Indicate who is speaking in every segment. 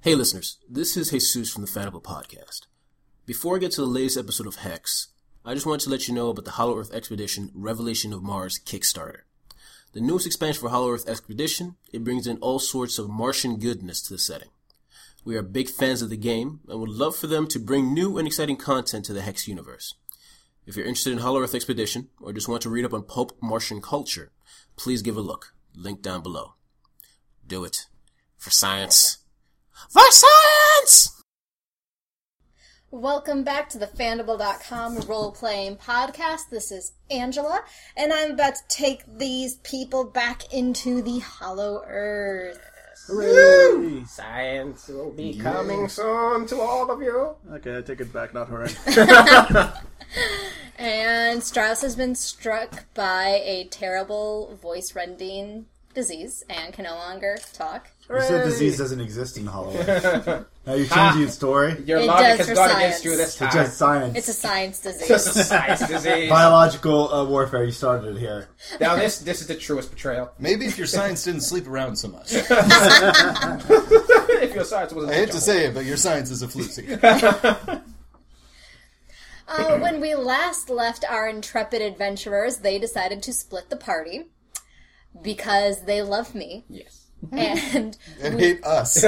Speaker 1: Hey, listeners, this is Jesus from the Fanable Podcast. Before I get to the latest episode of Hex, I just wanted to let you know about the Hollow Earth Expedition Revelation of Mars Kickstarter. The newest expansion for Hollow Earth Expedition, it brings in all sorts of Martian goodness to the setting. We are big fans of the game and would love for them to bring new and exciting content to the Hex universe. If you're interested in Hollow Earth Expedition or just want to read up on pulp Martian culture, please give a look. Link down below. Do it. For science. For science!
Speaker 2: Welcome back to the Fandible.com role playing podcast. This is Angela, and I'm about to take these people back into the Hollow Earth.
Speaker 3: Science will be coming soon to all of you.
Speaker 4: Okay, I take it back, not her.
Speaker 2: And Strauss has been struck by a terrible voice rending disease and can no longer talk.
Speaker 5: You said disease doesn't exist in Hollow Earth. now you're changing your story.
Speaker 3: Your
Speaker 2: It
Speaker 3: logic
Speaker 2: does
Speaker 3: has
Speaker 2: for
Speaker 3: gone
Speaker 2: science.
Speaker 3: against you this time.
Speaker 5: It's just science.
Speaker 2: It's a science
Speaker 3: This
Speaker 2: disease.
Speaker 3: is science disease.
Speaker 5: Biological uh, warfare. You started it here.
Speaker 3: now this this is the truest betrayal.
Speaker 6: Maybe if your science didn't sleep around so much.
Speaker 3: if your science was
Speaker 6: I hate to say it, but your science is a floozy.
Speaker 2: Uh, when we last left our intrepid adventurers, they decided to split the party because they love me.
Speaker 3: yes.
Speaker 2: And
Speaker 6: And hate us.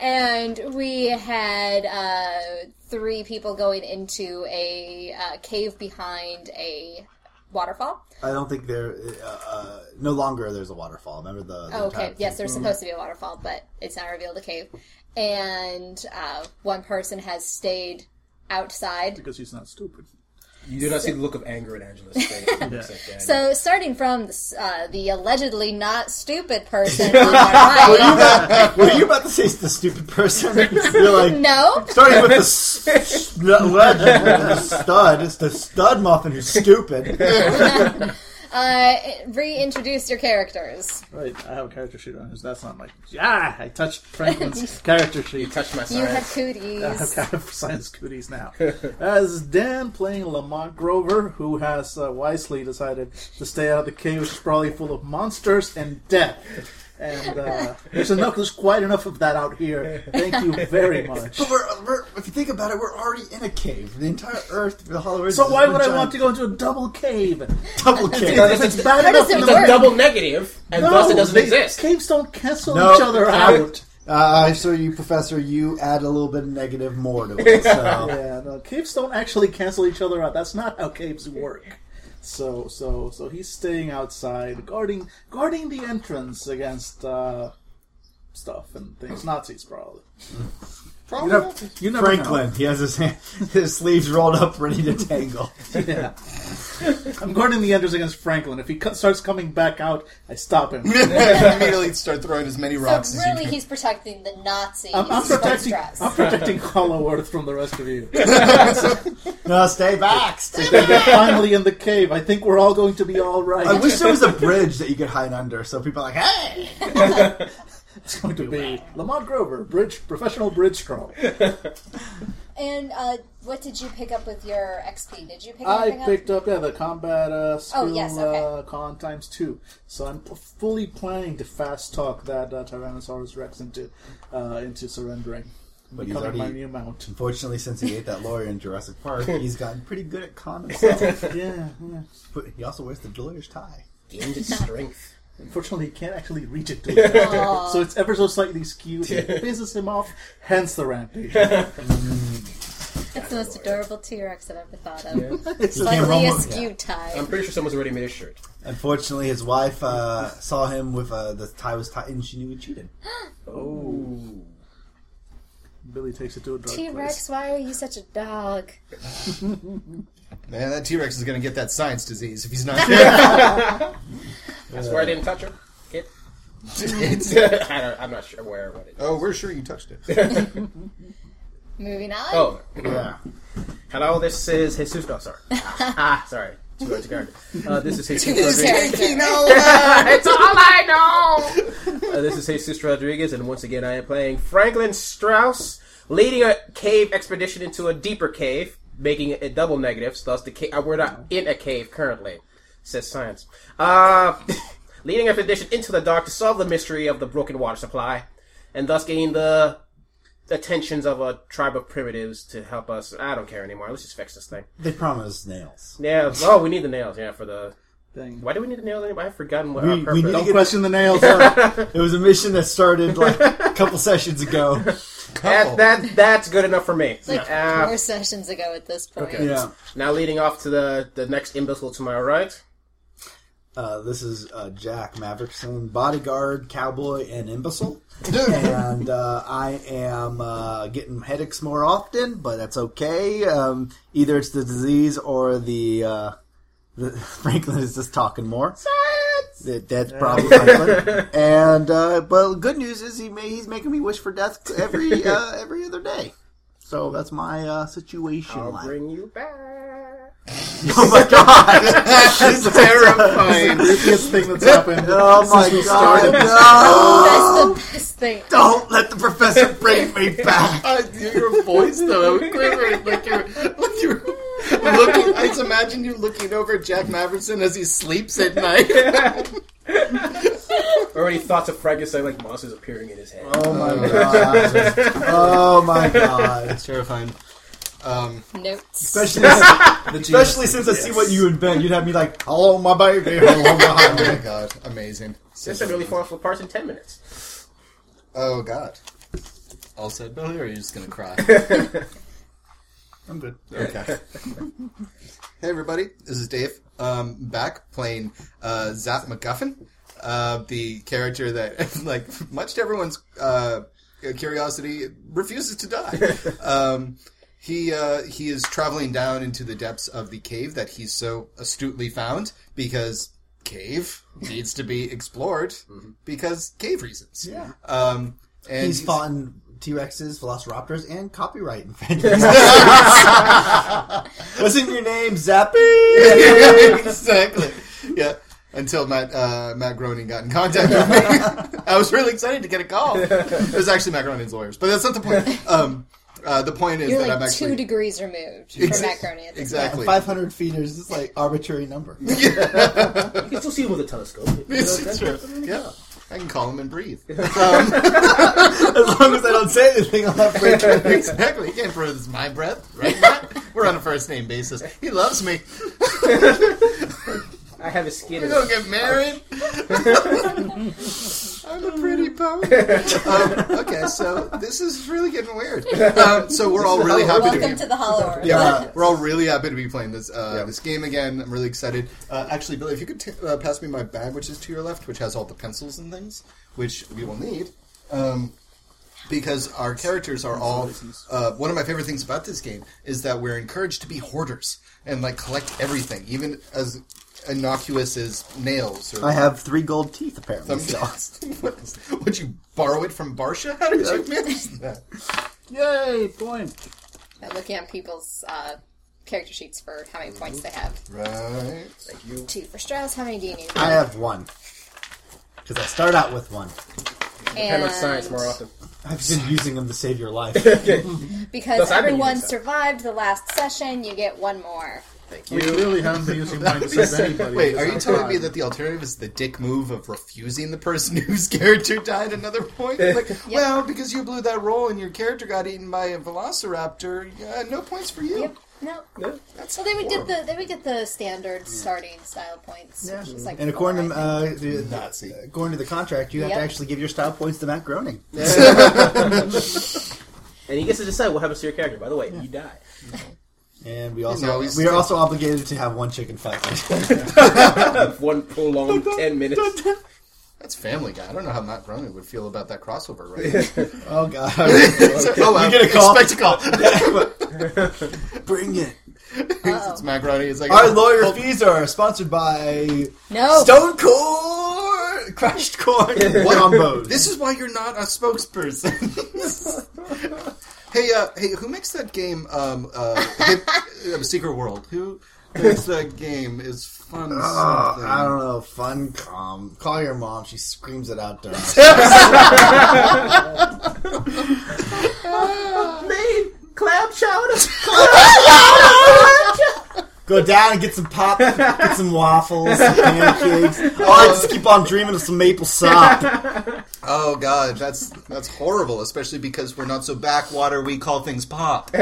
Speaker 2: And we had uh, three people going into a uh, cave behind a waterfall.
Speaker 5: I don't think there. Uh, uh, no longer there's a waterfall. Remember the. the
Speaker 2: Oh, okay,
Speaker 5: entire-
Speaker 2: yes, there's
Speaker 4: Mm-hmm.
Speaker 2: supposed to be a waterfall, but it's not revealed a cave. And uh, one person has stayed outside.
Speaker 4: because he's not stupid.
Speaker 3: You do not see the look of anger in Angela's face.
Speaker 2: So, starting from the, uh, the allegedly not stupid person on our right.
Speaker 5: Were you about to say it's the stupid person? you're like
Speaker 2: No,
Speaker 5: starting with the s- s- legend, the stud. It's the stud muffin who's stupid.
Speaker 2: uh, reintroduce your characters.
Speaker 4: Right, I have a character sheet on his. That's not my. Yeah, I touched Franklin's character sheet.
Speaker 3: Touch my
Speaker 2: You have
Speaker 3: science.
Speaker 2: cooties.
Speaker 4: I've got science cooties now. As Dan playing Lamont Grover, who has uh, wisely decided to stay out of the cave, which is probably full of monsters and death. And uh, there's enough. There's quite enough of that out here. Thank you very much.
Speaker 5: But we're, we're, if you think about it, we're already in a cave. The entire Earth, the Hollow Earth.
Speaker 4: So
Speaker 5: is
Speaker 4: why
Speaker 5: one
Speaker 4: would I
Speaker 5: giant
Speaker 4: want to go into a double cave?
Speaker 5: double cave?
Speaker 4: If it's bad
Speaker 2: does
Speaker 4: enough
Speaker 2: it
Speaker 4: in the
Speaker 2: work?
Speaker 3: It's a double negative, and thus it doesn't
Speaker 4: they-
Speaker 3: exist.
Speaker 4: Caves don't cancel
Speaker 5: No,
Speaker 4: each other out.
Speaker 5: Uh, I saw you, Professor. You add a little bit of negative more to it. So.
Speaker 4: yeah, no, caves don't actually cancel each other out. That's not how caves work. So, so, so he's staying outside, guarding, guarding the entrance against uh, stuff and things. Nazis, probably.
Speaker 5: You know,
Speaker 4: You never
Speaker 5: Franklin, he has his hand, his sleeves rolled up, ready to tangle.
Speaker 4: Know. Yeah. I'm guarding the entrance against Franklin. If he co- starts coming back out, I stop him.
Speaker 6: immediately start throwing as many rocks
Speaker 2: So
Speaker 6: as you
Speaker 2: really,
Speaker 6: can.
Speaker 2: he's protecting the Nazis.
Speaker 4: I'm, I'm
Speaker 2: from
Speaker 4: protecting.
Speaker 2: stress.
Speaker 4: I'm protecting Hollow Earth from the rest of you.
Speaker 5: No, stay back. Stay back.
Speaker 4: We're finally in the cave. I think we're all going to be all right.
Speaker 5: I wish there was a bridge that you could hide under, so people are like, "Hey,
Speaker 4: It's going to be Lamont Grover, bridge professional bridge troll.
Speaker 2: And uh, what did you pick up with your XP? Did you pick
Speaker 4: I
Speaker 2: anything up?
Speaker 4: picked up yeah the combat uh, skill
Speaker 2: yes, okay.
Speaker 4: uh, con times two, so I'm p- fully planning to fast talk that uh, Tyrannosaurus Rex into uh, into surrendering,
Speaker 5: But he's
Speaker 4: becoming my
Speaker 5: already-
Speaker 4: new mount.
Speaker 5: Unfortunately, since he ate that lawyer in Jurassic Park, he's gotten pretty good at con himself.
Speaker 4: yeah, yeah.
Speaker 5: But he also wears the lawyer's tie.
Speaker 3: Gained its strength.
Speaker 4: Unfortunately, he can't actually reach it to him. so it's ever so slightly skewed. It pisses him off. Hence the rampage.
Speaker 2: That's the most adorable T Rex I've ever thought of.
Speaker 5: It's
Speaker 2: Slightly askew tie.
Speaker 3: I'm pretty sure someone's already made a shirt.
Speaker 5: Unfortunately, his wife uh, saw him with uh, the tie was tied, and she knew he cheated.
Speaker 3: Ooh.
Speaker 4: Billy takes it to a dark
Speaker 2: T
Speaker 4: place.
Speaker 2: Rex, why are you such a dog?
Speaker 6: Man, that T Rex is going to get that science disease if he's not careful.
Speaker 3: That's where I didn't touch her. It.
Speaker 6: It's-
Speaker 3: I don't, I'm not sure where what it is.
Speaker 6: oh, we're sure you touched it.
Speaker 2: Moving on.
Speaker 3: Oh,
Speaker 5: Yeah.
Speaker 3: hello. This is Jesus. Oh, sorry. Ah, sorry. Too much character. Uh, this is Jesus. Rodriguez.
Speaker 2: Character.
Speaker 3: That's all I know. Uh, this is Jesus Rodriguez, and once again, I am playing Franklin Strauss, leading a cave expedition into a deeper cave, making it a double negative. So thus, the ca- uh, we're not in a cave currently, says science. Uh, leading an expedition into the dark to solve the mystery of the broken water supply. and thus gain the attentions of a tribe of primitives to help us. I don't care anymore. Let's just fix this thing.
Speaker 5: They promised nails.
Speaker 3: Nails. Oh, we need the nails. Yeah, for the.
Speaker 4: Thing.
Speaker 3: Why do we need the nails anyway? I've forgotten what
Speaker 5: We-
Speaker 3: our
Speaker 5: we
Speaker 3: purpose.
Speaker 5: need to
Speaker 4: Don't
Speaker 5: get-
Speaker 4: question the nails. huh?
Speaker 5: It was a mission that started like a couple sessions ago.
Speaker 3: that, that that's good enough for me.
Speaker 2: Like
Speaker 3: Uh,
Speaker 6: Ah.
Speaker 2: four sessions ago at this point.
Speaker 5: Yeah.
Speaker 3: now leading off to the the next imbecile to my right.
Speaker 5: Uh, this is uh, Jack Maverickson, bodyguard, cowboy, and imbecile. and uh, I am uh, getting headaches more often, but that's okay. Um, either it's the disease or the, uh, the Franklin is just talking more. That, that's probably Franklin. and uh, but good news is he may, he's making me wish for death every uh, every other day. So that's my uh, situation. in
Speaker 4: Oh,
Speaker 3: I'll
Speaker 5: life.
Speaker 3: bring you back.
Speaker 5: Oh my god!
Speaker 6: It's terrifying.
Speaker 4: Creepiest thing that's happened.
Speaker 5: Oh my
Speaker 4: Since we
Speaker 5: god!
Speaker 4: started.
Speaker 5: No!
Speaker 2: That's the best thing.
Speaker 5: Don't let the professor bring me back.
Speaker 6: Uh, your voice though, it was quivering like you're like you're looking. I just imagine you looking over at Jack Maverson as he sleeps at night.
Speaker 3: Already thoughts of Frankenstein like monsters appearing in his head.
Speaker 5: Oh my god! Oh my god!
Speaker 6: That's terrifying. Um,
Speaker 2: Notes.
Speaker 5: Especially, especially since I see what you invent, you'd have me like, "Hello, my baby, hello,
Speaker 6: oh
Speaker 5: my
Speaker 6: my god, amazing.
Speaker 3: This is really falling apart in ten minutes.
Speaker 6: Oh god. All said, Billy, or are you just gonna cry?
Speaker 4: I'm good.
Speaker 6: Okay. hey everybody, this is Dave. Um, back playing uh, Zap MacGuffin, uh, the character that, like, much to everyone's uh, curiosity, refuses to die. um, he uh, he is traveling down into the depths of the cave that he so astutely found because cave needs to be explored because cave reasons. Yeah. Um, and
Speaker 5: He's
Speaker 6: he's-
Speaker 5: fought T Rexes, Velociraptors, and copyright Wasn't your name Zappy?
Speaker 6: yeah, exactly. Yeah. Until Matt uh, Matt Groening got in contact with me, I was really excited to get a call. It was actually Matt Groening's lawyers, but that's not the point. Um, uh, the point is
Speaker 2: You're
Speaker 6: that
Speaker 2: like
Speaker 6: I'm actually
Speaker 2: two degrees removed
Speaker 6: Exa-
Speaker 2: from macaroni at this
Speaker 6: exactly.
Speaker 5: Five hundred feeters is like arbitrary number.
Speaker 3: You can still see him with a telescope.
Speaker 6: It's true. Yeah, I can call him and breathe.
Speaker 5: As long as I don't say anything, I'll have free trip.
Speaker 6: exactly. He can't breathe with my breath, right? Matt? We're on a first name basis. He loves me.
Speaker 3: I have his skin.
Speaker 6: We're
Speaker 3: in
Speaker 6: gonna
Speaker 3: it.
Speaker 6: get married. I'm a pretty poet. Um, okay, so this is really getting weird. Um, so we're all really
Speaker 2: point.
Speaker 6: happy to be
Speaker 2: Welcome to the Hollow Earth.
Speaker 6: Yeah, uh,
Speaker 5: Yeah.
Speaker 6: we're, we're all really happy to be playing this uh, this game again. I'm really excited. Uh, actually, Billy, if you could t- uh, pass me my bag, which is to your left, which has all the pencils and things, which we will need, um, because our characters are all. Uh, one of my favorite things about this game is that we're encouraged to be hoarders and like collect everything, even as innocuous as nails. Or
Speaker 5: I have three gold teeth apparently. So.
Speaker 6: what is, would you borrow it from Barsha? How did you manage that?
Speaker 4: Yay, point.
Speaker 2: By looking at people's uh, character sheets for how many points they have.
Speaker 6: Right.
Speaker 2: Two for Strauss, how many do you need?
Speaker 5: I have one. Because I start out with one.
Speaker 3: Kind
Speaker 2: and
Speaker 3: of science more often.
Speaker 5: I've been using them to save your life.
Speaker 2: because
Speaker 3: Plus, I've been
Speaker 2: everyone
Speaker 3: using science.
Speaker 2: survived the last session, you get one more.
Speaker 4: We really haven't been using mine to save anybody.
Speaker 6: Wait,
Speaker 4: It's
Speaker 6: are you
Speaker 4: not
Speaker 6: telling
Speaker 4: fun.
Speaker 6: me that the alternative is the dick move of refusing the person whose character died another point? Like, well, because you blew that roll and your character got eaten by a velociraptor, uh, no points for you.
Speaker 2: Yep. No. So they would get the they would get the standard starting style points, which is like
Speaker 5: and
Speaker 2: four,
Speaker 5: according to,
Speaker 2: I think.
Speaker 5: uh, the,
Speaker 6: Nazi.
Speaker 5: according to the contract, you have
Speaker 2: Yep.
Speaker 5: to actually give your style points to Matt Groening.
Speaker 3: And he gets to decide what happens to your character. By the way, you die.
Speaker 5: And we also
Speaker 6: know, he's-
Speaker 5: we are also obligated to have one chicken fight.
Speaker 3: One prolonged ten minutes.
Speaker 6: That's Family Guy. I don't know how Matt Groening would feel about that crossover, right?
Speaker 5: oh god!
Speaker 6: So- oh, well,
Speaker 5: You get a call.
Speaker 6: Expect a call.
Speaker 5: Bring it.
Speaker 6: it's Matt Groening. It's like,
Speaker 5: Our
Speaker 6: oh,
Speaker 5: lawyer fees are sponsored by
Speaker 2: no. Uh,
Speaker 5: Stone Corn, Crushed Corn, and Combos.
Speaker 6: This is why you're not a spokesperson. hey, uh, hey, who makes that game? Um, uh, Hip- uh, Secret World. Who makes that game? Is fun.
Speaker 5: Oh,
Speaker 6: something.
Speaker 5: I don't know. Fun com. Call your mom. She screams it out to us.
Speaker 3: Made cloud chowder.
Speaker 5: Go down and get some pop, get some waffles, some pancakes. Oh, I just keep on dreaming of some maple sop.
Speaker 6: Oh god, that's that's horrible, especially because we're not so backwater. We call things pop.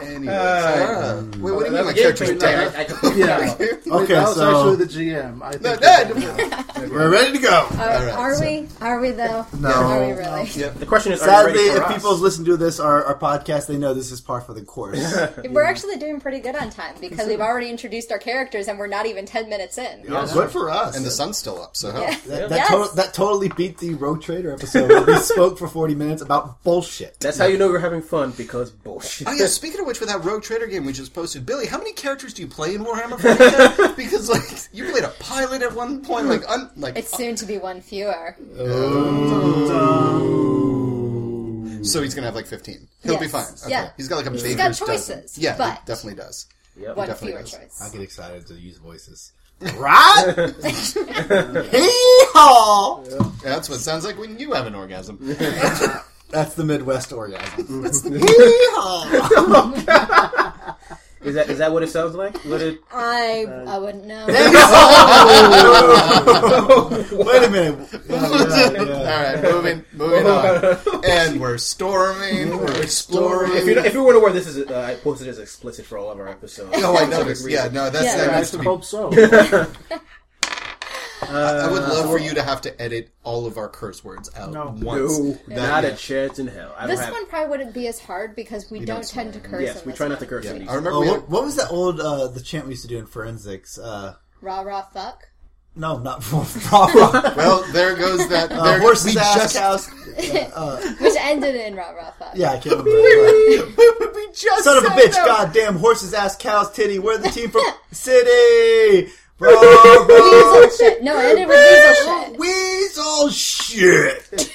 Speaker 6: anyway, uh,
Speaker 5: Uh,
Speaker 6: wait, what do you mean my character's dead?
Speaker 4: Yeah.
Speaker 5: Okay,
Speaker 4: that was
Speaker 5: so-
Speaker 4: actually the GM. I think
Speaker 6: No,
Speaker 4: that-
Speaker 6: no,
Speaker 5: We're ready to go.
Speaker 2: Are,
Speaker 6: All right,
Speaker 2: are
Speaker 6: so-
Speaker 2: we? Are we though?
Speaker 5: No.
Speaker 2: Are we really?
Speaker 3: The question is, are you
Speaker 5: Sadly,
Speaker 3: ready for
Speaker 5: if
Speaker 3: us?
Speaker 5: people listen to this our, our podcast, they know this is par for the course.
Speaker 2: We're actually doing pretty good on time because we've already introduced our characters and we're not even ten minutes in.
Speaker 5: Oh, Good for us.
Speaker 6: and the sun's still up. So
Speaker 2: Yeah.
Speaker 5: that, that,
Speaker 2: Yes.
Speaker 5: to- that totally beat the Road Trader episode where we spoke for 40 minutes about bullshit.
Speaker 3: That's how you know you're having fun because bullshit.
Speaker 6: Oh yeah, speaking of which, with that Rogue Trader game we just posted, Billy, how many characters do you play in Warhammer 40K? because like you played a pilot at one point, like un- like uh,
Speaker 2: It's soon to be one fewer.
Speaker 6: so he's gonna have like fifteen. He'll be
Speaker 2: Yes,
Speaker 6: fine. Okay.
Speaker 2: yeah.
Speaker 6: he's got like a baker's
Speaker 2: got
Speaker 6: dozen.
Speaker 2: choices,
Speaker 6: Yeah,
Speaker 2: but-
Speaker 6: he definitely does.
Speaker 2: One
Speaker 6: definitely
Speaker 2: fewer
Speaker 6: does.
Speaker 5: I
Speaker 2: choice.
Speaker 5: get excited to use voices. Right? Hee-haw!
Speaker 6: That's what it sounds like when you have an orgasm.
Speaker 5: That's the Midwest orgasm. Hee-haw!
Speaker 3: Is that is that what it sounds like? What it,
Speaker 2: I
Speaker 3: Uh,
Speaker 2: I wouldn't know.
Speaker 5: Wait a minute. Yeah, yeah, yeah.
Speaker 6: All right, moving moving on, and we're storming, we're exploring.
Speaker 3: if you if you weren't aware, this is uh, I posted as explicit for all of our episodes.
Speaker 6: Oh, I
Speaker 3: For specific
Speaker 6: noticed. Yeah,
Speaker 3: reason.
Speaker 6: no, that's
Speaker 2: Yeah.
Speaker 6: that
Speaker 4: I
Speaker 6: needs to be.
Speaker 4: hope so. That's
Speaker 6: I would
Speaker 5: Uh,
Speaker 6: love for you to have to edit all of our curse words out
Speaker 4: No.
Speaker 6: once.
Speaker 3: No,
Speaker 6: That-
Speaker 3: not
Speaker 6: yeah.
Speaker 3: a chance in hell. I
Speaker 2: This
Speaker 3: don't have,
Speaker 2: one probably wouldn't be as hard because we, don't,
Speaker 6: don't
Speaker 2: tend to curse.
Speaker 3: Yes,
Speaker 2: in
Speaker 3: we
Speaker 2: this
Speaker 3: try
Speaker 2: one.
Speaker 3: not to curse. in these.
Speaker 6: I remember
Speaker 5: Oh,
Speaker 6: we had-
Speaker 5: what, what was that old uh, the chant we used to do in forensics? Uh,
Speaker 2: Rah rah fuck.
Speaker 5: no, not for proper.
Speaker 6: Well, there goes that. There,
Speaker 5: Uh, horses,
Speaker 6: we
Speaker 5: ass, cows.
Speaker 6: just
Speaker 2: Which ended in rah rah fuck.
Speaker 5: Yeah, I can't remember. But-
Speaker 6: we just
Speaker 5: Son of a
Speaker 6: said
Speaker 5: bitch!
Speaker 6: that.
Speaker 5: Goddamn horses, ass, cows, titty. We're the team from city. Bro, bro.
Speaker 2: Weasel shit. No, it ended with weasel shit.
Speaker 5: Weasel shit.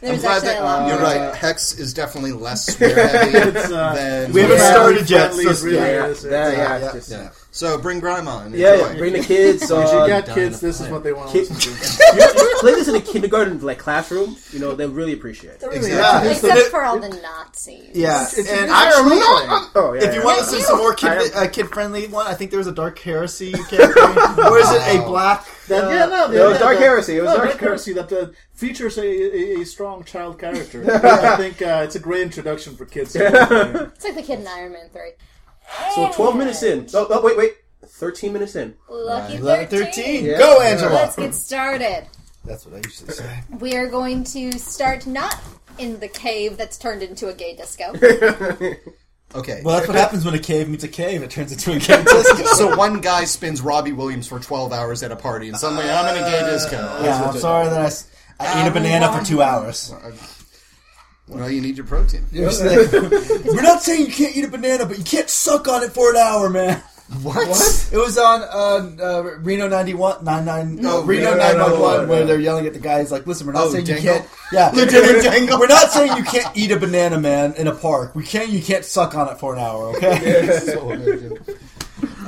Speaker 2: There's
Speaker 6: Glad
Speaker 2: actually
Speaker 6: that- um,
Speaker 2: a lot more.
Speaker 6: you're right. Hex is definitely less swear heavy
Speaker 4: uh,
Speaker 6: than
Speaker 5: We haven't
Speaker 6: Yeah.
Speaker 5: started yet.
Speaker 4: Friendly is
Speaker 5: So
Speaker 4: really
Speaker 5: yeah.
Speaker 4: is.
Speaker 3: Yeah, yeah,
Speaker 4: It's-
Speaker 5: yeah,
Speaker 3: it's just-
Speaker 6: Yeah. So bring grandma on.
Speaker 3: yeah, yeah, Bring the kids.
Speaker 4: If
Speaker 3: Uh,
Speaker 4: you got
Speaker 6: done
Speaker 4: kids,
Speaker 6: the
Speaker 4: this is what they want.
Speaker 3: kid-
Speaker 4: to listen to.
Speaker 3: you you play this in a kindergarten like classroom. You know they really appreciate. it.
Speaker 5: Yeah.
Speaker 6: Exactly.
Speaker 2: Except for all the Nazis.
Speaker 5: Yeah,
Speaker 4: it's
Speaker 5: and
Speaker 4: really
Speaker 5: actually,
Speaker 3: Oh yeah.
Speaker 5: if you want to see some more kid,
Speaker 3: I
Speaker 5: uh, kid-friendly one, I think there was a dark heresy character, or is it a black?
Speaker 4: That- yeah, no,
Speaker 3: no, Uh, it was
Speaker 4: yeah,
Speaker 3: Dark
Speaker 4: that-
Speaker 3: Heresy, it was
Speaker 4: no,
Speaker 3: Dark
Speaker 4: Heresy that uh, features a, a, a strong child character. I think uh, it's a great introduction for kids.
Speaker 2: It's like the kid in Iron Man 3.
Speaker 3: So twelve minutes in. Oh, oh wait, wait. Thirteen minutes in.
Speaker 2: Lucky
Speaker 5: 13.
Speaker 2: 13.
Speaker 3: Yeah.
Speaker 5: Go, Angela.
Speaker 2: Let's get started.
Speaker 5: That's what I usually say.
Speaker 2: We are going to start not in the cave that's turned into a gay disco.
Speaker 6: Okay.
Speaker 5: Well, that's what happens when a cave meets a cave. It turns into a cave disco.
Speaker 6: so one guy spins Robbie Williams for 12 hours at a party, and suddenly I'm in a gay disco.
Speaker 5: Uh, yeah, I'm sorry that I s- I, ate a banana for two hours.
Speaker 6: Uh, Well, you need your protein.
Speaker 5: We're not saying you can't eat a banana, but you can't suck on it for an hour, man.
Speaker 6: What?
Speaker 5: It was on uh, uh, Reno 91, 99, no,
Speaker 6: No,
Speaker 5: oh, Reno
Speaker 6: no, no,
Speaker 5: 911, where they're yelling at the guy. He's like, listen, we're not
Speaker 6: Oh,
Speaker 5: saying
Speaker 6: Dangle?
Speaker 5: you can't. Yeah.
Speaker 6: Lieutenant Dangle.
Speaker 5: We're not saying you can't eat a banana, man, in a park. We can't. You can't suck on it for an hour, okay?
Speaker 6: So amazing.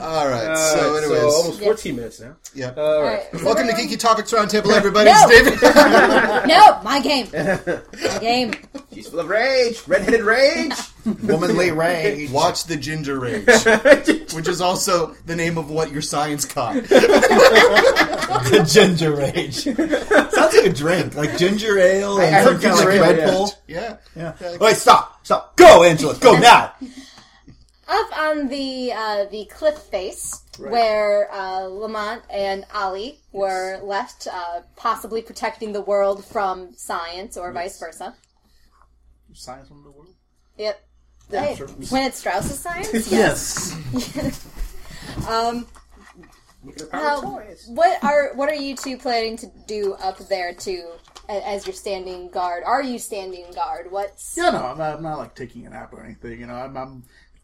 Speaker 6: All right. so,
Speaker 3: Alright,
Speaker 6: anyways,
Speaker 3: so almost fourteen minutes now.
Speaker 6: yeah.
Speaker 3: All right.
Speaker 2: Alright, so
Speaker 6: Welcome to
Speaker 2: we're
Speaker 6: Geeky Topics Roundtable, everybody.
Speaker 2: uh, No.
Speaker 6: It's David.
Speaker 2: going- No, my game. My game.
Speaker 3: She's full of rage. Redheaded rage.
Speaker 5: Womanly rage.
Speaker 6: Watch the Ginger Rage, which is also the name of what your science caught.
Speaker 5: the ginger rage. Sounds like a drink, like ginger ale and
Speaker 3: I
Speaker 5: some
Speaker 3: heard
Speaker 5: kind of like
Speaker 3: ginger ale,
Speaker 5: Red
Speaker 3: yeah.
Speaker 5: Bull.
Speaker 6: Yeah.
Speaker 5: Yeah. Wait, stop, stop. Go, Angela, go now.
Speaker 2: Up on the uh, the cliff face where uh, Lamont and Ali were left, uh, possibly protecting the world from science or vice versa.
Speaker 4: Science from the world.
Speaker 2: Yep. Hey,
Speaker 4: sure.
Speaker 2: When it's Strauss's science?
Speaker 4: Yes.
Speaker 2: Uh, Um, what are what are you two planning to do up there too a- as you're standing guard? Are you standing guard? What's
Speaker 4: Yeah, no, I'm not, I'm not like taking a nap or anything. You know, I'm, I'm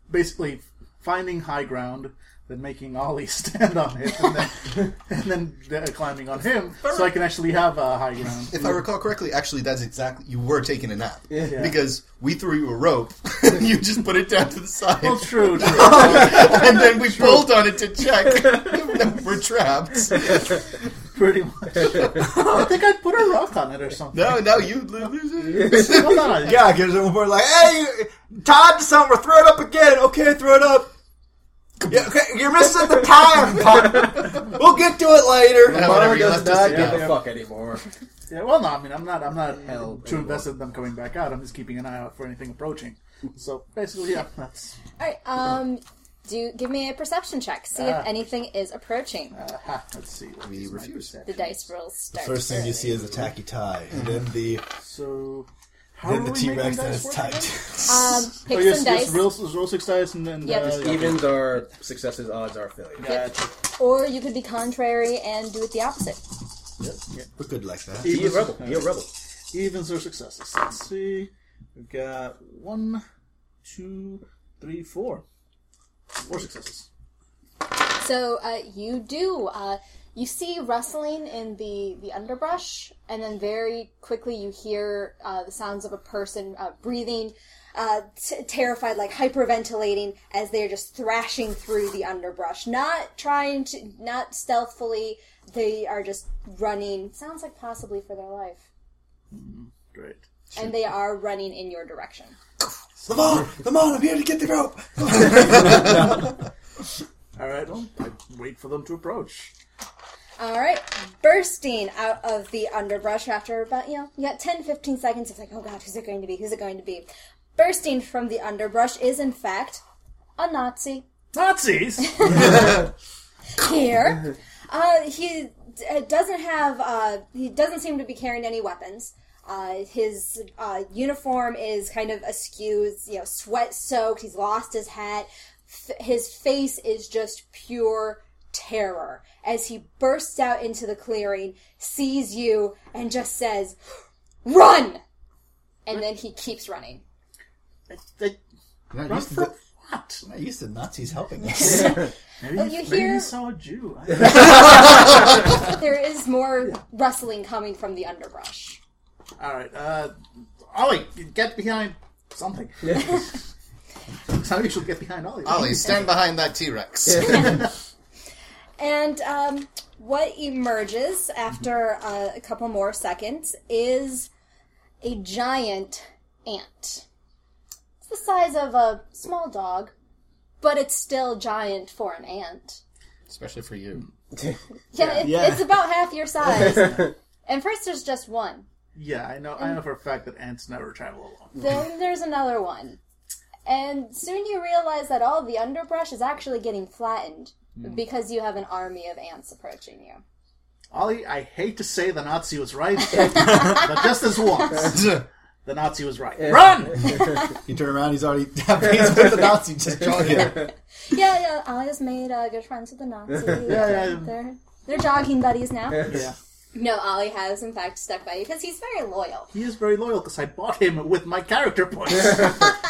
Speaker 4: basically finding high ground, then making Ollie stand on it, and then, and then uh, climbing on him, so I can actually have uh, high ground.
Speaker 6: If I recall correctly, actually, that's exactly you were taking a nap because we threw you a rope, you just put it down to the side,
Speaker 4: Well, true, true.
Speaker 6: and then we pulled on it to check that we're trapped.
Speaker 4: Pretty much. I think I put a rock on it or something.
Speaker 6: No, no, you lose.
Speaker 4: Well, no, no,
Speaker 5: Yeah, because we're like, hey, tied to something. We're throwing up again. Okay, throw it up. Yeah, okay, you're missing the pattern. Puck. We'll get to it later.
Speaker 6: Yeah, whatever you
Speaker 4: does
Speaker 6: left us
Speaker 4: not
Speaker 6: to
Speaker 4: give
Speaker 6: do.
Speaker 4: a
Speaker 3: the fuck anymore.
Speaker 4: Yeah, well, no, I mean, I'm not, I'm not
Speaker 3: Hell,
Speaker 4: too
Speaker 3: they
Speaker 4: invested in them coming back out. I'm just keeping an eye out for anything approaching. So basically, yeah, that's
Speaker 2: All right. Um, do give me a perception check. See
Speaker 4: Ah.
Speaker 2: if anything is approaching.
Speaker 4: uh, ha, let's see. what
Speaker 6: We
Speaker 4: is my
Speaker 6: refuse.
Speaker 4: perception?
Speaker 2: The dice rolls start.
Speaker 5: First thing you see is a tacky tie, and then the
Speaker 4: So how
Speaker 5: then
Speaker 4: are
Speaker 5: the
Speaker 4: we
Speaker 5: T Rex
Speaker 4: making
Speaker 5: that
Speaker 4: dice
Speaker 5: is
Speaker 4: work
Speaker 5: tied.
Speaker 4: again?
Speaker 2: Um, pick
Speaker 4: Oh, yes,
Speaker 2: some
Speaker 4: yes,
Speaker 2: dice,
Speaker 4: roll, roll six dice and then
Speaker 2: Yep.
Speaker 4: uh,
Speaker 2: Just
Speaker 3: Evens are successes, odds are failures.
Speaker 4: Gotcha.
Speaker 2: or you could be contrary and do it the opposite.
Speaker 5: We're good like that.
Speaker 3: Be a
Speaker 4: Evens,
Speaker 3: rebel. Be a rebel.
Speaker 4: evens or successes. Let's see. We've got one, two, three, four. Four successes.
Speaker 2: So uh, you do. Uh, you see rustling in the, the underbrush, and then very quickly you hear uh, the sounds of a person uh, breathing, uh, t- terrified, like hyperventilating as they're just thrashing through the underbrush. Not trying to, not stealthily. They are just running. Sounds like possibly for their life.
Speaker 4: Great.
Speaker 2: And they are running in your direction.
Speaker 5: Lamont, Lamont, I'm here to get the rope.
Speaker 4: All right. Well, I wait for them to approach.
Speaker 2: All right, bursting out of the underbrush after about, you know, you got 10, 15 seconds of like, oh god, who's it going to be? Who's it going to be? Bursting from the underbrush is, in fact, a Nazi.
Speaker 4: Nazis.
Speaker 2: Here. Uh, he uh, doesn't have, uh, he doesn't seem to be carrying any weapons. Uh, his uh, uniform is kind of askew, it's, you know, sweat soaked, he's lost his hat. F- his face is just pure terror as he bursts out into the clearing, sees you, and just says, Run! And then he keeps running.
Speaker 5: Not
Speaker 4: Run
Speaker 5: used, to,
Speaker 4: for
Speaker 5: the-
Speaker 4: what?
Speaker 5: not used to Nazis helping us.
Speaker 4: Maybe,
Speaker 2: you
Speaker 4: maybe
Speaker 2: hear-
Speaker 4: he saw a Jew.
Speaker 2: There is more rustling coming from the underbrush.
Speaker 4: All right. Uh, Ollie, get behind something. Somebody should get behind Ollie.
Speaker 6: Ollie, stand behind that T Rex.
Speaker 2: And um, what emerges after uh, a couple more seconds is a giant ant. It's the size of a small dog, but it's still giant for an ant.
Speaker 6: Especially for you.
Speaker 2: Yeah, it-
Speaker 5: Yeah.
Speaker 2: it's about half your size. and first, there's just one.
Speaker 4: Yeah, I know. I know for a fact that ants never travel alone.
Speaker 2: Then there's another one. And soon you realize that all the underbrush is actually getting flattened because you have an army of ants approaching you.
Speaker 4: Ollie, I hate to say the Nazi was right, but just this once, the Nazi was right. Run!
Speaker 5: you turn around, he's already he's with the Nazi just jogging.
Speaker 2: Yeah, yeah. I has made uh, good friends with the Nazis.
Speaker 4: yeah.
Speaker 2: They're they're jogging buddies now.
Speaker 4: Yeah,
Speaker 2: no, Ollie has in fact stuck by you because he's very loyal.
Speaker 4: he is very loyal because I bought him with my character points.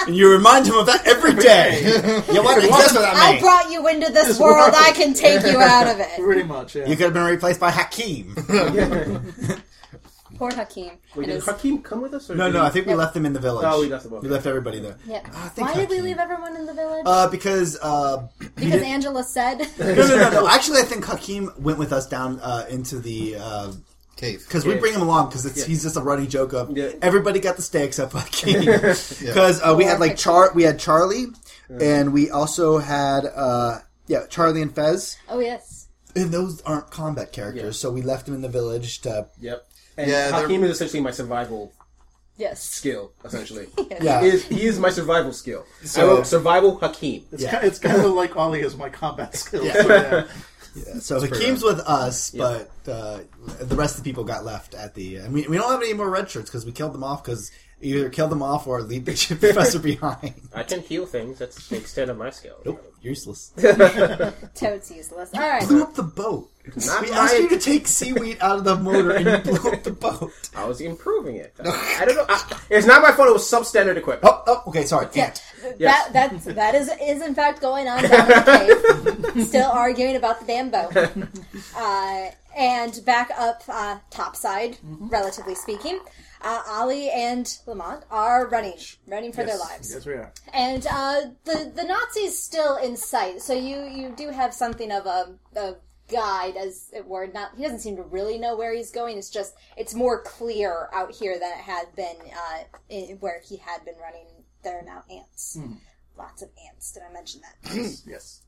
Speaker 5: And you remind him of that every day. you want to exist without
Speaker 2: I
Speaker 5: me.
Speaker 2: brought you into this, world.
Speaker 4: world.
Speaker 2: I can take you out of it.
Speaker 4: Pretty much. Yeah.
Speaker 5: you could have been replaced by Hakim.
Speaker 2: Poor Hakeem.
Speaker 3: Wait,
Speaker 2: and
Speaker 3: did
Speaker 2: his-
Speaker 3: Hakeem come with us? Or
Speaker 5: no,
Speaker 3: did
Speaker 5: no,
Speaker 3: he-
Speaker 5: I think we left them in the village.
Speaker 3: Oh, we left them, okay.
Speaker 5: We left everybody there.
Speaker 2: yeah.
Speaker 5: I think
Speaker 2: Why did we
Speaker 5: Hakeem.
Speaker 2: leave everyone in the village?
Speaker 5: Uh, because uh,
Speaker 2: because Angela said.
Speaker 5: no, no, no, no. Actually, I think Hakim went with us down uh, into the. Uh,
Speaker 6: Cave.
Speaker 5: because we bring him along because he's just a running joke of
Speaker 3: Yeah.
Speaker 5: everybody got the steaks up Hakeem because uh, we had like Char we had Charlie and we also had uh, yeah Charlie and Fez
Speaker 2: oh yes.
Speaker 5: and those aren't combat characters
Speaker 3: Yeah.
Speaker 5: so we left them in the village to
Speaker 3: Yep. And
Speaker 6: Yeah, they're-
Speaker 3: Hakeem is essentially my survival
Speaker 2: Yes.
Speaker 3: skill, essentially.
Speaker 5: yeah
Speaker 3: He is, he is my survival skill. So,
Speaker 5: So-
Speaker 3: survival Hakeem.
Speaker 4: It's,
Speaker 5: Yeah.
Speaker 4: kind it's kind of like Ollie is my combat skills. Yeah.
Speaker 5: So Hakeem's with us, but uh, the rest of the people got left at the. And we, we don't have any more red shirts because we killed them off because either killed them off or leave the ship professor behind.
Speaker 7: I can heal things. That's the extent of my skill.
Speaker 5: Nope, useless.
Speaker 2: Toad's useless. All right.
Speaker 5: blew up the boat. we asked
Speaker 3: my-
Speaker 5: you to take seaweed out of the motor and you blew up the boat.
Speaker 3: I was improving it. I don't know. I, it's not my fault. It was substandard equipment.
Speaker 5: Oh, oh, okay, sorry.
Speaker 2: Yeah,
Speaker 5: Ant.
Speaker 2: that that's, that is is in fact going on down in the cave. Still arguing about the damn boat. Uh, and back up uh, topside,
Speaker 4: Mm-hmm.
Speaker 2: relatively speaking, uh, Ali and Lamont are running, running for their lives.
Speaker 4: yes, we are.
Speaker 2: And uh, the the Nazis still in sight, so you you do have something of a, a guide, as it were. Not he doesn't seem to really know where he's going. It's just it's more clear out here than it had been uh, in, where he had been running. There are now ants, lots of ants. Did I mention that?
Speaker 4: Yes.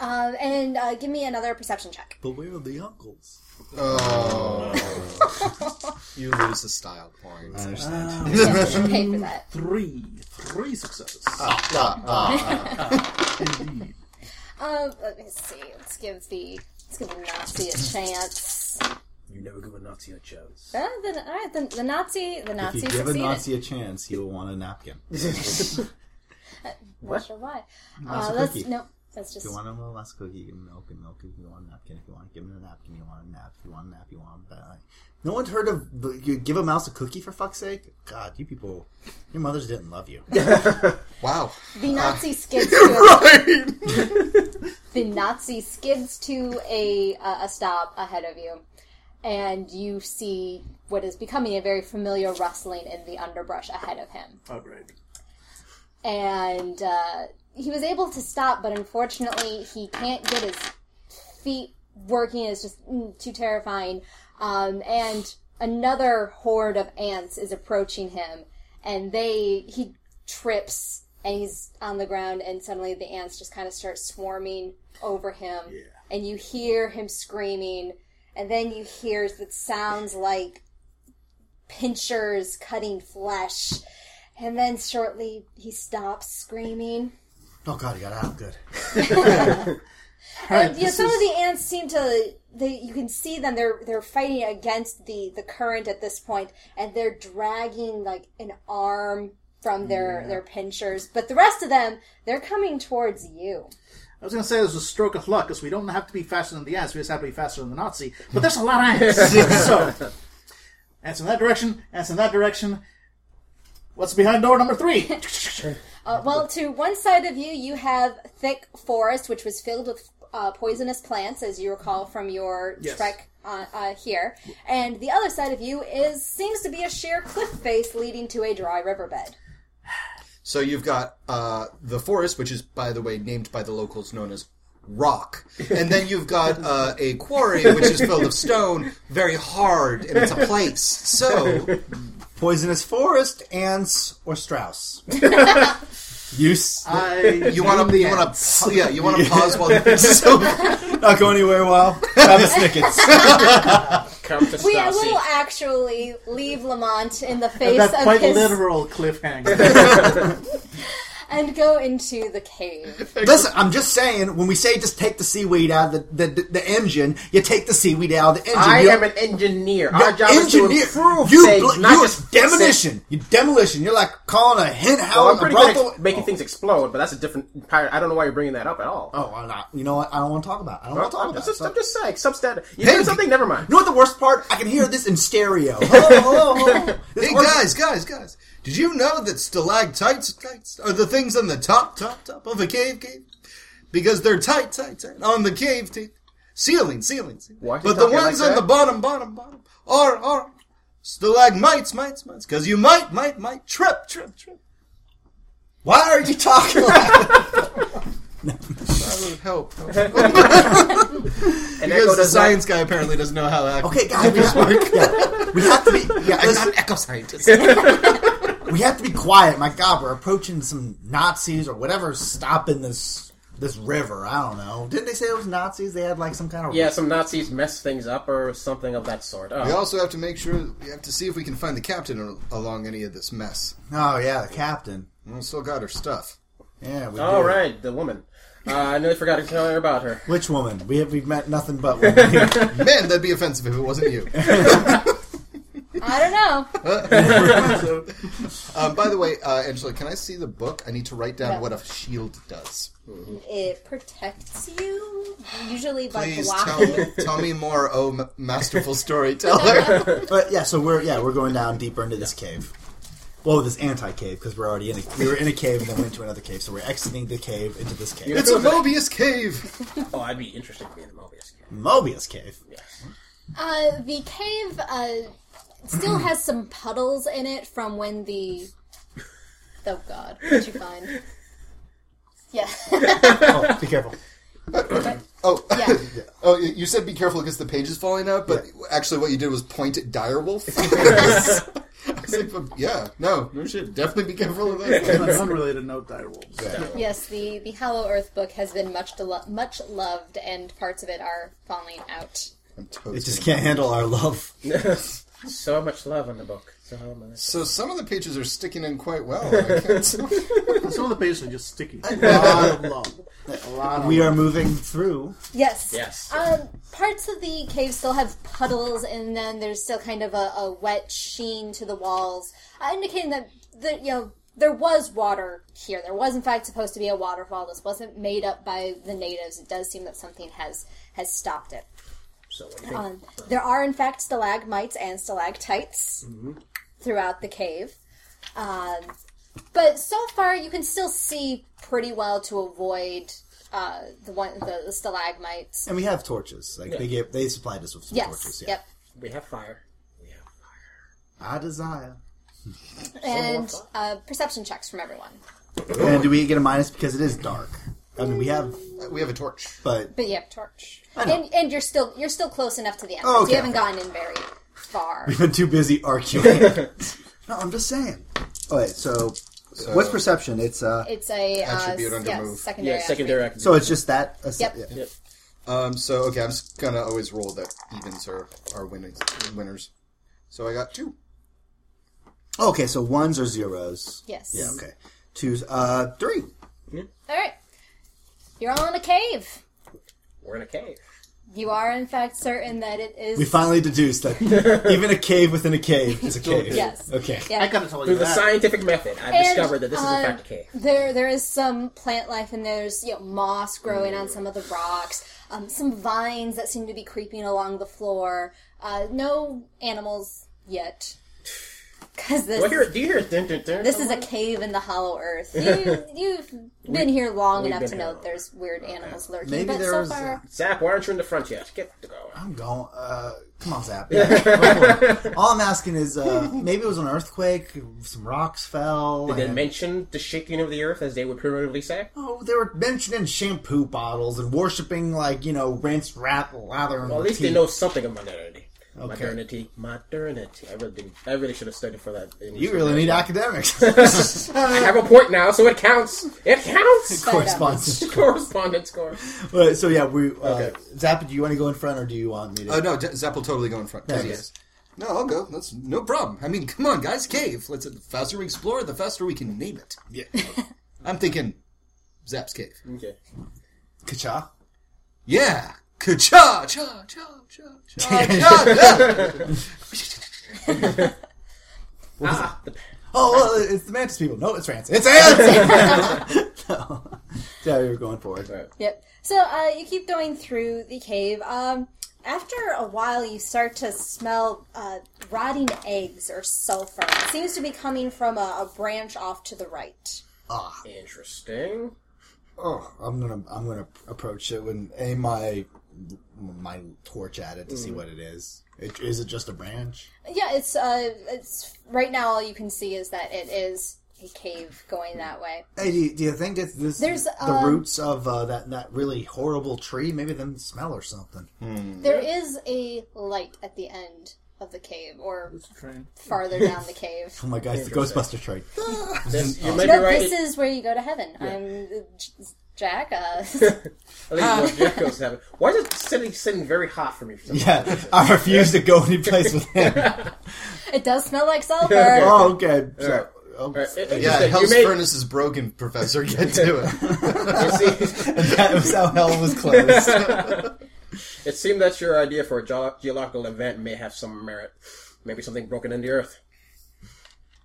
Speaker 2: Um, and uh, give me another perception check.
Speaker 5: But where are the uncles?
Speaker 6: Oh. You lose a style point.
Speaker 5: I understand.
Speaker 6: Uh,
Speaker 2: Yes, you pay for that.
Speaker 4: Three. Three successes.
Speaker 7: Ah.
Speaker 6: Ah,
Speaker 2: Um, let me see. Let's give the let's give the Nazi a chance.
Speaker 3: You never give a Nazi a chance.
Speaker 2: Uh, the, all right, the, the Nazi, the Nazi
Speaker 5: if you give a
Speaker 2: succeeded.
Speaker 5: Nazi a chance, he will want a napkin. Do
Speaker 2: Not sure why. Uh, let's
Speaker 5: cookie.
Speaker 2: no. That's just
Speaker 5: you want him a last cookie? Give him milk and milk. If you want a napkin, if you want, give him a napkin. You want a nap? If you want a nap, you want a nap. No one's heard of the- you give a mouse a cookie for fuck's sake. God, you people, your mothers didn't love you.
Speaker 6: Wow.
Speaker 2: the Nazi skids to the Nazi skids to a uh, a stop ahead of you, and you see what is becoming a very familiar rustling in the underbrush ahead of him.
Speaker 4: Oh, great.
Speaker 2: and uh, he was able to stop, but unfortunately, he can't get his feet working. It's just mm, too terrifying. Um, and another horde of ants is approaching him, and they he trips and he's on the ground, and suddenly the ants just kind of start swarming over him, and you hear him screaming, and then you hear what sounds like pinchers cutting flesh. And then shortly he stops screaming.
Speaker 5: Oh God, he got out good.
Speaker 2: And, Uh, yeah, some of the ants seem to they you can see them they're they're fighting against the the current at this point and they're dragging like an arm from their their pinchers. But the rest of them they're coming towards you.
Speaker 4: I was going to say this was a stroke of luck because we don't have to be faster than the ants. We just have to be faster than the Nazi. But there's a lot of ants. so, ants in that direction, ants in that direction. What's behind door number three?
Speaker 2: Uh, well, to one side of you, you have thick forest, which was filled with uh, poisonous plants, as you recall from your
Speaker 4: Yes.
Speaker 2: trek uh, uh, here. And the other side of you is seems to be a sheer cliff face leading to a dry riverbed.
Speaker 6: So you've got uh, the forest, which is, by the way, named by the locals known as rock, and then you've got uh, a quarry, which is filled of stone, very hard, and it's a place. So
Speaker 5: Poisonous forest, ants, or Strauss. Use.
Speaker 3: Uh,
Speaker 4: I
Speaker 6: you want to, you want to, yeah, you want to pause while you so
Speaker 5: Not go anywhere. Well, have a snickets.
Speaker 7: Come to
Speaker 2: We will
Speaker 7: Stassi.
Speaker 2: actually leave Lamont in the face
Speaker 4: that
Speaker 2: of
Speaker 4: quite
Speaker 2: his
Speaker 4: literal cliffhanger.
Speaker 2: and go into the cave.
Speaker 5: Listen, I'm just saying. When we say just take the seaweed out of the the, the engine, you take the seaweed out of the engine.
Speaker 3: I
Speaker 5: You-
Speaker 3: am an engineer.
Speaker 5: You're
Speaker 3: Our job
Speaker 5: engineer.
Speaker 3: is to improve
Speaker 5: you
Speaker 3: things,
Speaker 5: bl-
Speaker 3: not
Speaker 5: you're
Speaker 3: just fix it.
Speaker 5: demolition. Oh, You demolition. You're like calling a hen house.
Speaker 3: Well, I'm
Speaker 5: a
Speaker 3: pretty good
Speaker 5: brothel-
Speaker 3: at making things explode, but that's a different. Entire, I don't know why you're bringing that up at all.
Speaker 5: Oh, I'm not. You know what? I don't want to talk about. It. I don't
Speaker 3: I'm,
Speaker 5: want to talk
Speaker 3: I'm
Speaker 5: about.
Speaker 3: just,
Speaker 5: it.
Speaker 3: I'm just saying, substandard. You
Speaker 5: Hey,
Speaker 3: did something? Never mind.
Speaker 5: You know what the worst part? I can hear this in stereo. Hello, hello, hello. This
Speaker 6: Hey
Speaker 5: org-
Speaker 6: guys, guys, guys! Did you know that stalactites tights are the things on the top, top, top of a cave cave? Because they're tight, tight, tight on the cave tape. Ceiling, ceiling, ceiling.
Speaker 3: Why is he
Speaker 6: But the
Speaker 3: talking
Speaker 6: ones
Speaker 3: like
Speaker 6: on
Speaker 3: that?
Speaker 6: the bottom, bottom, bottom are are stalagmites, mites, mites. Because you might, might, might trip, trip, trip.
Speaker 5: Why are you talking like that?
Speaker 6: That would help.
Speaker 3: And Echo
Speaker 6: because the
Speaker 3: does not-
Speaker 6: science guy apparently doesn't know how to act.
Speaker 5: Okay, guys, we have, yeah, we have to be. Yeah,
Speaker 6: I'm not
Speaker 5: listen,
Speaker 6: an eco scientist.
Speaker 5: we have to be quiet. My God, we're approaching some Nazis or whatever stopping this this river. I don't know. Didn't they say it was Nazis? They had like some kind of
Speaker 7: Yeah, some Nazis mess things up or something of that sort. Oh.
Speaker 6: we also have to make sure we have to see if we can find the captain a- along any of this mess.
Speaker 5: Oh yeah, the captain.
Speaker 6: We still got her stuff.
Speaker 5: Yeah. We
Speaker 7: All
Speaker 5: do.
Speaker 7: right, the woman. Uh, I nearly forgot to tell her about her.
Speaker 5: Which woman? We have we've met nothing but women.
Speaker 6: Man, that'd be offensive if it wasn't you.
Speaker 2: I don't know.
Speaker 4: so,
Speaker 6: Um, by the way, uh, Angela, can I see the book? I need to write down
Speaker 2: Yeah.
Speaker 6: what a shield does.
Speaker 2: It protects you usually by
Speaker 6: Please tell
Speaker 2: blocking.
Speaker 6: me, tell me more, oh m- masterful storyteller.
Speaker 5: but yeah, so we're yeah we're going down deeper into this cave. Well, this anti cave because we're already in a, we were in a cave and then went to another cave, so we're exiting the cave into this cave.
Speaker 6: it's a Mobius cave.
Speaker 7: Oh, I'd be interested in being a Mobius. kid.
Speaker 5: Mobius cave.
Speaker 2: Uh, the cave uh, still has some puddles in it from when the. Oh God! What'd you find? Yeah,
Speaker 5: Oh, be careful.
Speaker 6: Oh,
Speaker 2: yeah.
Speaker 6: oh, y- you said be careful because the page is falling out, but actually, what you did was point at Direwolf. Sick of- yeah, no, no shit. Definitely be careful of those.
Speaker 4: On an unrelated note, direwolves.
Speaker 2: Yes, the, the Hollow Earth book has been much delo- much loved, and parts of it are falling out.
Speaker 6: I'm
Speaker 5: It
Speaker 6: toasted.
Speaker 5: just can't handle our love.
Speaker 7: so much love in the book. So much.
Speaker 6: So some of the pages are sticking in quite well. I can't-
Speaker 4: Some of the pages are just sticky. A lot of love. A lot of
Speaker 5: We
Speaker 4: love.
Speaker 5: are moving through.
Speaker 2: Yes.
Speaker 7: Yes.
Speaker 2: Um, parts of the cave still have puddles, and then there's still kind of a, a wet sheen to the walls, uh, indicating that that you know there was water here. There was, in fact, supposed to be a waterfall. This wasn't made up by the natives. It does seem that something has has stopped it.
Speaker 7: So what do you think?
Speaker 2: Um, there are, in fact, stalagmites and stalactites
Speaker 7: Mm-hmm.
Speaker 2: throughout the cave. Um, but so far, you can still see pretty well to avoid uh, the one the, the stalagmites.
Speaker 5: And we have torches. Like they gave, they supplied us with some
Speaker 2: Yes.
Speaker 5: torches. Yeah.
Speaker 2: Yep.
Speaker 7: we have fire. We have
Speaker 5: I desire.
Speaker 2: And uh, perception checks from everyone.
Speaker 5: And do we get a minus because it is dark? I mean, we have,
Speaker 6: we have a torch.
Speaker 5: but
Speaker 2: But you have torch,
Speaker 5: know. Oh,
Speaker 2: and and you're still you're still close enough to the entrance.
Speaker 5: okay.
Speaker 2: You haven't gotten in very far.
Speaker 5: we've been too busy arguing. no, I'm just saying. Okay, so, what's perception? It's uh,
Speaker 2: It's a uh,
Speaker 6: Attribute under
Speaker 2: yes,
Speaker 6: move.
Speaker 2: secondary.
Speaker 7: Yeah, secondary
Speaker 2: attribute.
Speaker 7: activity.
Speaker 5: so it's just that. a se-
Speaker 2: Yep.
Speaker 5: yeah.
Speaker 6: Um, so okay, I'm just gonna always roll that evens are are winnings winners. So I got two.
Speaker 5: Okay, so ones or zeros.
Speaker 2: Yes.
Speaker 5: Yeah. Okay. Twos. Uh, three.
Speaker 2: All right. You're all in a cave.
Speaker 7: We're in a cave.
Speaker 2: You are, in fact, certain that it is.
Speaker 5: We finally deduced that even a cave within a cave is a cave.
Speaker 2: Yes.
Speaker 5: Okay.
Speaker 2: Yeah.
Speaker 4: I gotta tell you
Speaker 7: Through the
Speaker 4: that.
Speaker 7: scientific method, I've
Speaker 2: And,
Speaker 7: discovered that this is in
Speaker 2: um,
Speaker 7: fact a cave.
Speaker 2: There, there is some plant life, and there's you know moss growing on some of the rocks, um, some vines that seem to be creeping along the floor. Uh, no animals yet, because this
Speaker 7: Do I hear? Do you hear? a Dun, dun, dun,
Speaker 2: this is a cave in the hollow earth. You, you've been here long enough
Speaker 7: been
Speaker 2: to
Speaker 7: here
Speaker 2: know
Speaker 7: long.
Speaker 2: that there's weird animals lurking,
Speaker 5: Maybe
Speaker 2: but
Speaker 5: there
Speaker 2: so
Speaker 5: was,
Speaker 2: far,
Speaker 5: uh,
Speaker 7: Zach, why aren't you in the front yet? Get to go.
Speaker 5: I'm going. Uh, come on, Zap. Come on. All I'm asking is uh, maybe it was an earthquake. Some rocks fell.
Speaker 7: Did they
Speaker 5: and-
Speaker 7: mention the shaking of the earth, as they would primitively say?
Speaker 5: oh, they were mentioning shampoo bottles and worshiping like you know rinse, wrap, lather. and
Speaker 7: Well, at least they
Speaker 5: repeat.
Speaker 7: know something of modernity.
Speaker 5: Okay.
Speaker 7: Modernity, modernity. I really, didn't, I really should have studied for that. English
Speaker 5: You really
Speaker 7: major.
Speaker 5: need academics. Uh,
Speaker 7: I have a point now, so it counts. It counts.
Speaker 5: Correspondence.
Speaker 7: Correspondence course.
Speaker 5: But, so yeah, we. Uh, Zap, do you want to go in front or do you want me to?
Speaker 6: Oh no, Z- Zap will totally go in front. 'cause
Speaker 5: Yeah,
Speaker 6: he is. No, I'll go. That's no problem. I mean, come on, guys, cave. Let's. The faster we explore, the faster we can name it. Yeah. I'm thinking, Zap's cave.
Speaker 7: Okay.
Speaker 5: Kacha.
Speaker 6: Yeah. Ka-cha, cha, cha, cha, cha, cha, cha.
Speaker 7: Ah, the,
Speaker 5: Oh, well, it's the mantis people. No, it's ants. It's ants. so, yeah, we were going for it.
Speaker 2: Yep. So uh, you keep going through the cave. Um, after a while, you start to smell uh, rotting eggs or sulfur. It seems to be coming from a, a branch off to the right.
Speaker 7: interesting.
Speaker 5: Oh, I'm gonna I'm gonna approach it and aim my my torch at it to
Speaker 6: Mm.
Speaker 5: see what it is. It, is it just a branch?
Speaker 2: Yeah, it's uh, it's right now all you can see is that it is a cave going that way.
Speaker 5: Hey, do you, do you think it's this
Speaker 2: There's,
Speaker 5: the
Speaker 2: um,
Speaker 5: roots of uh, that that really horrible tree? Maybe them smell or something. Oh
Speaker 2: There is a light at the end of the cave, or
Speaker 4: Train.
Speaker 2: farther down the cave.
Speaker 5: Oh my god, it's the Ghostbuster tree.
Speaker 7: This, you might
Speaker 2: No,
Speaker 7: be right.
Speaker 2: this
Speaker 7: it-
Speaker 2: is where you go to heaven. I'm uh, J- Jack. Uh,
Speaker 7: at least what Jeff goes to heaven. Why is it sitting, sitting very hot for me? For some reason?
Speaker 5: yeah, I refuse to go any place with him.
Speaker 2: it does smell like sulfur.
Speaker 5: oh, okay. So, oh,
Speaker 7: All right, Uh, it- it's just
Speaker 6: Yeah,
Speaker 7: that
Speaker 6: Hell's
Speaker 7: you made,
Speaker 6: furnace is broken, Professor. Get to it.
Speaker 7: it, seemed,
Speaker 5: that was how hell was closed.
Speaker 7: it seemed that your idea for a geolo- geological event may have some merit. Maybe something broken in the earth.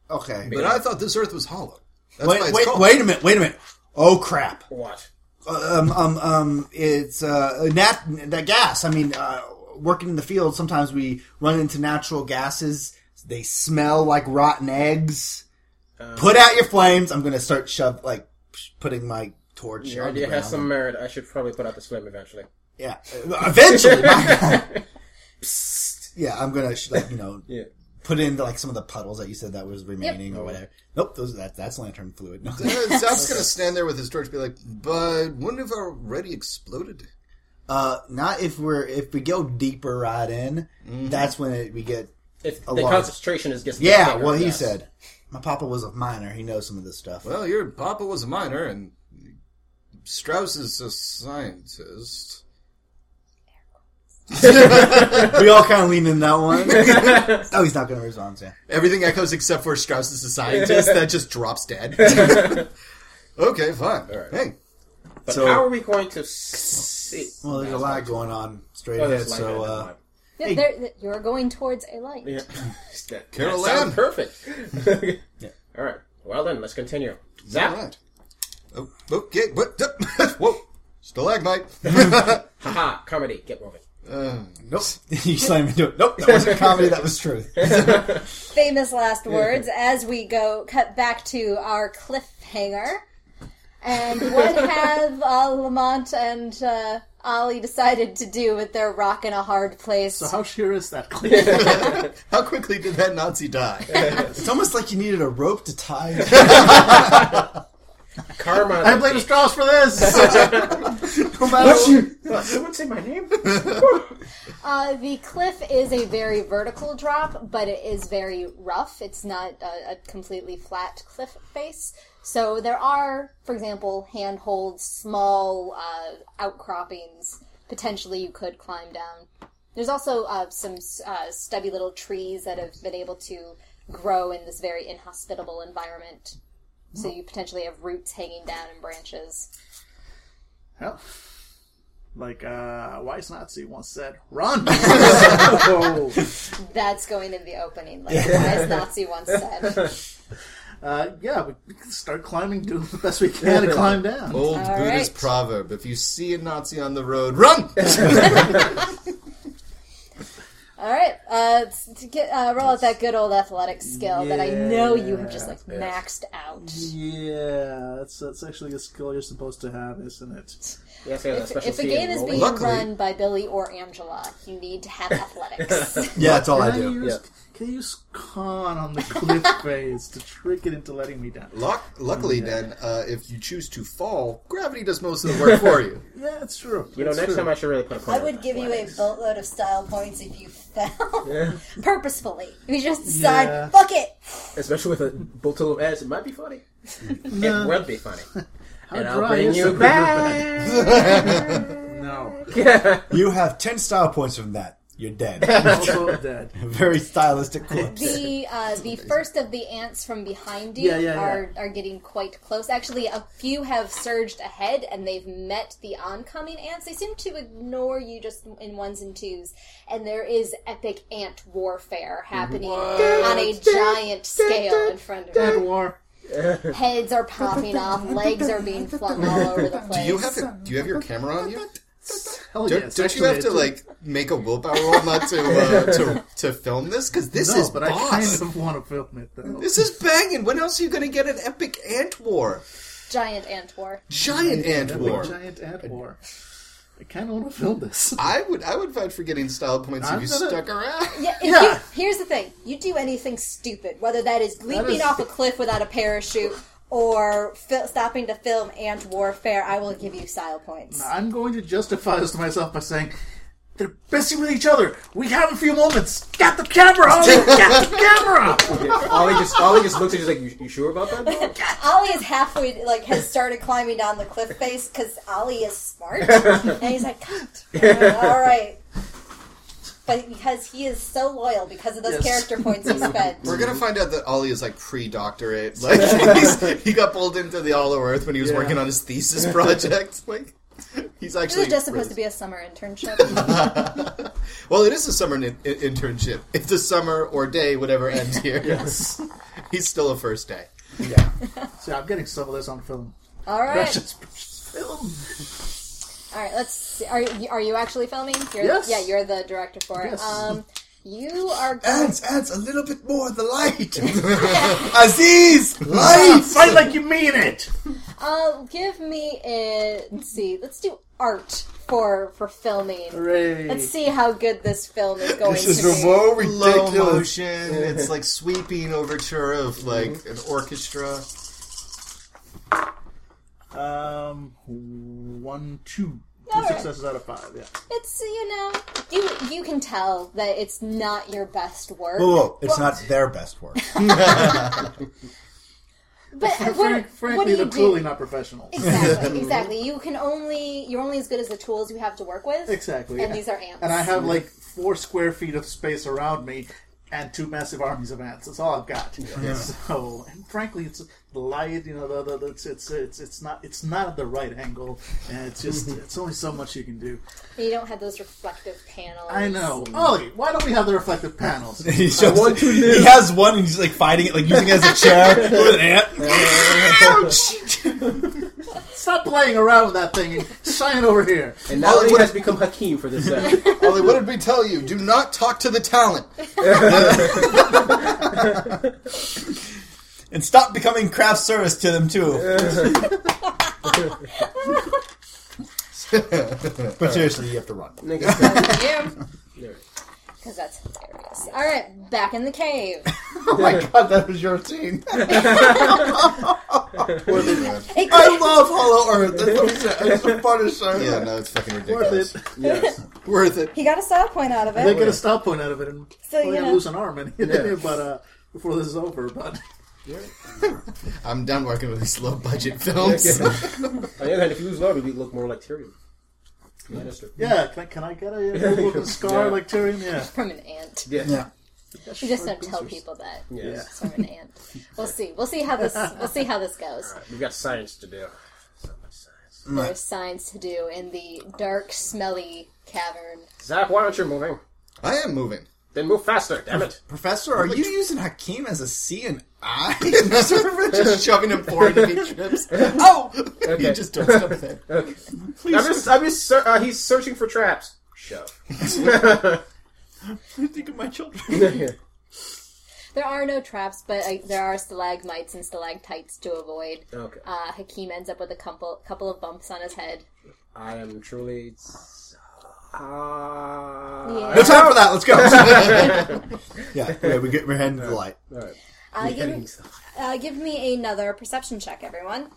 Speaker 5: okay.
Speaker 6: But I thought this Earth was hollow. That's why
Speaker 5: wait,
Speaker 6: it's
Speaker 5: wait,
Speaker 6: called.
Speaker 5: wait a minute, wait a minute. Oh crap!
Speaker 7: What?
Speaker 5: Um, um, um, it's uh, nat that gas. I mean, uh, working in the field, sometimes we run into natural gases. They smell like rotten eggs.
Speaker 7: Uh,
Speaker 5: Put out your flames. I'm gonna start shove like sh- putting my torch.
Speaker 7: Your
Speaker 5: on the
Speaker 7: idea has
Speaker 5: ground.
Speaker 7: some merit. I should probably put out this flame eventually.
Speaker 5: Yeah, eventually. my God. Psst. Yeah, I'm gonna sh- like you know
Speaker 7: Yeah.
Speaker 5: put into like some of the puddles that you said that was remaining or whatever. Nope, those that that's lantern fluid. No.
Speaker 6: Uh, Zap's gonna stand there with his torch, and be like, "But wouldn't have already exploded." Mm-hmm.
Speaker 5: Uh, not if we're if we go deeper right in. That's when it, we get
Speaker 7: If
Speaker 5: A
Speaker 7: the
Speaker 5: lot.
Speaker 7: concentration is gets
Speaker 5: Yeah,
Speaker 7: bigger,
Speaker 5: well, he
Speaker 7: yes.
Speaker 5: said, my papa was a miner. He knows some of this stuff.
Speaker 6: Well, your papa was a miner, and Strauss is a scientist.
Speaker 5: we all kind of leaned in that one. oh, he's not going to respond. Yeah.
Speaker 6: Everything echoes except for Strauss is a scientist. that just drops dead. okay, fine. All right. Hey,
Speaker 7: But
Speaker 5: So-
Speaker 7: how are we going to see?
Speaker 5: Well, there's a lot going on straight
Speaker 7: Oh,
Speaker 5: ahead.
Speaker 7: that's
Speaker 5: So,
Speaker 7: like-
Speaker 5: uh,
Speaker 2: No, there, you're going towards a light.
Speaker 7: Yeah. that, that
Speaker 6: Carol Lamb.
Speaker 7: sounds perfect. All right. Well then, let's continue. Zap.
Speaker 6: all right. Oh, okay. What? Whoa. Stalagmite.
Speaker 7: Haha. Comedy. Get moving.
Speaker 5: nope. you slam into it. Nope. That wasn't comedy. That was truth.
Speaker 2: Famous last words as we go cut back to our cliffhanger. And what have uh, Lamont and uh, Ollie decided to do with their rock in a hard place?
Speaker 4: So how sure is that clear?
Speaker 6: How quickly did that Nazi die?
Speaker 5: It's almost like you needed a rope to tie.
Speaker 7: Karma.
Speaker 4: I blame Strauss for this.
Speaker 5: no matter you.
Speaker 7: Someone say my name.
Speaker 2: Uh, the cliff is a very vertical drop, but it is very rough. It's not a, a completely flat cliff face. So there are, for example, handholds, small uh, outcroppings. Potentially, you could climb down. There's also uh, some uh, stubby little trees that have been able to grow in this very inhospitable environment. So you potentially have roots hanging down and branches.
Speaker 4: Well, like uh, wise Nazi once said, "Run." So,
Speaker 2: That's going in the opening, like as Nazi once said.
Speaker 4: uh, yeah, we we can start climbing, do the best we can to climb down.
Speaker 6: Old
Speaker 2: All
Speaker 6: Buddhist
Speaker 2: right.
Speaker 6: proverb: If you see a Nazi on the road, run.
Speaker 2: All right, uh, s- to get uh, roll out that good old athletic skill that I know you have just like maxed out.
Speaker 4: Yeah, that's that's actually a skill you're supposed to have, isn't it?
Speaker 7: Yes, there's a
Speaker 2: If,
Speaker 7: special
Speaker 2: if a
Speaker 7: C
Speaker 2: game
Speaker 7: in
Speaker 2: is
Speaker 7: rolling.
Speaker 2: being
Speaker 6: Luckily-
Speaker 2: run by Billy or Angela, you need to have athletics.
Speaker 5: Yeah, that's all I
Speaker 4: Can I
Speaker 5: do.
Speaker 4: use, Can I use con on the cliff phase to trick it into letting me down?
Speaker 6: Luck, luckily, then, uh, if you choose to fall, gravity does most of the work for you.
Speaker 4: Yeah, it's true.
Speaker 7: You know,
Speaker 4: It's
Speaker 7: next
Speaker 4: true.
Speaker 7: time I should really put a point
Speaker 2: I would
Speaker 7: on
Speaker 2: give you a
Speaker 7: athletics.
Speaker 2: boatload of style points if you fell purposefully. You just decide,
Speaker 4: Yeah.
Speaker 2: fuck it.
Speaker 7: especially with a boat full of ads. It might be funny. It would be funny.
Speaker 4: How
Speaker 7: and I'll
Speaker 4: dry
Speaker 7: bring
Speaker 4: is the
Speaker 7: you
Speaker 4: river
Speaker 7: back.
Speaker 4: bed? No,
Speaker 5: You have ten style points from that. You're dead.
Speaker 4: also dead.
Speaker 5: Very stylistic corpse.
Speaker 2: The uh, the first of the ants from behind you
Speaker 4: Yeah, yeah, yeah.
Speaker 2: are are getting quite close. Actually, a few have surged ahead and they've met the oncoming ants. They seem to ignore you just in ones and twos, and there is epic ant warfare happening on a giant scale in front of
Speaker 4: Dead
Speaker 2: you.
Speaker 4: war.
Speaker 2: Heads are popping off, legs are being flung all over the place.
Speaker 6: Do you have a, do you have your camera on you?
Speaker 4: Hell
Speaker 6: Don't,
Speaker 4: yes,
Speaker 6: don't you
Speaker 4: actually, I
Speaker 6: have to
Speaker 4: do.
Speaker 6: like make a willpower roll not to uh, to to film this? Because this
Speaker 4: no,
Speaker 6: is
Speaker 4: but
Speaker 6: boss.
Speaker 4: I kind of want to film it though.
Speaker 6: This is banging. When else are you going to get an epic ant war?
Speaker 2: Giant ant war.
Speaker 6: Giant ant
Speaker 4: Big
Speaker 6: war.
Speaker 4: giant ad war. I kind of want to film this.
Speaker 6: I would I would fight for getting style points
Speaker 4: I'm
Speaker 6: if you
Speaker 4: gonna-
Speaker 6: stuck around.
Speaker 2: Yeah, if
Speaker 4: Yeah.
Speaker 2: You, here's the thing. You do anything stupid, whether that is leaping
Speaker 4: is-
Speaker 2: off a cliff without a parachute or fi- stopping to film ant warfare, I will give you style points.
Speaker 4: I'm going to justify this to myself by saying they're busy with each other. We have a few moments. Got the camera on. you. Got the camera.
Speaker 7: Yeah, Ollie just Ollie just looks at you like, you, you sure about that?
Speaker 2: Ollie is halfway, like, has started climbing down the cliff face because Ollie is smart. and he's like, God, all right. But because he is so loyal because of those
Speaker 4: Yes.
Speaker 2: character points he spent.
Speaker 6: We're gonna find out that Ollie is like pre-doctorate. Like he's, he got pulled into the Hollow Earth when he was working on his thesis project. Like he's
Speaker 2: This
Speaker 6: actually
Speaker 2: was just supposed to be a summer internship.
Speaker 6: Well, it is a summer in- in- internship. If the summer or day, whatever, ends here, yes, he's still a first day.
Speaker 4: See, I'm getting some of this on film.
Speaker 2: All right.
Speaker 4: Precious, precious film.
Speaker 2: All right, let's. See. Are you, are you actually filming? You're,
Speaker 4: Yes.
Speaker 2: Yeah, you're the director for it.
Speaker 4: Yes.
Speaker 2: Um, you are. Going,
Speaker 5: Ants, ants, a little bit more of the light. Aziz, light.
Speaker 4: Fight like you mean it. Ah.
Speaker 2: uh, give me a. Let's see. Let's do art for for filming.
Speaker 4: Hooray.
Speaker 2: Let's see how good this film is going
Speaker 5: This is
Speaker 2: to be.
Speaker 5: more
Speaker 6: Low
Speaker 5: ridiculous.
Speaker 6: motion. It's like sweeping overture of like an orchestra.
Speaker 4: Um, one, two. Two successes out of five. Yeah.
Speaker 2: It's you know you you can tell that it's not your best work.
Speaker 5: Whoa, whoa, it's not their best work.
Speaker 2: But what,
Speaker 4: Frank,
Speaker 2: what do
Speaker 4: frankly,
Speaker 2: you
Speaker 4: they're
Speaker 2: do?
Speaker 4: clearly not professionals.
Speaker 2: Exactly, exactly. You can only you're only as good as the tools you have to work with.
Speaker 4: Exactly.
Speaker 2: And these are ants.
Speaker 4: And I have like four square feet of space around me and two massive armies of ants. That's all I've got. So, and frankly, it's the light. You know, the, the, the- it's it's it's it's not it's not at the right angle, and it's just it's only so much you can do.
Speaker 2: you don't have those reflective panels.
Speaker 4: I know, Ollie. Why don't we have the reflective panels?
Speaker 5: He's just, he has one and he's like fighting it, like using it as a chair with an ant.
Speaker 4: Stop playing around with that thing and shine over here.
Speaker 7: And now
Speaker 6: Hollywood-
Speaker 7: he has become Hakeem for this uh, set.
Speaker 6: Ollie, what did we tell you? Do not talk to the talent.
Speaker 5: And stop becoming craft service to them too. but seriously, you have to run.
Speaker 2: because that's hilarious. All right, back in the cave.
Speaker 6: Oh my god, that was your team.
Speaker 2: It
Speaker 5: I
Speaker 2: could,
Speaker 5: love Hollow Earth. It's the funniest show.
Speaker 6: yeah, no, it's fucking ridiculous.
Speaker 4: Worth it.
Speaker 6: Worth it.
Speaker 2: he got a style point out of
Speaker 4: They
Speaker 2: it.
Speaker 4: get a stop point out of it, and
Speaker 2: So,
Speaker 4: we're
Speaker 2: yeah.
Speaker 4: gonna lose an arm. And but uh, before this is over, but
Speaker 6: I'm done working with these low budget films.
Speaker 7: On the other hand, if you lose love, you look more like Tyrion. Lannister.
Speaker 4: yeah, can I, can I get a, a little bit of scar
Speaker 7: Yeah.
Speaker 4: like Tyrion? Yeah.
Speaker 2: From an ant.
Speaker 5: Yeah.
Speaker 2: You just don't tell people that.
Speaker 7: Yes.
Speaker 2: It's From an ant. We'll see. We'll see how this. We'll see how this goes.
Speaker 7: We've got science to do. So much science.
Speaker 2: There's signs to do in the dark, smelly cavern.
Speaker 7: Zach, why aren't you moving?
Speaker 6: I am moving.
Speaker 7: Then move faster, damn it.
Speaker 5: Professor, are you using Hakeem as a C and I?
Speaker 6: just shoving him forward to be trips. Oh! you just don't stop there.
Speaker 7: I'm just, I'm just, ser- uh, he's searching for traps. Shove.
Speaker 5: Think of my children.
Speaker 2: There are no traps, but uh, there are stalagmites and stalactites to avoid.
Speaker 7: Okay.
Speaker 2: Uh, Hakeem ends up with a couple couple of bumps on his head.
Speaker 7: I am truly. s- Ah.
Speaker 5: No
Speaker 2: Yeah.
Speaker 5: time for that. Let's go. yeah, yeah, we get, we're heading to the light.
Speaker 2: Uh, give, uh, give me another perception check, everyone.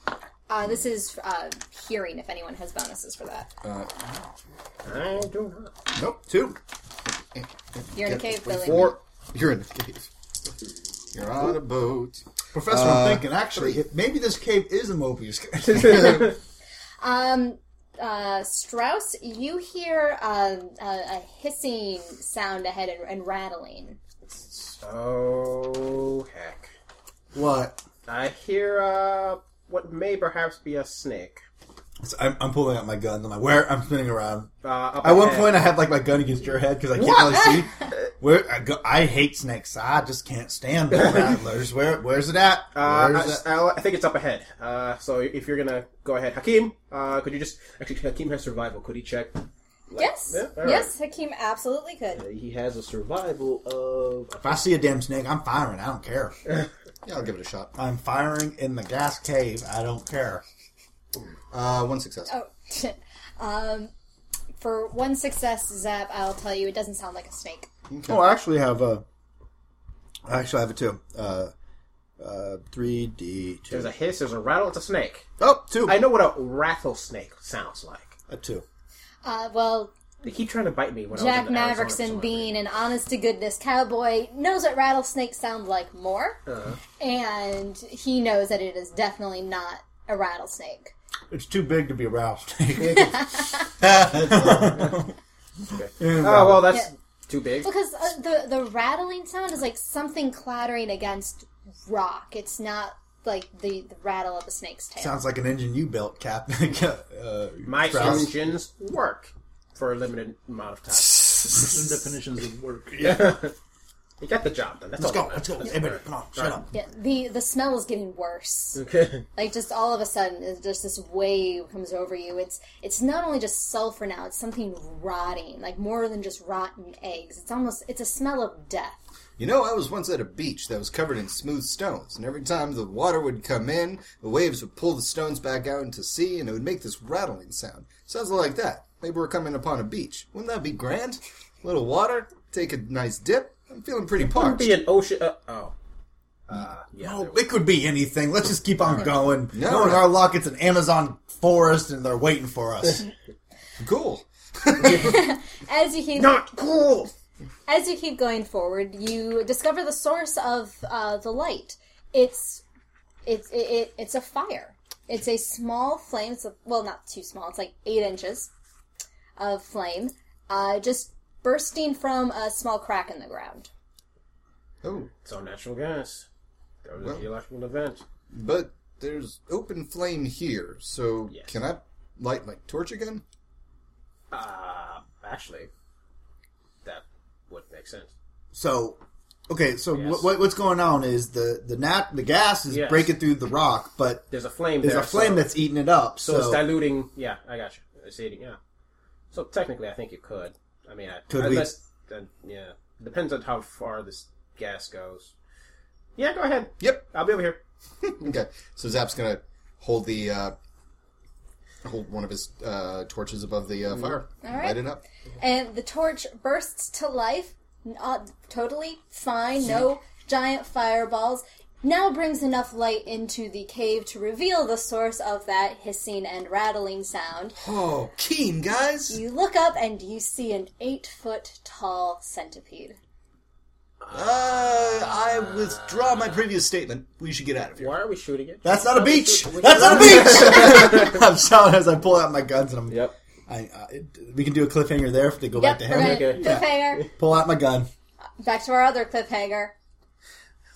Speaker 2: Uh, this is uh, hearing, if anyone has bonuses for that.
Speaker 7: I do not.
Speaker 6: Nope.
Speaker 5: Two.
Speaker 2: You're in a
Speaker 6: Yep,
Speaker 2: cave, Billy.
Speaker 6: Or you're in the cave. You're on a boat.
Speaker 5: Professor, I'm thinking actually, maybe this cave is a Mobius cave.
Speaker 2: Um, uh, Strauss, you hear um, a, a hissing sound ahead and, and rattling.
Speaker 7: Oh, heck.
Speaker 5: what?
Speaker 7: I hear, uh, what may perhaps be a snake.
Speaker 5: So I'm, I'm pulling out my gun. I'm like, where? I'm spinning around.
Speaker 7: Uh, up
Speaker 5: At one
Speaker 7: ahead.
Speaker 5: point, I had like my gun against your head because I can't really see. Where I, go, I hate snakes. I just can't stand them rattlers. Where? Where's it at?
Speaker 7: Uh,
Speaker 5: Where's it?
Speaker 7: I, I, I think it's up ahead. Uh, so if you're gonna go ahead, Hakeem, uh, could you just actually Hakeem has survival? Could he check?
Speaker 2: yes,
Speaker 7: yeah, all right.
Speaker 2: yes, Hakeem absolutely could.
Speaker 7: He has a survival of.
Speaker 5: If I see a damn snake, I'm firing. I don't care.
Speaker 6: Yeah, I'll give it a shot.
Speaker 5: I'm firing in the gas cave. I don't care.
Speaker 6: Uh, one success.
Speaker 2: Oh, um, for one success, Zap, I'll tell you, it doesn't sound like a snake.
Speaker 5: Oh, I actually have a. I actually have a two. Uh, uh, three D
Speaker 7: There's
Speaker 5: two.
Speaker 7: a hiss. There's a rattle. It's a snake.
Speaker 5: Oh, two.
Speaker 7: I know what a rattlesnake sounds like.
Speaker 5: a two.
Speaker 2: Uh, well,
Speaker 7: They keep trying to bite me when
Speaker 2: Jack
Speaker 7: I was in Arizona for some
Speaker 2: Maverickson,
Speaker 7: reason.
Speaker 2: being an honest to goodness cowboy, knows what rattlesnakes sound like more,
Speaker 7: Uh-huh.
Speaker 2: and he knows that it is definitely not a rattlesnake.
Speaker 5: It's too big to be a rattlesnake.
Speaker 7: Oh well, that's too big.
Speaker 2: Because uh, the the rattling sound is like something clattering against rock. It's not like the, the rattle of a snake's tail.
Speaker 5: Sounds like an engine you built, Cap. uh,
Speaker 7: My
Speaker 5: Strauss.
Speaker 7: engines work for a limited amount of time.
Speaker 4: Some definitions of work.
Speaker 7: You got the job done. That's
Speaker 5: Let's
Speaker 7: all.
Speaker 5: go. Let's go. Everybody, come on. Shut up.
Speaker 2: yeah, the the smell is getting worse.
Speaker 7: Okay.
Speaker 2: Like just all of a sudden, it's just this wave comes over you. It's it's not only just sulfur now. It's something rotting, like more than just rotten eggs. It's almost it's a smell of death.
Speaker 6: You know, I was once at a beach that was covered in smooth stones, and every time the water would come in, the waves would pull the stones back out into sea, and it would make this rattling sound. Sounds like that. Maybe we're coming upon a beach. Wouldn't that be grand? A little water, take a nice dip. I'm feeling pretty parched.
Speaker 7: Be an ocean. Uh, oh. Uh, yeah.
Speaker 5: Oh, it could be anything. Let's just keep on going.
Speaker 6: No,
Speaker 5: Knowing
Speaker 6: no.
Speaker 5: our luck, it's an Amazon forest, and they're waiting for us.
Speaker 6: Cool.
Speaker 2: As you keep
Speaker 7: Not cool.
Speaker 2: as you keep going forward, you discover the source of uh, the light. It's it's it, it, it's a fire. It's a small flame. It's a, well, not too small. It's like eight inches of flame, uh, just bursting from a small crack in the ground.
Speaker 6: Oh,
Speaker 7: It's all natural gas. That was a geological event.
Speaker 6: but there's open flame here, so
Speaker 7: Yes.
Speaker 6: can I light my torch again?
Speaker 7: Uh, actually, that would make sense.
Speaker 5: So, okay, so
Speaker 7: Yes.
Speaker 5: what- what, what's going on is the the nat the gas is
Speaker 7: Yes.
Speaker 5: breaking through the rock, but
Speaker 7: There's a flame
Speaker 5: there's
Speaker 7: there.
Speaker 5: a flame
Speaker 7: so,
Speaker 5: that's eating it up.
Speaker 7: so
Speaker 5: So,
Speaker 7: it's diluting. Yeah, I got you. It's eating. Yeah. So technically, I think you could. I mean, I,
Speaker 5: Could we-
Speaker 7: unless, uh, yeah, depends on how far this gas goes. Yeah, go ahead.
Speaker 6: Yep.
Speaker 7: I'll be over here.
Speaker 6: Okay. So Zap's gonna hold the uh, hold one of his uh, torches above the uh, fire,
Speaker 2: Mm. right.
Speaker 6: light it up.
Speaker 2: and the torch bursts to life. Uh, totally fine, no giant fireballs. Now brings enough light into the cave to reveal the source of that hissing and rattling sound.
Speaker 6: Oh, keen guys!
Speaker 2: You look up and you see an eight foot tall centipede.
Speaker 6: Uh, I withdraw my previous statement. We should get out of here.
Speaker 7: Why are we shooting it?
Speaker 5: that's not a beach. That's not a beach. I'm shouting as I pull out my guns and I'm.
Speaker 7: Yep.
Speaker 5: I, I, we can do a cliffhanger there if they go back to
Speaker 2: we're
Speaker 5: him.
Speaker 2: gonna-
Speaker 7: Okay.
Speaker 2: cliffhanger.
Speaker 5: Pull out my gun.
Speaker 2: Back to our other cliffhanger.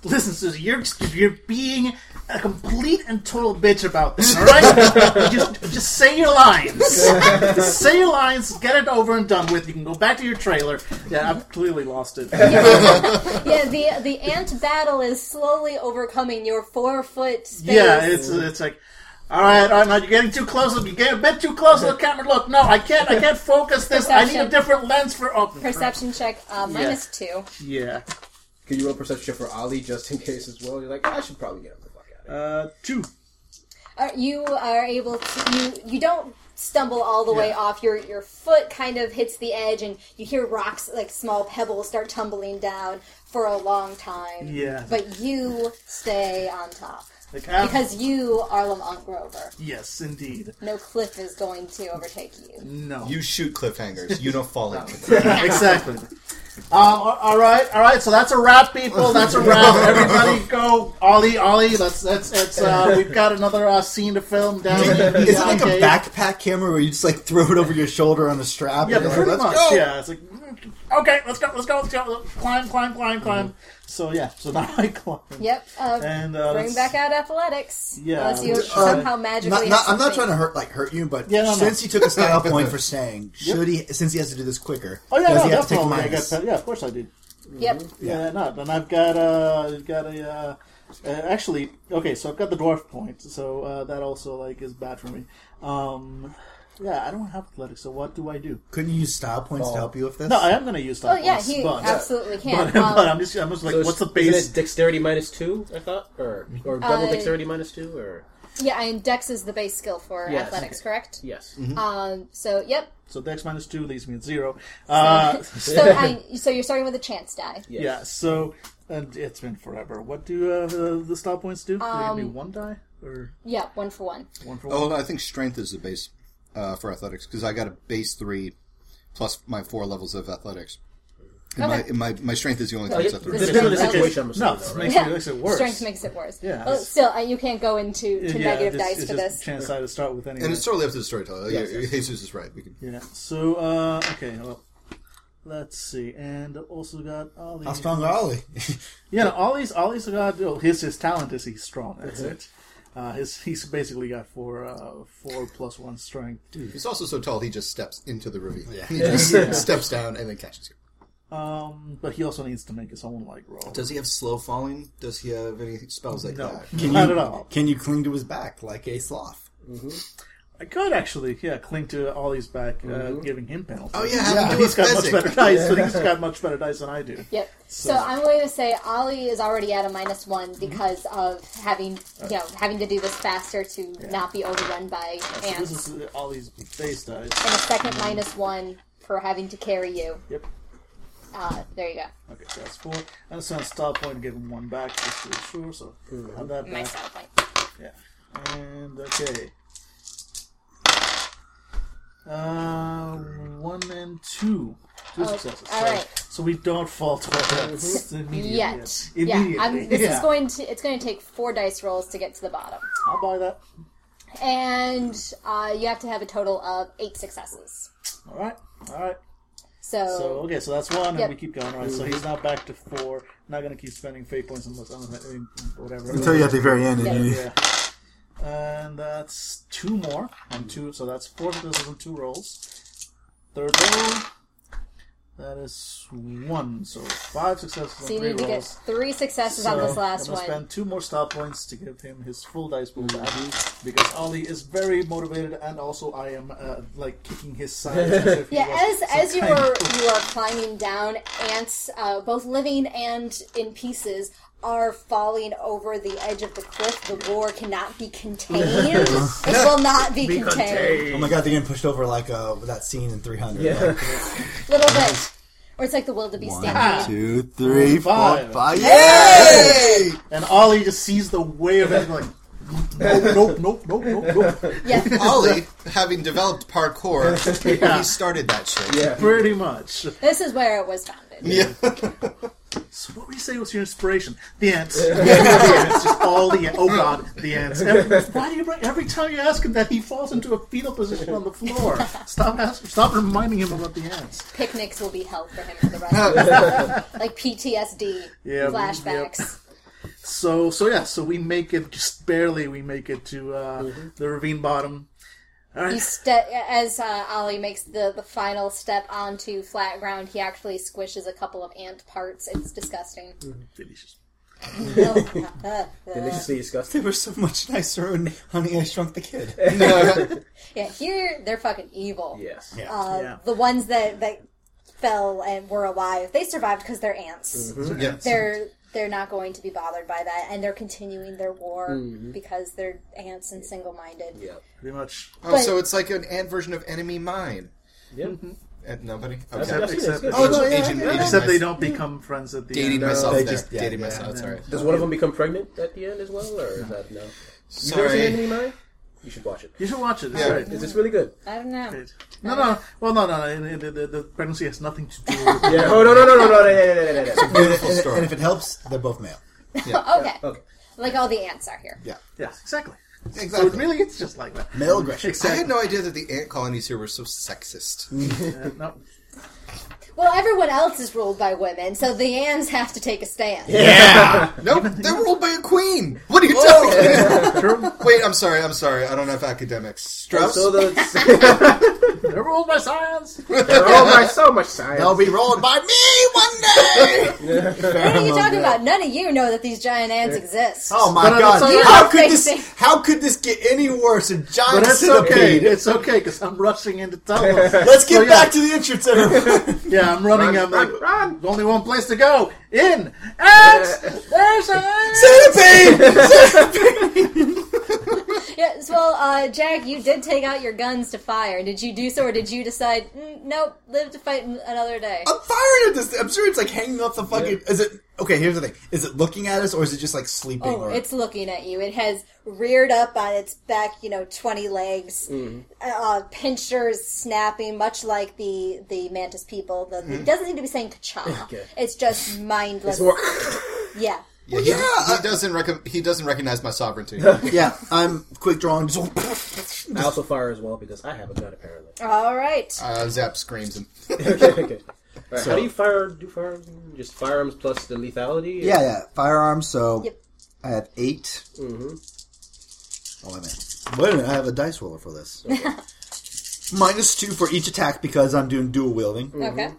Speaker 4: Listen, Susie, you're you're being a complete and total bitch about this. All right, just just say your lines. just say your lines. Get it over and done with. You can go back to your trailer. Yeah, I've clearly lost it.
Speaker 2: Yeah, the the ant battle is slowly overcoming your four foot space.
Speaker 4: yeah, it's it's like. All right, all right, you're getting too close. You're getting a bit too close to the camera. Look, no, I can't. I can't focus this. I need a
Speaker 2: Perception.
Speaker 4: different lens for. Oh,
Speaker 2: Perception check uh, minus two.
Speaker 4: Yeah,
Speaker 7: Can you roll perception check for Ali just in case as well? You're like, I should probably get him the fuck out of here.
Speaker 4: uh, two.
Speaker 2: Uh, you are able to you you don't stumble all the way off. Your your foot kind of hits the edge, and you hear rocks like small pebbles start tumbling down for a long time.
Speaker 4: Yeah.
Speaker 2: but you stay on top.
Speaker 4: Like, ah,
Speaker 2: Because you are Lamont Grover.
Speaker 4: yes, indeed.
Speaker 2: No cliff is going to overtake you.
Speaker 4: No,
Speaker 6: You shoot cliffhangers. You don't fall in.
Speaker 4: exactly. Um, a- all right, all right. So that's a wrap, people. That's a wrap. Everybody, go, Ollie, Ollie. That's that's that's. Uh, we've got another uh, scene to film down. in the
Speaker 5: Is it like a
Speaker 4: cave.
Speaker 5: backpack camera where you just like throw it over your shoulder on a strap?
Speaker 4: Yeah,
Speaker 5: and you're
Speaker 4: pretty
Speaker 5: like,
Speaker 4: much.
Speaker 5: Let's go.
Speaker 4: Yeah, it's like mm, okay, let's go, let's go, let's go. Climb, climb, climb, climb. So yeah, so now I climb.
Speaker 2: Yep. Uh,
Speaker 4: And uh,
Speaker 2: bring
Speaker 4: that's-
Speaker 2: back out athletics.
Speaker 4: Yeah.
Speaker 2: Unless you
Speaker 4: Uh,
Speaker 2: somehow
Speaker 5: Not,
Speaker 2: magically.
Speaker 5: not,
Speaker 2: have
Speaker 5: I'm
Speaker 2: something.
Speaker 5: not trying to hurt like hurt you, but
Speaker 4: Yeah, no, no.
Speaker 5: since he took a style point for saying, should he? Since he has to do this quicker,
Speaker 4: Oh yeah,
Speaker 5: does
Speaker 4: no,
Speaker 5: he have to take
Speaker 4: definitely. I
Speaker 5: minus?
Speaker 4: got, yeah, of course I did.
Speaker 2: Yep.
Speaker 4: Yeah, not. And I've got uh, got a uh, uh, actually okay. So I've got the dwarf point. So uh, that also like is bad for me. Um, yeah, I don't have athletics. So what do I do?
Speaker 5: Couldn't you use style points to help you with this?
Speaker 4: No, I am going to use
Speaker 2: Oh
Speaker 4: that.
Speaker 2: yeah,
Speaker 4: once,
Speaker 2: he
Speaker 4: but,
Speaker 2: absolutely can.
Speaker 4: but,
Speaker 2: um,
Speaker 4: but I'm just I'm just like,
Speaker 7: So
Speaker 4: what's the
Speaker 7: it's- isn't
Speaker 4: base?
Speaker 7: it dexterity minus two, I thought? Or, or double
Speaker 2: Uh,
Speaker 7: dexterity minus two? Or
Speaker 2: yeah, and Dex is the base skill for
Speaker 7: Yes.
Speaker 2: athletics, correct?
Speaker 7: Yes.
Speaker 2: Um. So yep.
Speaker 4: So dex minus two leaves me at zero. Uh,
Speaker 2: So I, so you're starting with a chance die.
Speaker 7: Yes.
Speaker 4: Yeah. So and it's been forever. What do uh, the, the style points do? do
Speaker 2: Um,
Speaker 4: they give me one die or
Speaker 2: Yeah, one for one.
Speaker 4: one for one?
Speaker 6: Oh, no, I think strength is the base uh, for athletics because I got a base three plus my four levels of athletics. And
Speaker 2: Okay.
Speaker 6: my, and my my strength is the only thing that's
Speaker 7: It
Speaker 6: up
Speaker 7: depends
Speaker 6: there.
Speaker 7: on the
Speaker 2: Okay.
Speaker 7: situation, I'm
Speaker 4: No,
Speaker 7: assuming,
Speaker 4: it
Speaker 7: though, right?
Speaker 4: makes,
Speaker 2: Yeah.
Speaker 4: it, makes it worse.
Speaker 2: Strength makes it worse.
Speaker 4: Yeah.
Speaker 2: Well, still, uh, you can't go into to negative
Speaker 4: it's-
Speaker 2: dice
Speaker 4: it's
Speaker 2: for
Speaker 4: just
Speaker 2: this.
Speaker 4: Chance I to start with anyway.
Speaker 6: And it's totally up to the storyteller. yeah, Jesus is right. We can,
Speaker 4: Yeah. So uh, okay. Well, let's see. And also got Ollie.
Speaker 5: How strong are Ollie?
Speaker 4: Yeah, no, Ollie's Ollie's got oh, his his talent is he's strong. That's it. Uh, his he's basically got four uh, four plus one strength.
Speaker 6: he's also so tall he just steps into the ravine. He just steps down and then catches you.
Speaker 4: Um, but he also needs to make his own like roll.
Speaker 6: Does he have slow falling? Does he have any spells like
Speaker 4: no,
Speaker 6: that?
Speaker 4: not at all.
Speaker 5: Can you cling to his back like a sloth?
Speaker 4: I could actually, yeah, cling to Ollie's back, uh, giving him penalties.
Speaker 6: Oh yeah, yeah.
Speaker 4: he's got much better dice. but he's got much better dice than I do.
Speaker 2: Yep. So I'm going to say Ollie is already at a minus one
Speaker 4: Mm-hmm.
Speaker 2: because of having you know having to do this faster to not be overrun by
Speaker 4: This
Speaker 2: ants.
Speaker 4: is uh, Ollie's base dice.
Speaker 2: And a second minus one for having to carry you.
Speaker 4: Yep.
Speaker 2: Uh, there you go.
Speaker 4: Okay, so that's four. I'm just gonna stop point and give him one back just to be sure. So have that
Speaker 2: My
Speaker 4: back.
Speaker 2: style point.
Speaker 4: Yeah. And okay. Uh, one and two. Two successes.
Speaker 2: Oh, all
Speaker 4: sorry.
Speaker 2: right.
Speaker 4: So we don't fall to our deaths immediately.
Speaker 2: Yet.
Speaker 4: Immediately.
Speaker 2: Yeah, I'm, this
Speaker 4: Yeah.
Speaker 2: is going to, it's going to take four dice rolls to get to the bottom.
Speaker 4: I'll buy that.
Speaker 2: And uh, you have to have a total of eight successes.
Speaker 4: All right. All right.
Speaker 2: So,
Speaker 4: So okay, so that's one,
Speaker 2: Yep.
Speaker 4: and we keep going. All right, so he's now back to four. Not gonna keep spending fate points unless I don't know, I mean, whatever.
Speaker 5: Until you at the very end, and you,
Speaker 4: Yeah. And that's two more and two. So that's four successes and two rolls. Third roll. That is one. So five successes and
Speaker 2: so you
Speaker 4: three
Speaker 2: need to get
Speaker 4: rolls.
Speaker 2: three successes on
Speaker 4: So
Speaker 2: this last
Speaker 4: I'm gonna
Speaker 2: one.
Speaker 4: spend two more style points to give him his full dice pool back because Ollie is very motivated, and also I am uh, like kicking his side. as if he
Speaker 2: Yeah,
Speaker 4: was
Speaker 2: as
Speaker 4: some
Speaker 2: as you
Speaker 4: kind
Speaker 2: were
Speaker 4: of-
Speaker 2: you are climbing down, ants, uh, both living and in pieces, are falling over the edge of the cliff. The roar cannot be contained. it will not be, contained.
Speaker 5: oh my god, they're getting pushed over like uh, that scene in 300. Like,
Speaker 2: Little bit, or it's like the wildebeest
Speaker 5: one,
Speaker 2: stampede.
Speaker 5: two, three, four,
Speaker 4: Five.
Speaker 5: five. Yeah!
Speaker 6: Hey!
Speaker 4: And Ollie just sees the wave and like, nope, nope, nope, nope, nope,
Speaker 2: Ah.
Speaker 4: nope.
Speaker 2: Yeah,
Speaker 6: Ollie, having developed parkour, he started that shit.
Speaker 7: Yeah.
Speaker 4: Pretty much.
Speaker 2: this is where it was founded.
Speaker 4: So what would you say was your inspiration? The ants. the ants. Just all the ants. Oh god, the ants. Every, why do you bring? Every time you ask him that, he falls into a fetal position on the floor. Stop asking. Stop reminding him about the ants.
Speaker 2: Picnics will be held for him for the rest of his life, like PTSD
Speaker 4: Yeah,
Speaker 2: flashbacks.
Speaker 4: So so yeah. So we make it just barely. We make it to uh,
Speaker 6: Mm-hmm.
Speaker 4: the ravine bottom.
Speaker 2: You ste- as uh, Ollie makes the, the final step onto flat ground, he actually squishes a couple of ant parts. It's disgusting.
Speaker 4: Delicious.
Speaker 7: Deliciously
Speaker 5: They
Speaker 7: disgusting.
Speaker 5: were so much nicer in Honey, I Shrunk the Kid.
Speaker 2: yeah, here they're fucking evil.
Speaker 7: Yes.
Speaker 2: Uh,
Speaker 4: Yeah.
Speaker 2: The ones that, that fell and were alive, they survived because they're ants.
Speaker 6: Yeah.
Speaker 2: They're they're not going to be bothered by that, and they're continuing their war because they're ants and single minded.
Speaker 7: Yeah.
Speaker 4: Pretty much.
Speaker 6: Oh, so it's like an ant version of Enemy Mine.
Speaker 7: Yeah.
Speaker 6: Uh, nobody?
Speaker 4: Except,
Speaker 6: Okay.
Speaker 7: That's-
Speaker 4: except,
Speaker 7: that's
Speaker 6: Oh,
Speaker 7: good.
Speaker 6: no, yeah, yeah, yeah.
Speaker 4: except they don't become friends at the
Speaker 6: Dating
Speaker 4: end.
Speaker 6: myself
Speaker 5: they
Speaker 6: there.
Speaker 5: just- yeah,
Speaker 6: dating
Speaker 5: yeah.
Speaker 6: myself, sorry.
Speaker 7: Does one of them become pregnant at the end as well, or is that no? You've never seen
Speaker 6: Sorry.
Speaker 7: Enemy Mine? You should watch it.
Speaker 4: You should watch it. It's
Speaker 6: Yeah.
Speaker 4: great.
Speaker 7: Is this really good?
Speaker 2: I don't know.
Speaker 4: It- No, no. Well, no, no. no. The, the, the pregnancy has nothing to do with
Speaker 7: Yeah. Oh no no no no no no no no no. no, no.
Speaker 5: Beautiful and,
Speaker 6: story.
Speaker 5: And if it helps, they're both male.
Speaker 2: Okay.
Speaker 7: Okay.
Speaker 2: Like all the ants are here.
Speaker 5: Yeah.
Speaker 4: Yeah, exactly. So it
Speaker 6: Exactly.
Speaker 4: really is just like that.
Speaker 5: Male aggression.
Speaker 6: I had no idea that the ant colonies here were so sexist.
Speaker 4: Uh, no.
Speaker 2: Well, everyone else is ruled by women, so the ants have to take a stand.
Speaker 6: Yeah!
Speaker 2: Oh,
Speaker 6: no, they were ruled by a queen! What are you talking
Speaker 4: True.
Speaker 6: Wait, I'm sorry, I'm sorry. I don't have academics. Strauss?
Speaker 7: So the
Speaker 4: They're ruled by science.
Speaker 7: oh my so much science.
Speaker 5: They'll be rolled by me one day!
Speaker 2: What are you talking about? None of you know that these giant ants exist.
Speaker 5: Oh my
Speaker 4: But it's
Speaker 5: god!
Speaker 4: okay.
Speaker 5: How could
Speaker 2: Facing-
Speaker 5: this? How could this get any worse? A
Speaker 4: But
Speaker 5: giant
Speaker 4: it's okay.
Speaker 5: centipede.
Speaker 4: It's okay because I'm rushing into tunnels.
Speaker 5: Let's get
Speaker 4: So, yeah.
Speaker 5: back to the entrance, everyone.
Speaker 4: Yeah, I'm running.
Speaker 7: Run,
Speaker 4: I'm
Speaker 7: run,
Speaker 4: like,
Speaker 7: run.
Speaker 4: only one place to go. In and there's an ant.
Speaker 5: centipede.
Speaker 2: Yes, well, uh, Jack, you did take out your guns to fire. Did you do so, or did you decide, mm, nope, live to fight an- another day?
Speaker 5: I'm firing at this. I'm sure it's like hanging off the fucking. Is it okay? Here's the thing: is it looking at us or is it just like sleeping?
Speaker 2: Oh,
Speaker 5: or,
Speaker 2: it's looking at you. It has reared up on its back, you know, 20 legs, uh, pincers snapping, much like the, the mantis people. The, It doesn't seem to be saying ka
Speaker 7: Okay.
Speaker 2: It's just mindless.
Speaker 7: more-
Speaker 2: yeah.
Speaker 6: Yeah, he,
Speaker 5: yeah, uh,
Speaker 6: he doesn't rec- he doesn't recognize my sovereignty.
Speaker 5: yeah, I'm quick drawing. Just,
Speaker 7: I also fire as well because I have a gun apparently.
Speaker 2: All right.
Speaker 6: uh, Zap screams him.
Speaker 7: okay. okay. All right, how do you fire? Do firearms? Just firearms plus the lethality?
Speaker 5: yeah, yeah. Firearms. So
Speaker 2: Yep.
Speaker 5: I have 8 Mm-hmm. Oh wait a minute. Wait a minute. I have a dice roller for this. Minus two for each attack because I'm doing dual wielding.
Speaker 2: Okay.